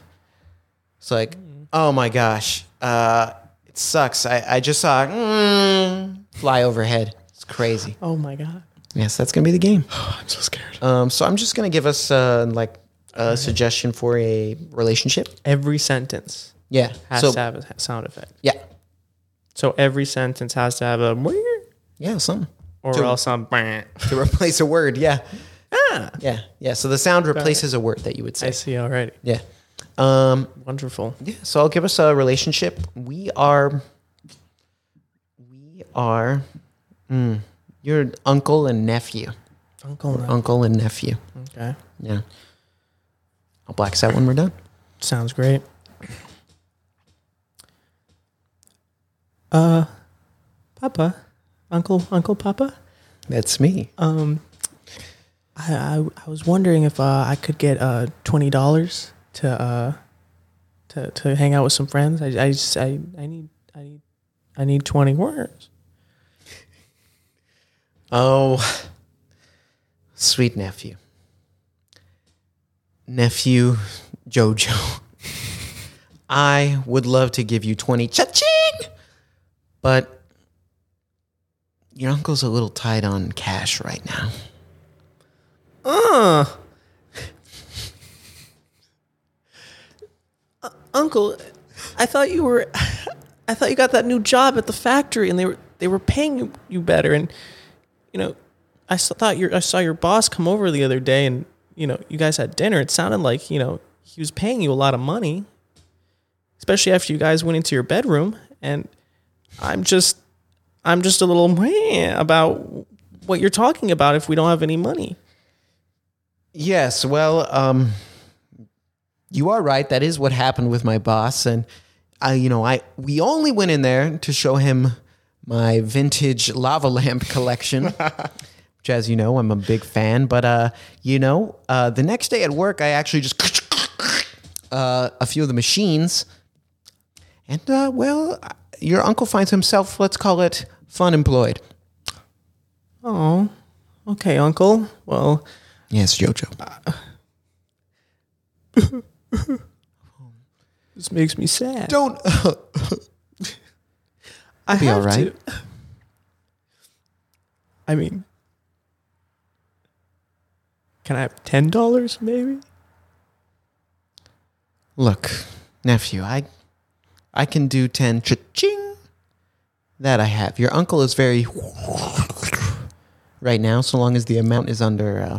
S1: It's like, oh my gosh, uh, it sucks. I, I just saw it, mm, fly overhead. It's crazy.
S2: oh my god.
S1: Yes, that's going to be the game.
S2: I'm so scared.
S1: Um, so I'm just going to give us uh, like a suggestion for a relationship.
S2: Every sentence
S1: Yeah.
S2: has
S1: so
S2: to have a sound effect.
S1: yeah.
S2: So every sentence has to have a
S1: Yeah, something.
S2: or
S1: To-
S2: else I'm.
S1: To replace a word, yeah.
S2: Ah,
S1: Yeah. Yeah. So the sound replaces a word that you would
S2: I
S1: say.
S2: see already.
S1: Yeah. Um
S2: Wonderful.
S1: yeah, so I'll give us a relationship. We are we are mm, your uncle and nephew.
S2: Uncle. Nut.
S1: Uncle and nephew.
S2: Okay.
S1: Yeah. I'll black us out when we're done.
S2: Sounds great. Uh, Papa, Uncle, Uncle Papa.
S1: That's me.
S2: Um, I, I I was wondering if uh, I could get uh twenty dollars to uh to to hang out with some friends. I I just I, I need I need I need twenty words.
S1: Oh, sweet nephew. Nephew Jojo. I would love to give you 20 cha-ching, but your uncle's a little tight on cash right now.
S2: Uh. Uh, Uncle, I thought you were, I thought you got that new job at the factory, and they were they were paying you, you better, and you know, I s- thought your I saw your boss come over the other day, and you know, you guys had dinner. It sounded like you know he was paying you a lot of money, especially after you guys went into your bedroom, and I'm just, I'm just a little meh about what you're talking about if we don't have any money.
S1: Yes, well, um, you are right. That is what happened with my boss, and I, you know, I we only went in there to show him my vintage lava lamp collection, which, as you know, I'm a big fan. But uh, you know, uh, the next day at work, I actually just uh, a few of the machines, and uh, well, your uncle finds himself, let's call it, fun employed.
S2: Oh, okay, Uncle. Well,
S1: Yes, Jojo.
S2: this makes me sad.
S1: Don't. uh,
S2: I
S1: be all right.
S2: to. I mean, can I have ten dollars, maybe?
S1: Look, nephew, I I can do 10 cha-ching. That I have. Your uncle is very right now so long as the amount is under uh,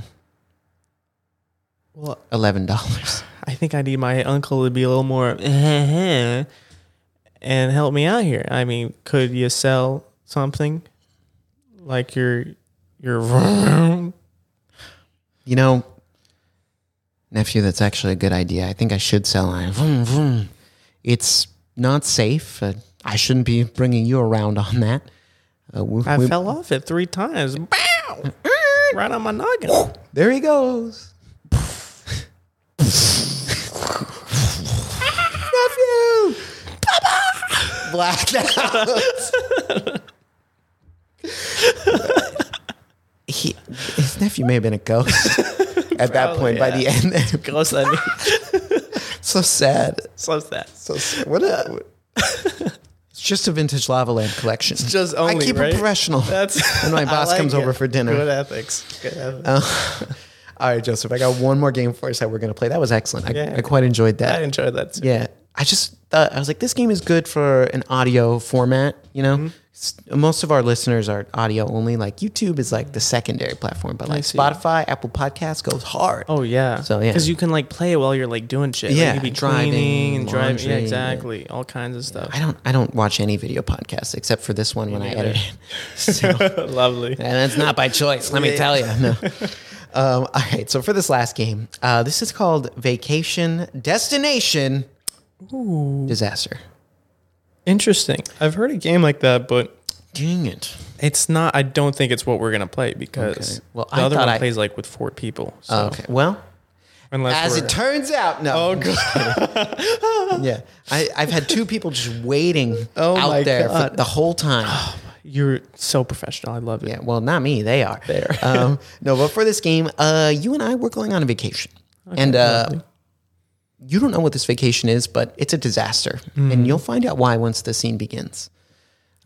S2: Well,
S1: $11.
S2: I think I need my uncle to be a little more and help me out here. I mean, could you sell something like your your vroom?
S1: You know, nephew, that's actually a good idea. I think I should sell it. Vroom, vroom. It's not safe. Uh, I shouldn't be bringing you around on that. Uh, we-
S2: I
S1: we-
S2: fell off it three times. Bow! right on my noggin.
S1: There he goes. Nephew! Blacked out. he, his nephew may have been a ghost at that
S2: Probably,
S1: point by the
S2: yeah.
S1: end.
S2: Gross, I mean,
S1: so sad.
S2: so that.
S1: So sad. What a. It's just a vintage lava lamp collection. It's
S2: just
S1: I
S2: only,
S1: keep
S2: right?
S1: it professional.
S2: That's
S1: When my
S2: I
S1: boss
S2: like
S1: comes
S2: it.
S1: over for dinner. Uh,
S2: Good ethics. Good ethics.
S1: All right, Joseph. I got one more game for us that we're gonna play. That was excellent. I,
S2: Yeah.
S1: I quite enjoyed that.
S2: I enjoyed that too.
S1: Yeah, I just thought, I was like, this game is good for an audio format. You know,
S2: Mm-hmm.
S1: S- most of our listeners are audio only. Like YouTube is like the secondary platform, but like
S2: see.
S1: Spotify, Apple Podcasts goes hard.
S2: Oh yeah.
S1: So, yeah.
S2: because you can like play it while you're like doing shit. Like,
S1: Yeah,
S2: you could be
S1: driving,
S2: cleaning and driving.
S1: laundry,
S2: Yeah,
S1: yeah.
S2: exactly. All kinds of stuff.
S1: I don't I don't watch any video podcasts except for this one when I edit it. So, and
S2: Lovely.
S1: that's not by choice. Let me tell you. No. Um, all right. So for this last game, uh, this is called Vacation Destination Disaster.
S2: Interesting. I've heard a game like that, but
S1: Dang it.
S2: it's not. I don't think it's what we're gonna play because
S1: Okay. Well,
S2: the
S1: I
S2: other
S1: thought
S2: one
S1: I- Oh,
S2: plays like with four people. So
S1: Okay. Well,
S2: unless
S1: As
S2: we're,
S1: it turns out, no.
S2: Oh, God.
S1: yeah, I, I've had two people just waiting
S2: Oh, my
S1: out there for
S2: God.
S1: the whole time.
S2: you're so professional. I love it.
S1: yeah, well, not me. They are. They are. um, no, but for this game, uh, you and I were going on a vacation, and uh, you don't know what this vacation is, but it's a disaster,
S2: Mm.
S1: and you'll find out why once the scene begins.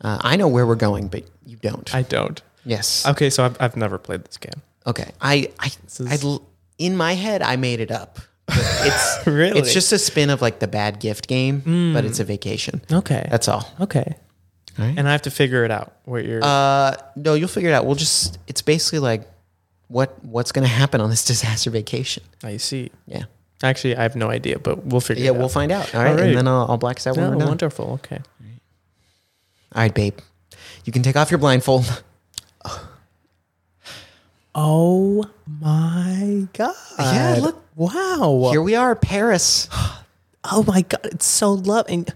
S1: Uh, I know where we're going, but you don't.
S2: I don't.
S1: yes.
S2: Okay, so I've, I've never played this game.
S1: Okay. I, I, I
S2: is-
S1: l- in my head, I made it up. It's
S2: Really? Mm.
S1: It's just a spin of like the bad gift game, but it's a vacation.
S2: Okay.
S1: That's all.
S2: okay.
S1: All right.
S2: And I have to figure it out. Where you're
S1: Uh, no, you'll figure it out. We'll just. It's basically like, what what's going to happen on this disaster vacation?
S2: I see.
S1: Yeah.
S2: Actually, I have no idea, but we'll figure.
S1: Yeah,
S2: it out.
S1: we'll find out. All right,
S2: All right.
S1: and then I'll, I'll black us out when
S2: Oh,
S1: we're done.
S2: wonderful. Okay.
S1: All right, babe, you can take off your blindfold.
S2: Oh my god!
S1: Yeah, look.
S2: Wow!
S1: Here we are, Paris.
S2: oh my god! It's so lovely. And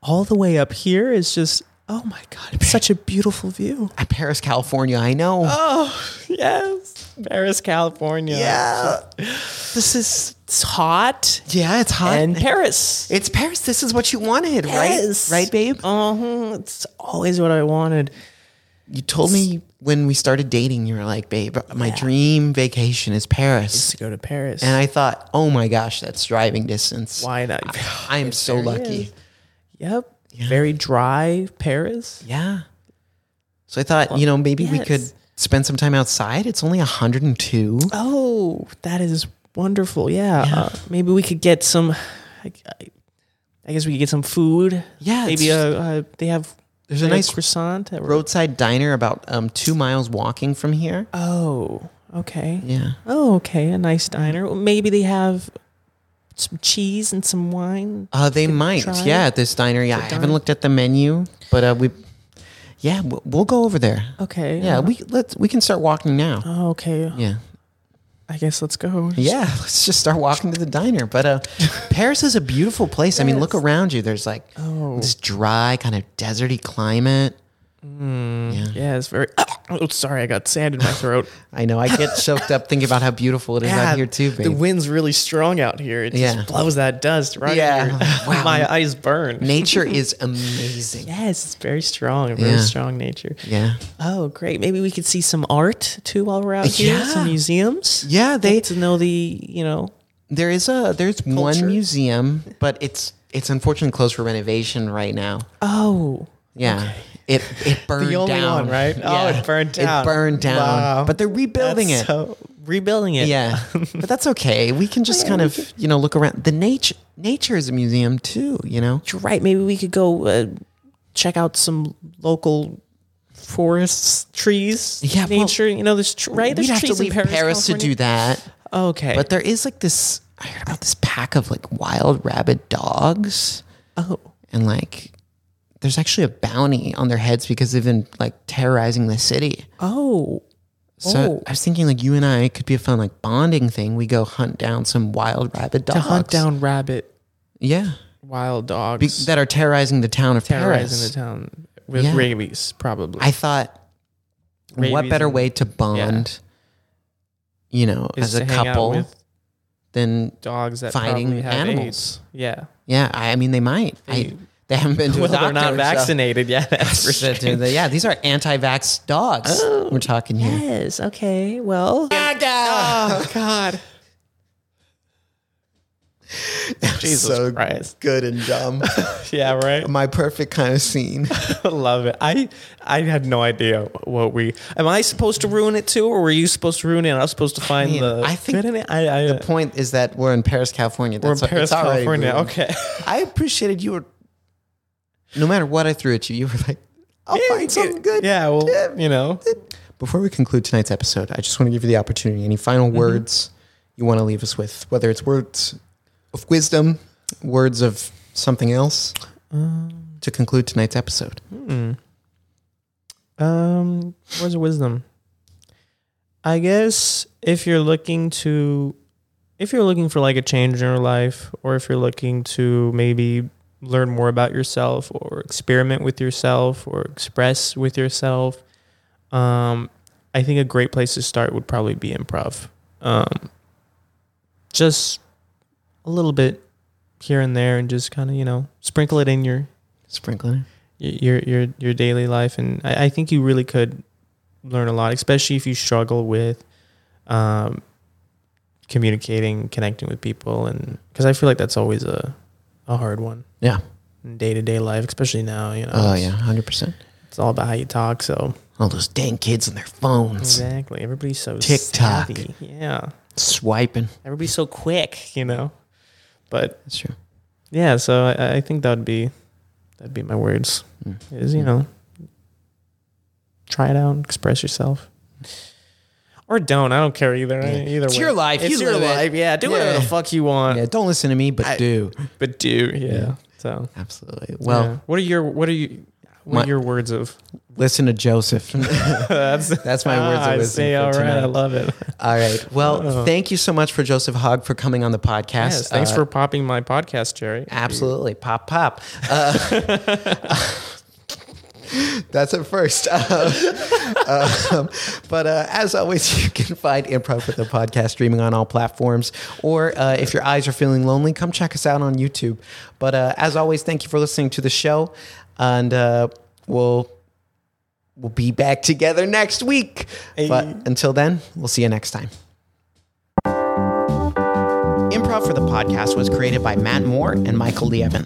S2: all the way up here is just oh my god! It's such a beautiful view.
S1: Paris, California. I know.
S2: Oh yes, Paris, California.
S1: yeah. This is.
S2: it's hot
S1: Yeah, it's hot.
S2: and Paris.
S1: it's Paris. This is what you wanted,
S2: Yes.
S1: right? Right, babe.
S2: Uh-huh. It's always what I wanted.
S1: You told me when we started dating, you were like, babe, my dream vacation is Paris.
S2: Just to go to Paris.
S1: And I thought, oh my gosh, that's driving distance.
S2: why not?
S1: I am so lucky.
S2: is. Yep. Very dry Paris.
S1: Yeah. So I thought, you know, maybe we
S2: yes.
S1: could spend some time outside. It's only 102.
S2: Oh, that is wonderful. Yeah. Uh, maybe we could get some. I, I- I guess we could get some food.
S1: Yeah,
S2: Maybe
S1: it's-
S2: uh, uh, they have.
S1: There's a
S2: like
S1: nice
S2: croissant. At
S1: roadside diner about um, two miles walking from here.
S2: Oh, okay.
S1: Yeah.
S2: Oh, okay. A nice diner. Well, Maybe they have some cheese and some wine.
S1: Uh, they might.
S2: try
S1: Yeah, at this diner. Yeah, I haven't looked at the menu, but uh, we. Yeah, we'll, we'll go over there.
S2: Okay.
S1: Yeah,
S2: uh,
S1: we let's we can start walking now.
S2: oh, okay.
S1: Yeah.
S2: I guess let's go.
S1: Yeah, let's just start walking to the diner. But uh, Paris is a beautiful place. I mean, look around you. There's like
S2: Oh.
S1: this dry, kind of deserty climate.
S2: Yeah, it's very. Oh, sorry, I got sand in my throat.
S1: I know. I get choked up thinking about how beautiful it is out here too,
S2: The
S1: babe.
S2: wind's really strong out here. It
S1: Yeah.
S2: just blows that dust right.
S1: Yeah.
S2: Yeah. My eyes burn.
S1: Nature is amazing.
S2: yes, it's very strong. a Very
S1: Yeah.
S2: strong nature.
S1: Yeah.
S2: Oh, great. Maybe we could see some art too while we're out here.
S1: Yeah.
S2: Some museums.
S1: Yeah, they-
S2: They to know the you know.
S1: There is a there's one
S2: Culture.
S1: museum, but it's it's unfortunately closed for renovation right now.
S2: Oh.
S1: Yeah. It it burned
S2: only
S1: down.
S2: one, right? Oh, it burned down.
S1: It burned down.
S2: Wow.
S1: But they're rebuilding
S2: That's
S1: it.
S2: So, rebuilding it.
S1: yeah. but that's okay. We can
S2: Oh,
S1: just kind of, you know, look around. The nature nature is a museum too, you know.
S2: You're right. Maybe we could go uh, check out some local forests, trees,
S1: Yeah, well,
S2: nature. you know, there's tr- right.
S1: We'd
S2: There's
S1: have
S2: trees
S1: to leave
S2: in Paris,
S1: Paris, to do that.
S2: that. Okay,
S1: But there is like this I heard about this pack of like wild rabid dogs
S2: oh,
S1: and like there's actually a bounty on their heads because they've been like terrorizing the city.
S2: oh,
S1: So
S2: Oh.
S1: I was thinking like you and I could be a fun like bonding thing. We go hunt down some wild rabid dogs.
S2: to hunt down rabbit,
S1: Yeah.
S2: wild
S1: Be-
S2: dogs
S1: that are terrorizing the town of
S2: terrorizing
S1: Paris.
S2: the town with
S1: Yeah.
S2: rabies, probably.
S1: I thought, what
S2: Rabies
S1: better
S2: and-
S1: way to bond, you know,
S2: Is
S1: as a
S2: to hang out
S1: couple
S2: with
S1: than
S2: dogs that
S1: fighting
S2: probably have
S1: animals.
S2: AIDS. Yeah,
S1: yeah? I, I mean, they might. I,
S2: They-
S1: they haven't been to
S2: well,
S1: a doctor.
S2: they're not
S1: so-
S2: vaccinated yet. That's for
S1: so uh,
S2: sure. Oh.
S1: do they- yeah, these are anti-vax dogs. We're talking here. Ah.
S2: Yes. Okay. Well. Oh God. Jesus
S1: So Um,
S2: Christ.
S1: Good and dumb.
S2: Yeah. Right.
S1: My perfect kind of scene.
S2: I love it. I I had no idea what we. Am I supposed to ruin it too, or were you supposed to ruin it? and I was supposed to find
S1: mean,
S2: the.
S1: I think
S2: good in it. I, I,
S1: The point is that we're in Paris, California.
S2: we're in
S1: That's what-
S2: Paris,
S1: it's already
S2: California.
S1: ruined.
S2: Okay.
S1: I appreciated you were. No matter what I threw at you, you were like, "I'll find something good."
S2: Yeah. Well, you know.
S1: Before we conclude tonight's episode, I just want to give you the opportunity. Any final words you want to leave us with? Whether it's words of wisdom, words of something else, to conclude tonight's episode.
S2: Hmm. Um, where's the wisdom? I guess if you're looking to, if you're looking for like a change in your life, or if you're looking to maybe learn more about yourself, or experiment with yourself, or express with yourself, um, I think a great place to start would probably be improv. Um, just a little bit here and there, and just kind of you know sprinkle it in your
S1: Sprinkling.
S2: your your your daily life and I, I think you really could learn a lot especially if you struggle with um communicating connecting with people and because i feel like that's always a a hard one
S1: Yeah.
S2: in day-to-day life especially now you know
S1: Oh
S2: it's,
S1: yeah, hundred percent.
S2: it's all about how you talk so
S1: All those dang kids and their phones
S2: exactly everybody's so
S1: TikTok.
S2: savvy. yeah
S1: swiping.
S2: everybody's so quick you know but
S1: That's true.
S2: yeah so i, I think that would be that'd be my words
S1: Mm.
S2: is you know try it out express yourself or don't i don't care either
S1: Yeah.
S2: either
S1: It's
S2: way
S1: your life.
S2: it's
S1: You
S2: your
S1: live it.
S2: life yeah do whatever the
S1: Yeah.
S2: fuck you want
S1: Uh, Yeah, don't listen to me, but
S2: I-
S1: do.
S2: but do yeah,
S1: Yeah.
S2: so
S1: Absolutely. Well,
S2: yeah. what are your what are you what
S1: My-
S2: are your words of
S1: listen to Joseph.
S2: that's
S1: That's my words
S2: Ah,
S1: of
S2: I
S1: wisdom.
S2: see.
S1: for
S2: all right
S1: tonight.
S2: i love it
S1: All right. Well,
S2: Oh.
S1: thank you so much for Joseph Hogg for coming on the podcast.
S2: yes thanks
S1: Uh,
S2: for popping my podcast jerry
S1: absolutely pop pop. Uh, that's a first. Uh, um, but uh, as always, you can find Improv with the podcast streaming on all platforms. Or uh, if your eyes are feeling lonely, come check us out on YouTube. But uh, as always, thank you for listening to the show, and uh, we'll we'll be back together next week. But until then, we'll see you next time. Improv for the podcast was created by Matt Moore and Michael Lee Evans,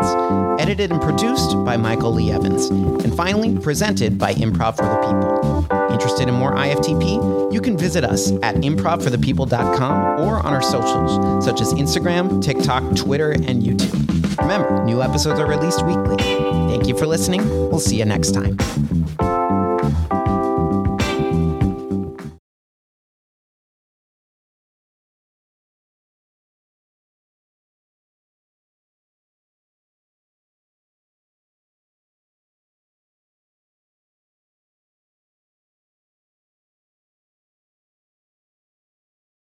S1: edited and produced by Michael Lee Evans, and finally presented by Improv for the People. Interested in more IFTP? You can visit us at improvforthepeople.com or on our socials such as Instagram, TikTok, Twitter, and YouTube. Remember, new episodes are released weekly. Thank you for listening. We'll see you next time.